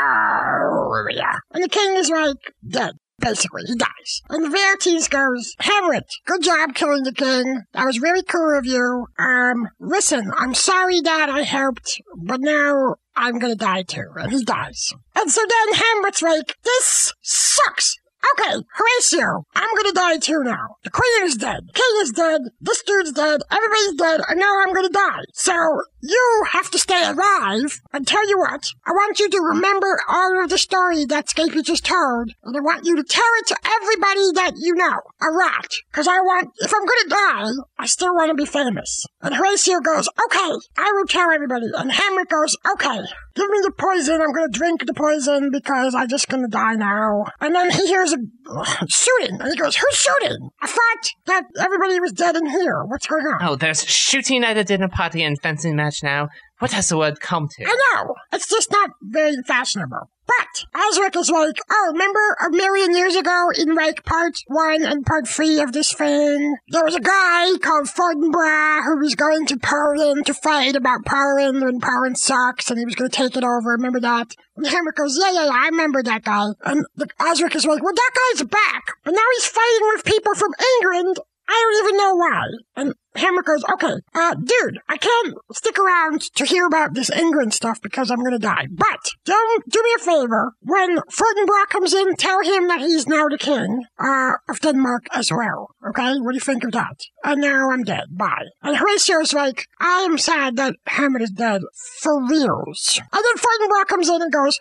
kill. Yeah. And the king is like, dead. Basically, he dies. And Laertes goes, Hamlet, good job killing the king. That was really cool of you. Um, listen, I'm sorry that I helped, but now I'm gonna die too. And he dies. And so then Hamlet's like, this sucks. Okay, Horatio, I'm gonna die too now. The queen is dead, king is dead, this dude's dead, everybody's dead, and now I'm gonna die. So, you have to stay alive, and tell you what, I want you to remember all of the story that Scapy just told, and I want you to tell it to everybody that you know, a lot, because I want, if I'm gonna die, I still wanna be famous. And Horatio goes, okay, I will tell everybody, and Hamlet goes, okay, give me the poison, I'm gonna drink the poison because I'm just gonna die now. And then he hears a shooting, and he goes, who's shooting? I thought that everybody was dead in here, what's going on?
Oh, there's shooting at a dinner party and fencing match now. What has the word come to?
I know. It's just not very fashionable. But Osric is like, oh, remember a million years ago in like part one and part three of this thing? There was a guy called Fortinbra who was going to Poland to fight about Poland when Poland sucks and he was going to take it over. Remember that? And Hamlet goes, yeah, yeah, yeah, I remember that guy. And the, Osric is like, well, that guy's back. But now he's fighting with people from England I don't even know why. And Hammer goes, okay, uh, dude, I can't stick around to hear about this England stuff because I'm gonna die. But don't do me a favor. When Fortinbras comes in, tell him that he's now the king uh, of Denmark as well. Okay, what do you think of that? And now I'm dead. Bye. And Horatio's like, I am sad that Hamlet is dead for reals. And then Fortinbras comes in and goes,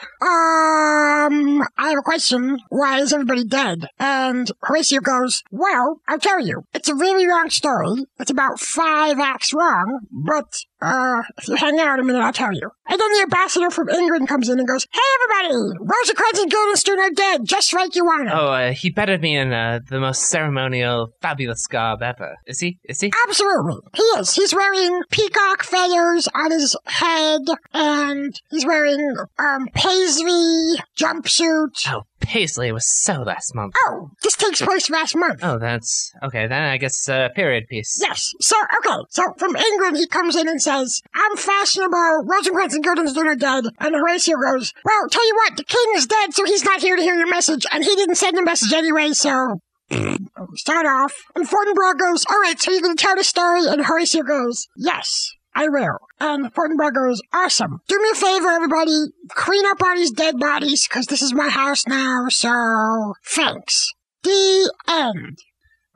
um, I have a question. Why is everybody dead? And Horatio goes, well, I'll tell you. It's a really long story. It's about five acts long, but uh, if you hang out a minute, I'll tell you. And then the ambassador from England comes in and goes, Hey, everybody! Rosecrans and Guildenstern are dead, just like you wanted.
Oh, uh, he bettered me in uh, the most ceremonial, fabulous garb ever. Is he? Is he?
Absolutely.
Oh.
He is. He's wearing peacock feathers on his head, and he's wearing um, paisley jumpsuit.
Oh, Paisley was so last month.
Oh, this takes place last month.
Oh, that's okay. Then I guess a period piece.
Yes. So, okay. So from England, he comes in and says, I'm fashionable. Rosencrantz and Guildenstern are dead. And Horatio goes, Well, tell you what, the king is dead, so he's not here to hear your message. And he didn't send the message anyway, so start off. And Fortinbras goes, All right, so you're going to tell the story. And Horatio goes, Yes. I will. And Fortinbras goes, awesome. Do me a favor, everybody. Clean up all these dead bodies, because this is my house now, so thanks. The end.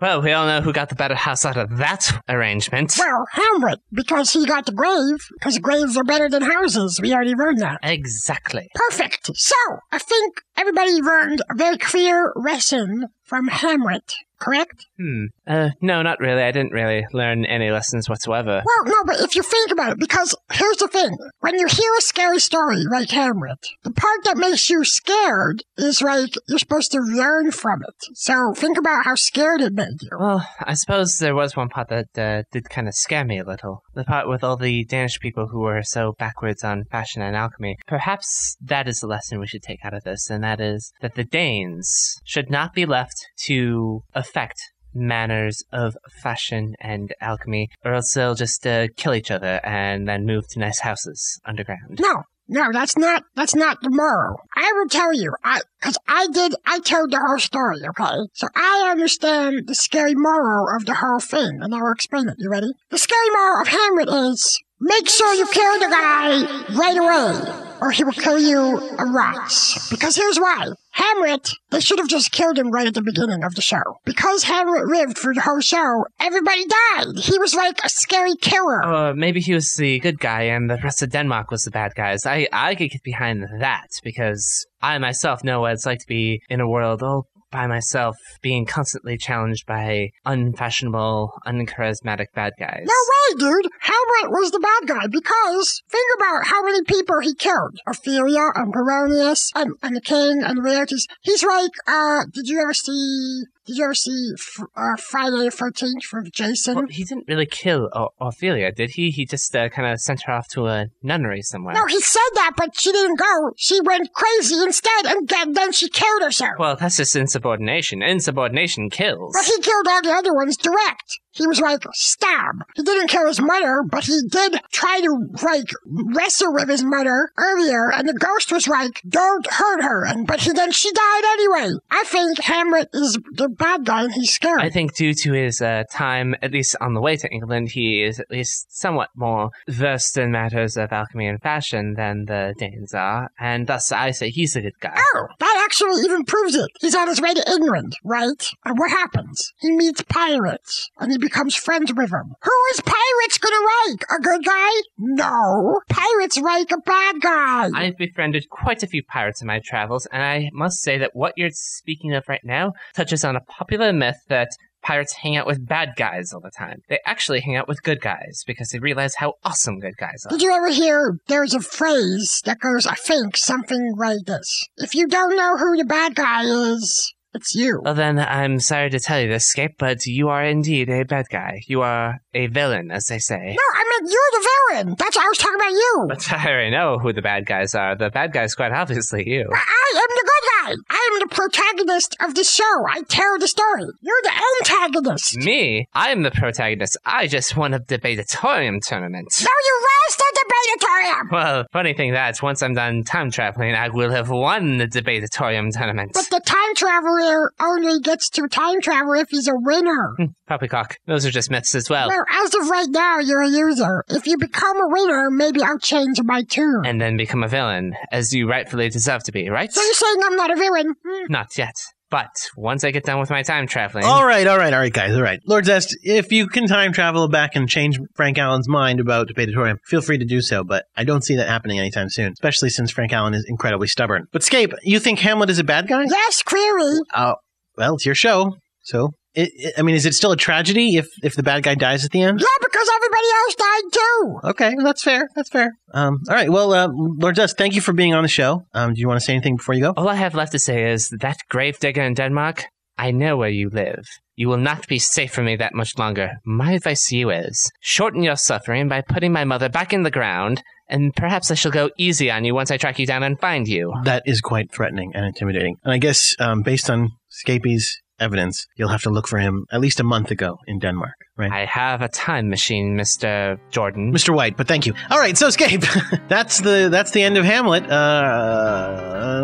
Well, we all know who got the better house out of that arrangement.
Well, Hamlet, because he got the grave, because graves are better than houses. We already learned that.
Exactly.
Perfect. So, I think everybody learned a very clear lesson from Hamlet. correct?
Hmm. Uh, no, not really. I didn't really learn any lessons whatsoever.
Well, no, but if you think about it, because here's the thing. When you hear a scary story like Hamlet, the part that makes you scared is like you're supposed to learn from it. So think about how scared it made you.
Well, I suppose there was one part that uh, did kind of scare me a little. The part with all the Danish people who were so backwards on fashion and alchemy. Perhaps that is the lesson we should take out of this, and that is that the Danes should not be left to affect manners of fashion and alchemy, or else they'll just uh, kill each other and then move to nice houses underground.
No, no, that's not that's not the moral. I will tell you, I because I did I told the whole story, okay? So I understand the scary moral of the whole thing, and I will explain it. You ready? The scary moral of Hamlet is make sure you kill the guy right away. Or he will kill you a rot. Because here's why. Hamlet, they should have just killed him right at the beginning of the show. Because Hamlet lived through the whole show, everybody died. He was like a scary killer.
Or Oh, maybe he was the good guy and the rest of Denmark was the bad guys. I, I could get behind that because I myself know what it's like to be in a world all by myself, being constantly challenged by unfashionable, uncharismatic bad guys.
No way, dude! Hamlet was the bad guy because think about how many people he killed. Ophelia and Baronius and, and the king and the Laertes. He's like, uh, did you ever see, did you ever see Fr- uh, Friday the 13th from Jason?
Well, he didn't really kill o- Ophelia, did he? He just uh, kind of sent her off to a nunnery somewhere.
No, he said that, but she didn't go. She went crazy instead and then- then she killed herself.
Well, that's just insubordination. Insubordination kills.
But he killed all the other ones direct. He was like, stab. He didn't kill his mother, but he did try to, like, wrestle with his mother earlier, and the ghost was like, don't hurt her. And, but he, then she died anyway. I think Hamlet is the bad guy and he's scared.
I think due to his uh, time, at least on the way to England, he is at least somewhat more versed in matters of alchemy and fashion than the Danes are, and thus I say he's a good guy.
Oh, that actually even proves it. He's on his way to England, right? And what happens? He meets pirates, and he becomes friends with them. Who is pirates gonna like? A good guy? No. Pirates like a bad guy.
I've befriended quite a few pirates in my travels, and I must say that what you're speaking of right now touches on a popular myth that pirates hang out with bad guys all the time. They actually hang out with good guys because they realize how awesome good guys are.
Did you ever hear there's a phrase that goes, I think, something like this? If you don't know who the bad guy is, it's you.
Well, then, I'm sorry to tell you this, Scape, but you are indeed a bad guy. You are a villain, as they say.
No, I meant you're the villain. That's why I was talking about you.
But I already know who the bad guys are. The bad guys, quite obviously, you.
I am the good guy. I am the protagonist of the show. I tell the story. You're the antagonist.
Me? I am the protagonist. I just won a debatatorium tournament.
No, you lost at the Betatorium.
Well, funny thing that once I'm done time traveling, I will have won the debatatorium tournament.
But the time traveler only gets to time travel if he's a winner.
Poppycock. Those are just myths as well.
Well, as of right now, you're a user. If you become a winner, maybe I'll change my tune.
And then become a villain, as you rightfully deserve to be, right?
So you're saying I'm not a villain? Hmm.
Not yet. But once I get done with my time traveling.
All right, all right, all right, guys, all right. Lord Zest, if you can time travel back and change Frank Allen's mind about Debatatorium, feel free to do so, but I don't see that happening anytime soon, especially since Frank Allen is incredibly stubborn. But Scape, you think Hamlet is a bad guy?
Yes, query.
Uh, well, it's your show, so. It, it- I mean, is it still a tragedy if, if the bad guy dies at the end?
Yeah, because everybody else died too.
Okay, well, that's fair. That's fair. Um, all right, well, uh, Lord Zest, thank you for being on the show. Um, do you want to say anything before you go?
All I have left to say is that gravedigger in Denmark, I know where you live. You will not be safe from me that much longer. My advice to you is shorten your suffering by putting my mother back in the ground, and perhaps I shall go easy on you once I track you down and find you.
That is quite threatening and intimidating. And I guess um, based on Scapy's evidence, you'll have to look for him at least a month ago in Denmark, right?
I have a time machine, Mr. Jordan.
Mr. White, but thank you. All right, so Scape, that's the that's the end of Hamlet. Uh,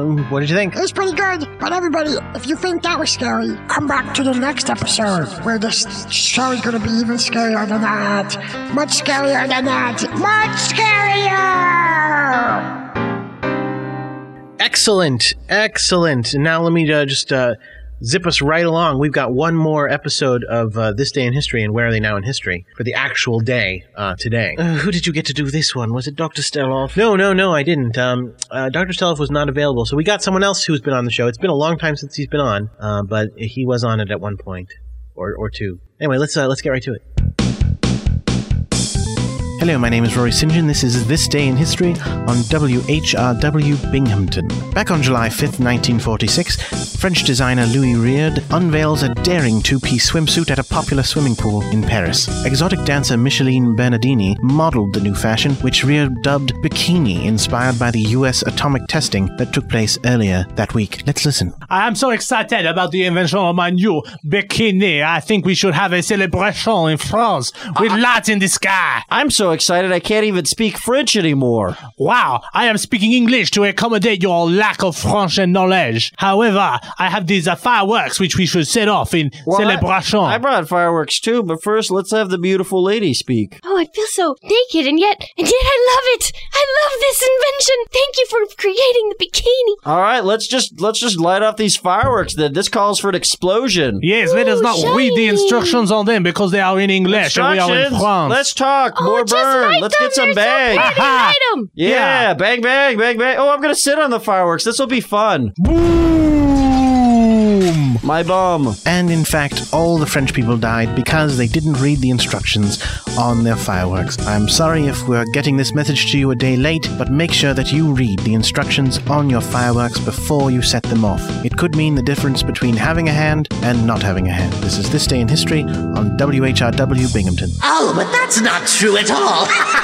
um, what did you think?
It was pretty good, but everybody, if you think that was scary, come back to the next episode where this show is going to be even scarier than that. Much scarier than that. Much scarier!
Excellent, excellent. And now let me uh, just uh, zip us right along. We've got one more episode of uh, This Day in History and Where Are They Now in History for the actual day uh, today. Uh, who did you get to do this one? Was it Dr. Steloff? No, no, no, I didn't. Um, uh, Dr. Steloff was not available, so we got someone else who's been on the show. It's been a long time since he's been on, uh, but he was on it at one point or, or two. Anyway, let's, uh, let's get right to it. Hello, my name is Rory St. John. This is This Day in History on WHRW Binghamton. Back on July 5th, 1946, French designer Louis Riord unveils a daring two piece swimsuit at a popular swimming pool in Paris. Exotic dancer Micheline Bernardini modeled the new fashion, which Riord dubbed bikini, inspired by the US atomic testing that took place earlier that week. Let's listen.
I am so excited about the invention of my new bikini. I think we should have a celebration in France with lights in the sky.
I'm so excited I can't even speak French anymore.
Wow, I am speaking English to accommodate your lack of French and knowledge. However, I have these uh, fireworks which we should set off in
Well, I-
celebration.
I brought fireworks too, but first let's have the beautiful lady speak.
Oh, I feel so naked, and yet, and yet I love it. I love this invention. Thank you for creating the bikini.
All right, let's just let's just light off these fireworks. Then this calls for an explosion.
Yes, let us not read the instructions on them because they are in English and we are in
Instructions?
France.
Let's talk.
Oh,
More burn. let's get some bang.
Light 'em.
Yeah, bang, bang, bang, bang. Oh, I'm gonna sit on the fireworks. This will be fun.
Boom!
My bomb.
And in fact, all the French people died because they didn't read the instructions on their fireworks. I'm sorry if we're getting this message to you a day late, but make sure that you read the instructions on your fireworks before you set them off. It could mean the difference between having a hand and not having a hand. This is This Day in History on WHRW Binghamton.
Oh, but that's not true at all.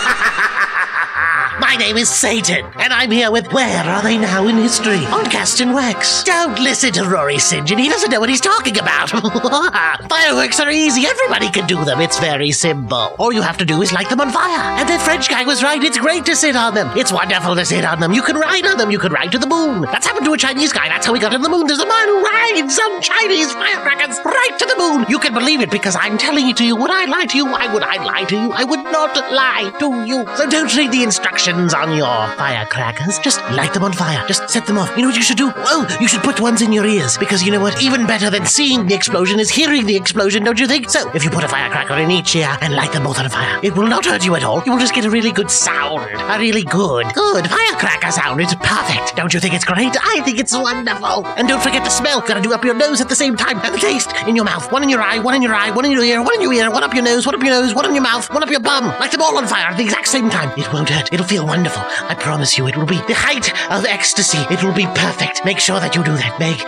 My name is Satan, and I'm here with Where Are They Now in History on Cast and Wax. Don't listen to Rory St. John, he doesn't know what he's talking about. Fireworks are easy, everybody can do them, it's very simple. All you have to do is light them on fire. And the French guy was right, it's great to sit on them. It's wonderful to sit on them. You can ride on them, you can ride to the moon. That's happened to a Chinese guy, that's how he got to the moon. There's a man who rides on Chinese firecrackers right to the moon. You can believe it because I'm telling it to you. Would I lie to you? Why would I lie to you? I would not lie to you. So don't read the instructions on your firecrackers. Just light them on fire. Just set them off. You know what you should do? Oh, you should put ones in your ears because you know what? Even better than seeing the explosion is hearing the explosion, don't you think? So if you put a firecracker in each ear and light them both on fire, it will not hurt you at all. You will just get a really good sound. A really good, good firecracker sound. It's perfect. Don't you think it's great? I think it's wonderful. And don't forget the smell. Gotta do up your nose at the same time. And the taste in your mouth. One in your eye, one in your eye, one in your ear, one in your ear, one up your nose, one up your nose, one on your mouth, one up your bum. Light them all on fire at the exact same time. It won't hurt. It'll feel wonderful. I promise you, it will be the height of ecstasy. It will be perfect. Make sure that you do that. Make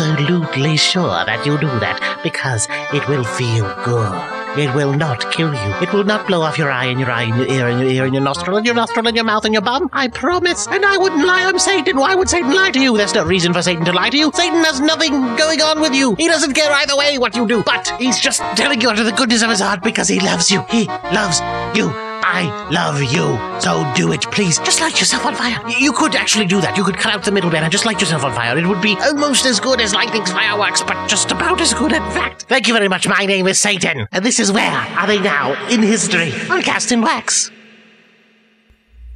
absolutely sure that you do that because it will feel good. It will not kill you. It will not blow off your eye and your eye and your ear and your ear and your nostril and your nostril and your mouth and your bum. I promise. And I wouldn't lie. I'm Satan. Why would Satan lie to you? There's no reason for Satan to lie to you. Satan has nothing going on with you. He doesn't care either way what you do. But he's just telling you out of the goodness of his heart because he loves you. He loves you. I love you, so do it, please. Just light yourself on fire. Y- You could actually do that. You could cut out the middleman and just light yourself on fire. It would be almost as good as lightning's fireworks, but just about as good, in fact. Thank you very much. My name is Satan, and this is Where Are They Now in History on Cast in Wax.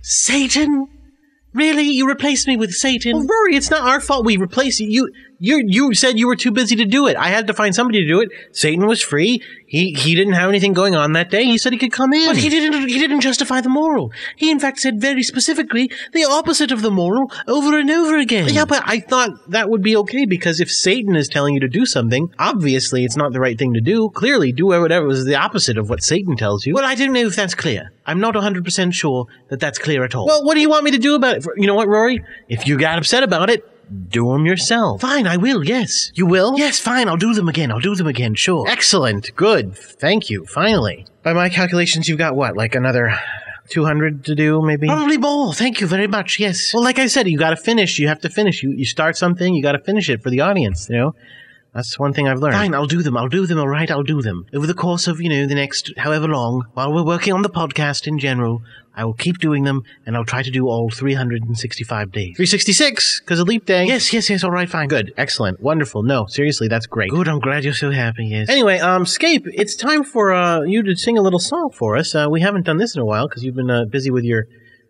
Satan? Really? You replaced me with Satan?
Well, Rory, it's not our fault we replaced you. You you you said you were too busy to do it. I had to find somebody to do it. Satan was free. He he didn't have anything going on that day. He said he could come in.
But he
didn't he didn't justify the moral. He in fact said very specifically the opposite of the moral over and over again. Yeah, but I thought that would be okay because if Satan is telling you to do something, obviously it's not the right thing to do. Clearly, do whatever was the opposite of what Satan tells you. Well, I don't know if that's clear. I'm not 100% sure that that's clear at all. Well, what do you want me to do about it? You know what, Rory? If you got upset about it, do them yourself. Fine, I will, yes. You will? Yes, fine, I'll do them again. I'll do them again, sure. Excellent. Good. Thank you. Finally. By my calculations, you've got what? Like another 200 to do, maybe? Probably more. Thank you very much. Yes. Well, like I said, you got to finish. You have to finish. You, you start something, you got to finish it for the audience, you know? That's one thing I've learned. Fine, I'll do them. I'll do them. All right, I'll do them. Over the course of, you know, the next however long, while we're working on the podcast in general, I will keep doing them and I'll try to do all 365 days. 366, because a leap day. Yes, yes, yes. All right, fine. Good. Excellent. Wonderful. No, seriously, that's great. Good. I'm glad you're so happy. Yes. Anyway, um, Scape, it's time for uh, you to sing a little song for us. Uh, we haven't done this in a while because you've been uh, busy with your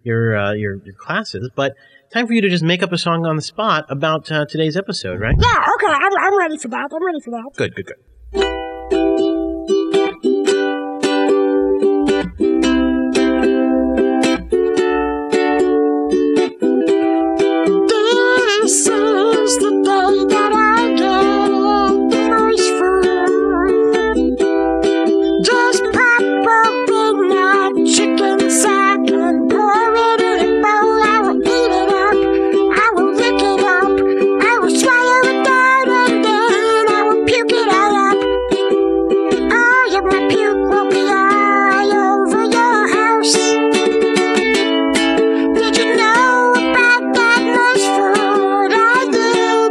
your uh, your your classes, but time for you to just make up a song on the spot about uh, today's episode, right?
Yeah, okay, I'm, I'm ready for that. I'm ready for that.
Good, good, good.
This is the day that I get the most food. Just pop open that chicken sack and pour it in a bowl. I will eat it up. I will lick it up. I will swallow it down and then I will puke it all up. All of my puke will be all over your house. Did you know about that nice food I did?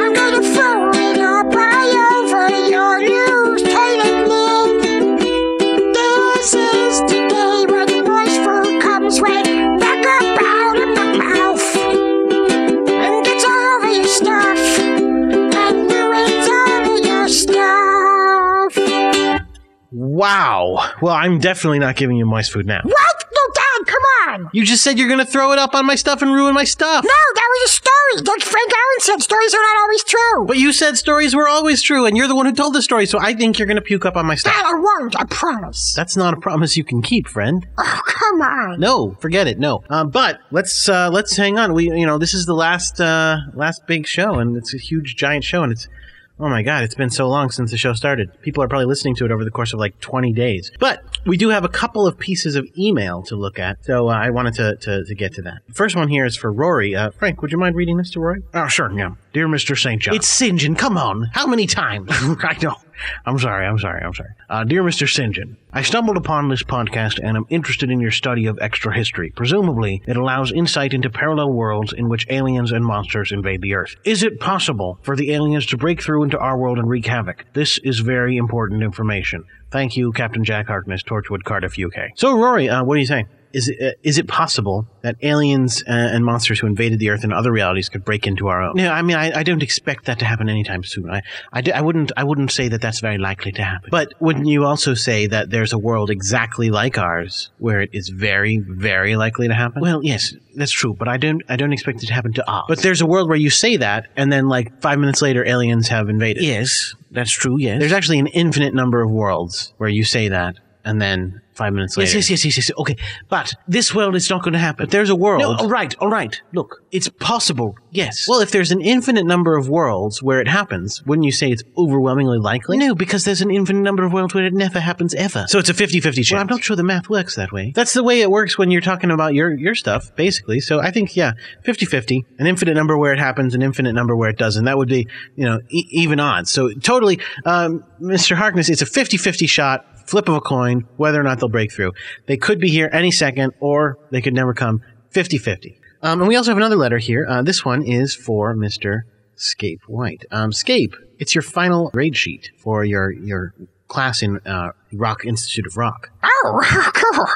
I'm gonna throw it up all over your new toilet This is the day when the nice food comes right back up out of my mouth and gets all over your stuff and ruins all of your stuff.
Wow. Well, I'm definitely not giving you moist food now.
What? No, Dad, come on.
You just said you're going to throw it up on my stuff and ruin my stuff.
No, that was a story. Like Frank Aaron said, stories are not always true.
But you said stories were always true, and you're the one who told the story, so I think you're going to puke up on my stuff.
Dad, I won't. I promise.
That's not a promise you can keep, friend.
Oh, come on.
No, forget it. No. Um, but let's uh, let's hang on. We you know this is the last uh, last big show, and it's a huge giant show, and it's oh my god, it's been so long since the show started. People are probably listening to it over the course of like 20 days. But we do have a couple of pieces of email to look at, so uh, I wanted to, to to get to that. First one here is for Rory. Uh, Frank, would you mind reading this to Rory?
Oh, sure, yeah. Dear Mr. St. John.
It's St. John. Come on. How many times?
I know. I'm sorry, I'm sorry, I'm sorry. Uh, dear Mr. St. John, I stumbled upon this podcast and am interested in your study of extra history. Presumably, it allows insight into parallel worlds in which aliens and monsters invade the Earth. Is it possible for the aliens to break through into our world and wreak havoc? This is very important information. Thank you, Captain Jack Harkness, Torchwood, Cardiff, UK.
So, Rory, uh, what do you think? Is it, uh, is it possible that aliens uh, and monsters who invaded the Earth and other realities could break into our own?
No, I mean, I, I don't expect that to happen anytime soon. I, I, d- I wouldn't, I wouldn't say that that's very likely to happen.
But wouldn't you also say that there's a world exactly like ours where it is very, very likely to happen?
Well, yes, that's true, but I don't, I don't expect it to happen to us.
But there's a world where you say that, and then like five minutes later, aliens have invaded.
yes, that's true. Yes,
There's actually an infinite number of worlds where you say that, and then five minutes later.
Yes, yes, yes, yes, yes. Okay, but this world is not going to happen. But there's a world. No, all right, all right. Look, it's possible. Yes.
Well, if there's an infinite number of worlds where it happens, wouldn't you say it's overwhelmingly likely?
no, because there's an infinite number of worlds where it never happens ever.
So it's a 50 50 chance.
well, I'm not sure the math works that way.
That's the way it works when you're talking about your, your stuff, basically. So I think, yeah, 50 50, an infinite number where it happens, an infinite number where it doesn't. That would be, you know, e- even odds. So totally, um, Mr. Harkness, it's a 50 50 shot, flip of a coin, whether or not they'll break through. They could be here any second, or they could never come. 50 50. Um, and we also have another letter here. Uh, this one is for Mr. Scape White. Um, Scape, it's your final grade sheet for your, your class in uh, Rock Institute of Rock.
Oh, cool.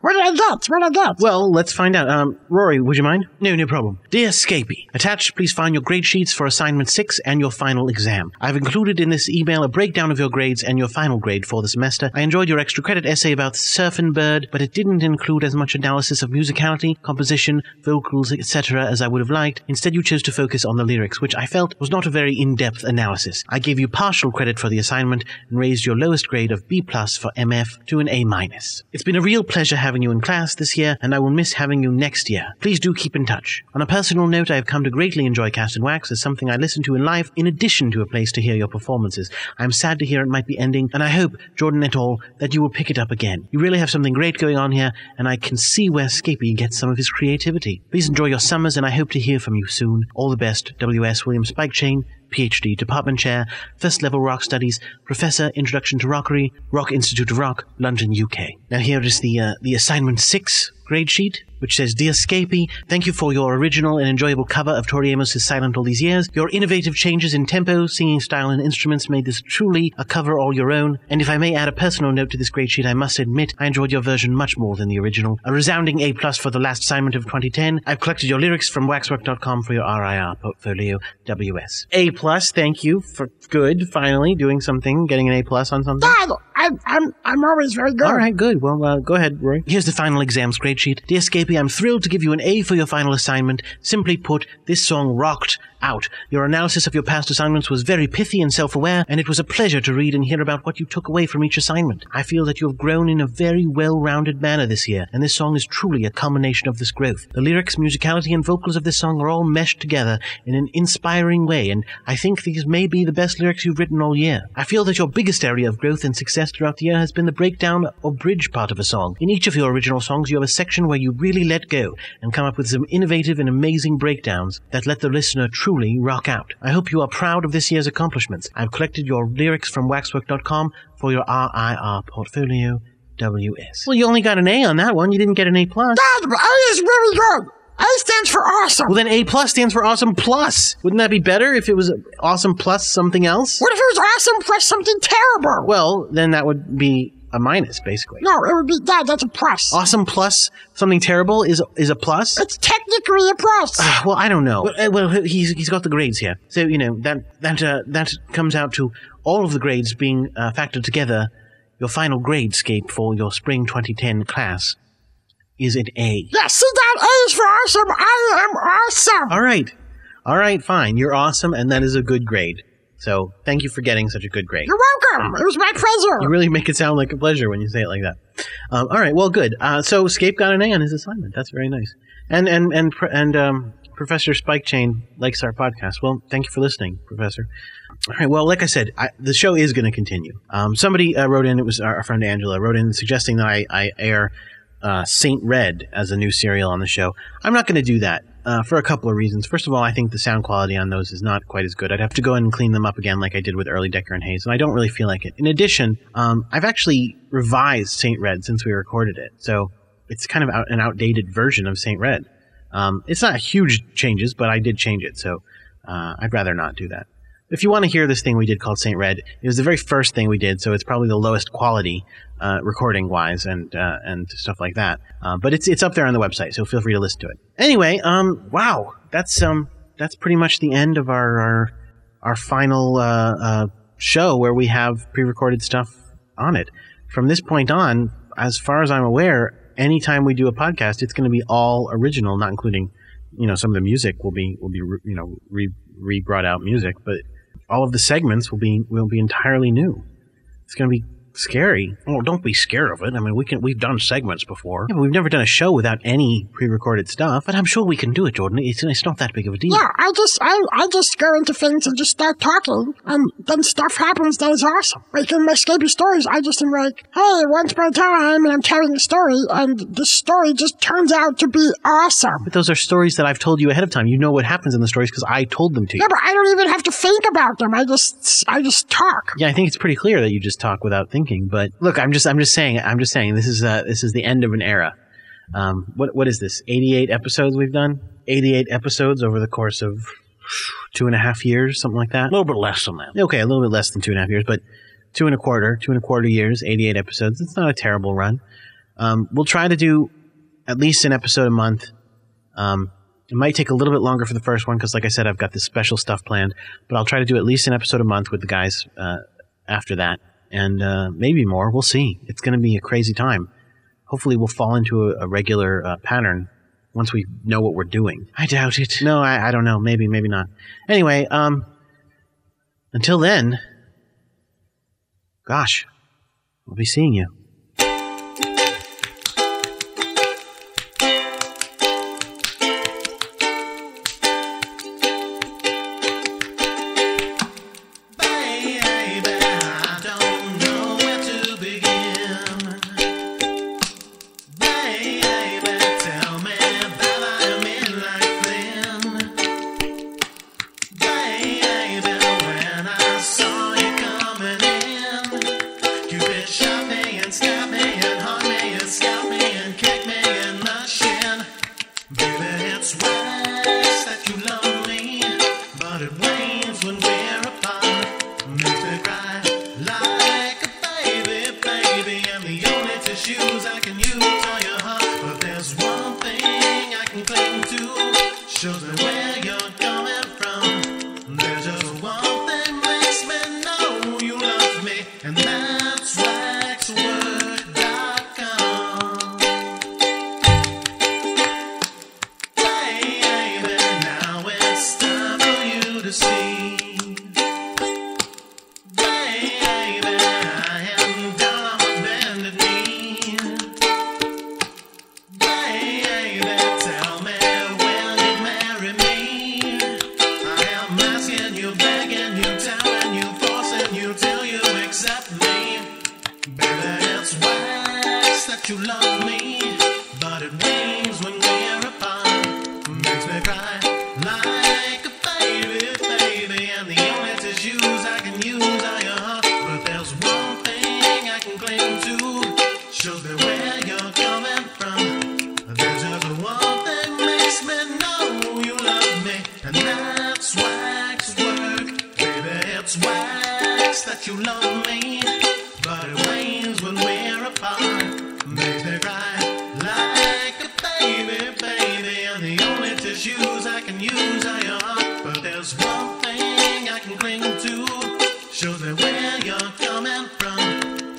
What did I get? What did I get?
Well, let's find out. Um, Rory, would you mind?
No, no problem. Dear Scapy, attached, please find your grade sheets for assignment six and your final exam. I've included in this email a breakdown of your grades and your final grade for the semester. I enjoyed your extra credit essay about Surf and Bird, but it didn't include as much analysis of musicality, composition, vocals, etc. as I would have liked. Instead, you chose to focus on the lyrics, which I felt was not a very in-depth analysis. I gave you partial credit for the assignment and raised your lowest grade of B plus for MF to an A minus. It's been a real pleasure having you in class this year, and I will miss having you next year. Please do keep in touch. On a personal note, I have come to greatly enjoy Cast and Wax as something I listen to in life, in addition to a place to hear your performances. I am sad to hear it might be ending, and I hope, Jordan et al., that you will pick it up again. You really have something great going on here, and I can see where Scapy gets some of his creativity. Please enjoy your summers, and I hope to hear from you soon. All the best, W.S. William Spikechain, PhD, Department Chair, First Level Rock Studies, Professor, Introduction to Rockery, Rock Institute of Rock, London, UK. Now here is the uh, the assignment six grade sheet, which says, Dear Scapy, thank you for your original and enjoyable cover of Toriamos' Silent All These Years. Your innovative changes in tempo, singing style, and instruments made this truly a cover all your own. And if I may add a personal note to this grade sheet, I must admit I enjoyed your version much more than the original. A resounding A plus for the last assignment of 2010. I've collected your lyrics from waxwork.com for your RIR portfolio WS.
A plus, thank you for good, finally, doing something, getting an A plus on something.
Dad, I I'm, I'm, I'm always very good.
All right, good. Well, uh, go ahead, Roy. Here's the final exams grade sheet. Dear Scapy, I'm thrilled to give you an A for your final assignment. Simply put, this song rocked out. Your analysis of your past assignments was very pithy and self aware, and it was a pleasure to read and hear about what you took away from each assignment. I feel that you have grown in a very well rounded manner this year, and this song is truly a culmination of this growth. The lyrics, musicality, and vocals of this song are all meshed together in an inspiring way, and I think these may be the best lyrics you've written all year. I feel that your biggest area of growth and success throughout the year has been the breakdown or bridge part of a song. In each of your original songs, you have a section where you really let go and come up with some innovative and amazing breakdowns that let the listener truly rock out. I hope you are proud of this year's accomplishments. I've collected your lyrics from waxwork.com for your RIR portfolio WS. Well, you only got an A on that one. You didn't get an A plus.
God, but I is really good. A stands for awesome.
Well, then A plus stands for awesome plus. Wouldn't that be better if it was awesome plus something else?
What if it was awesome plus something terrible?
Well, then that would be a minus, basically.
No, it would be that. That's a plus.
Awesome plus something terrible is is a plus.
It's technically a plus.
Ah, well, I don't know. Well, uh, well, he's he's got the grades here, so you know that that uh, that comes out to all of the grades being uh, factored together. Your final grade scape for your spring 2010 class is an A.
yeah, see that A is for awesome. I am awesome.
All right, all right, fine. You're awesome, and that is a good grade. So thank you for getting such a good grade.
You're welcome. It was my pleasure.
You really make it sound like a pleasure when you say it like that. Um, all right, well, good. Uh, so Scape got an A on his assignment. That's very nice. And and and pr- and um, Professor Spike Chain likes our podcast. Well, thank you for listening, Professor. All right. Well, like I said, I, the show is going to continue. Um, somebody uh, wrote in. It was our, our friend Angela wrote in suggesting that I, I air uh, Saint Red as a new serial on the show. I'm not going to do that uh, for a couple of reasons. First of all, I think the sound quality on those is not quite as good. I'd have to go in and clean them up again, like I did with early Decker and Hayes, and I don't really feel like it. In addition, um, I've actually revised Saint Red since we recorded it, so it's kind of out, an outdated version of Saint Red. Um, it's not huge changes, but I did change it, so uh, I'd rather not do that. If you want to hear this thing we did called Saint Red, it was the very first thing we did, so it's probably the lowest quality uh, recording wise and uh, and stuff like that. Uh, but it's it's up there on the website, so feel free to listen to it. Anyway, um, wow, that's um, that's pretty much the end of our our, our final uh, uh, show where we have pre-recorded stuff on it. From this point on, as far as I'm aware, anytime we do a podcast, it's going to be all original, not including, you know, some of the music will be will be re- you know re re brought out music, but all of the segments will be will be entirely new. It's going to be scary. Oh,
Well, don't be scared of it. I mean, we can. We've done segments before.
Yeah, but we've never done a show without any pre-recorded stuff. But I'm sure we can do it, Jordan. It's, it's not that big of a deal.
Yeah, I just I, I just go into things and just start talking, and then stuff happens that is awesome. Like in my Scapy stories, I just am like, hey, once upon a time, and I'm telling a story, and the story just turns out to be awesome.
But those are stories that I've told you ahead of time. You know what happens in the stories because I told them to you.
Yeah, but I don't even have to think about them. I just I just talk.
Yeah, I think it's pretty clear that you just talk without thinking. But look, I'm just I'm just saying I'm just saying this is uh, this is the end of an era. Um, what what is this? 88 episodes we've done. 88 episodes over the course of two and a half years, something like that. A
little bit less than that.
Okay, a little bit less than two and a half years, but two and a quarter, two and a quarter years, 88 episodes. It's not a terrible run. Um, we'll try to do at least an episode a month. Um, it might take a little bit longer for the first one because, like I said, I've got this special stuff planned, but I'll try to do at least an episode a month with the guys uh, after that and uh, maybe more. We'll see. It's going to be a crazy time. Hopefully, we'll fall into a, a regular uh, pattern once we know what we're doing. I doubt it. No, I, I don't know. Maybe, maybe not. Anyway, um, until then, gosh, we'll be seeing you.
And that's why
you love me, but it wanes when we're apart. Makes me cry like a baby, baby. And the only tissues I can use are your heart. But there's one thing I can cling to. Shows me where you're coming from. There's just one thing makes me know you love me, and that's wax work, baby. It's wax that you love me, but it wanes when we're apart. Makes me cry like a baby, baby. And the only tissues I can use are your heart. But there's one thing I can cling to. Shows me where you're coming from.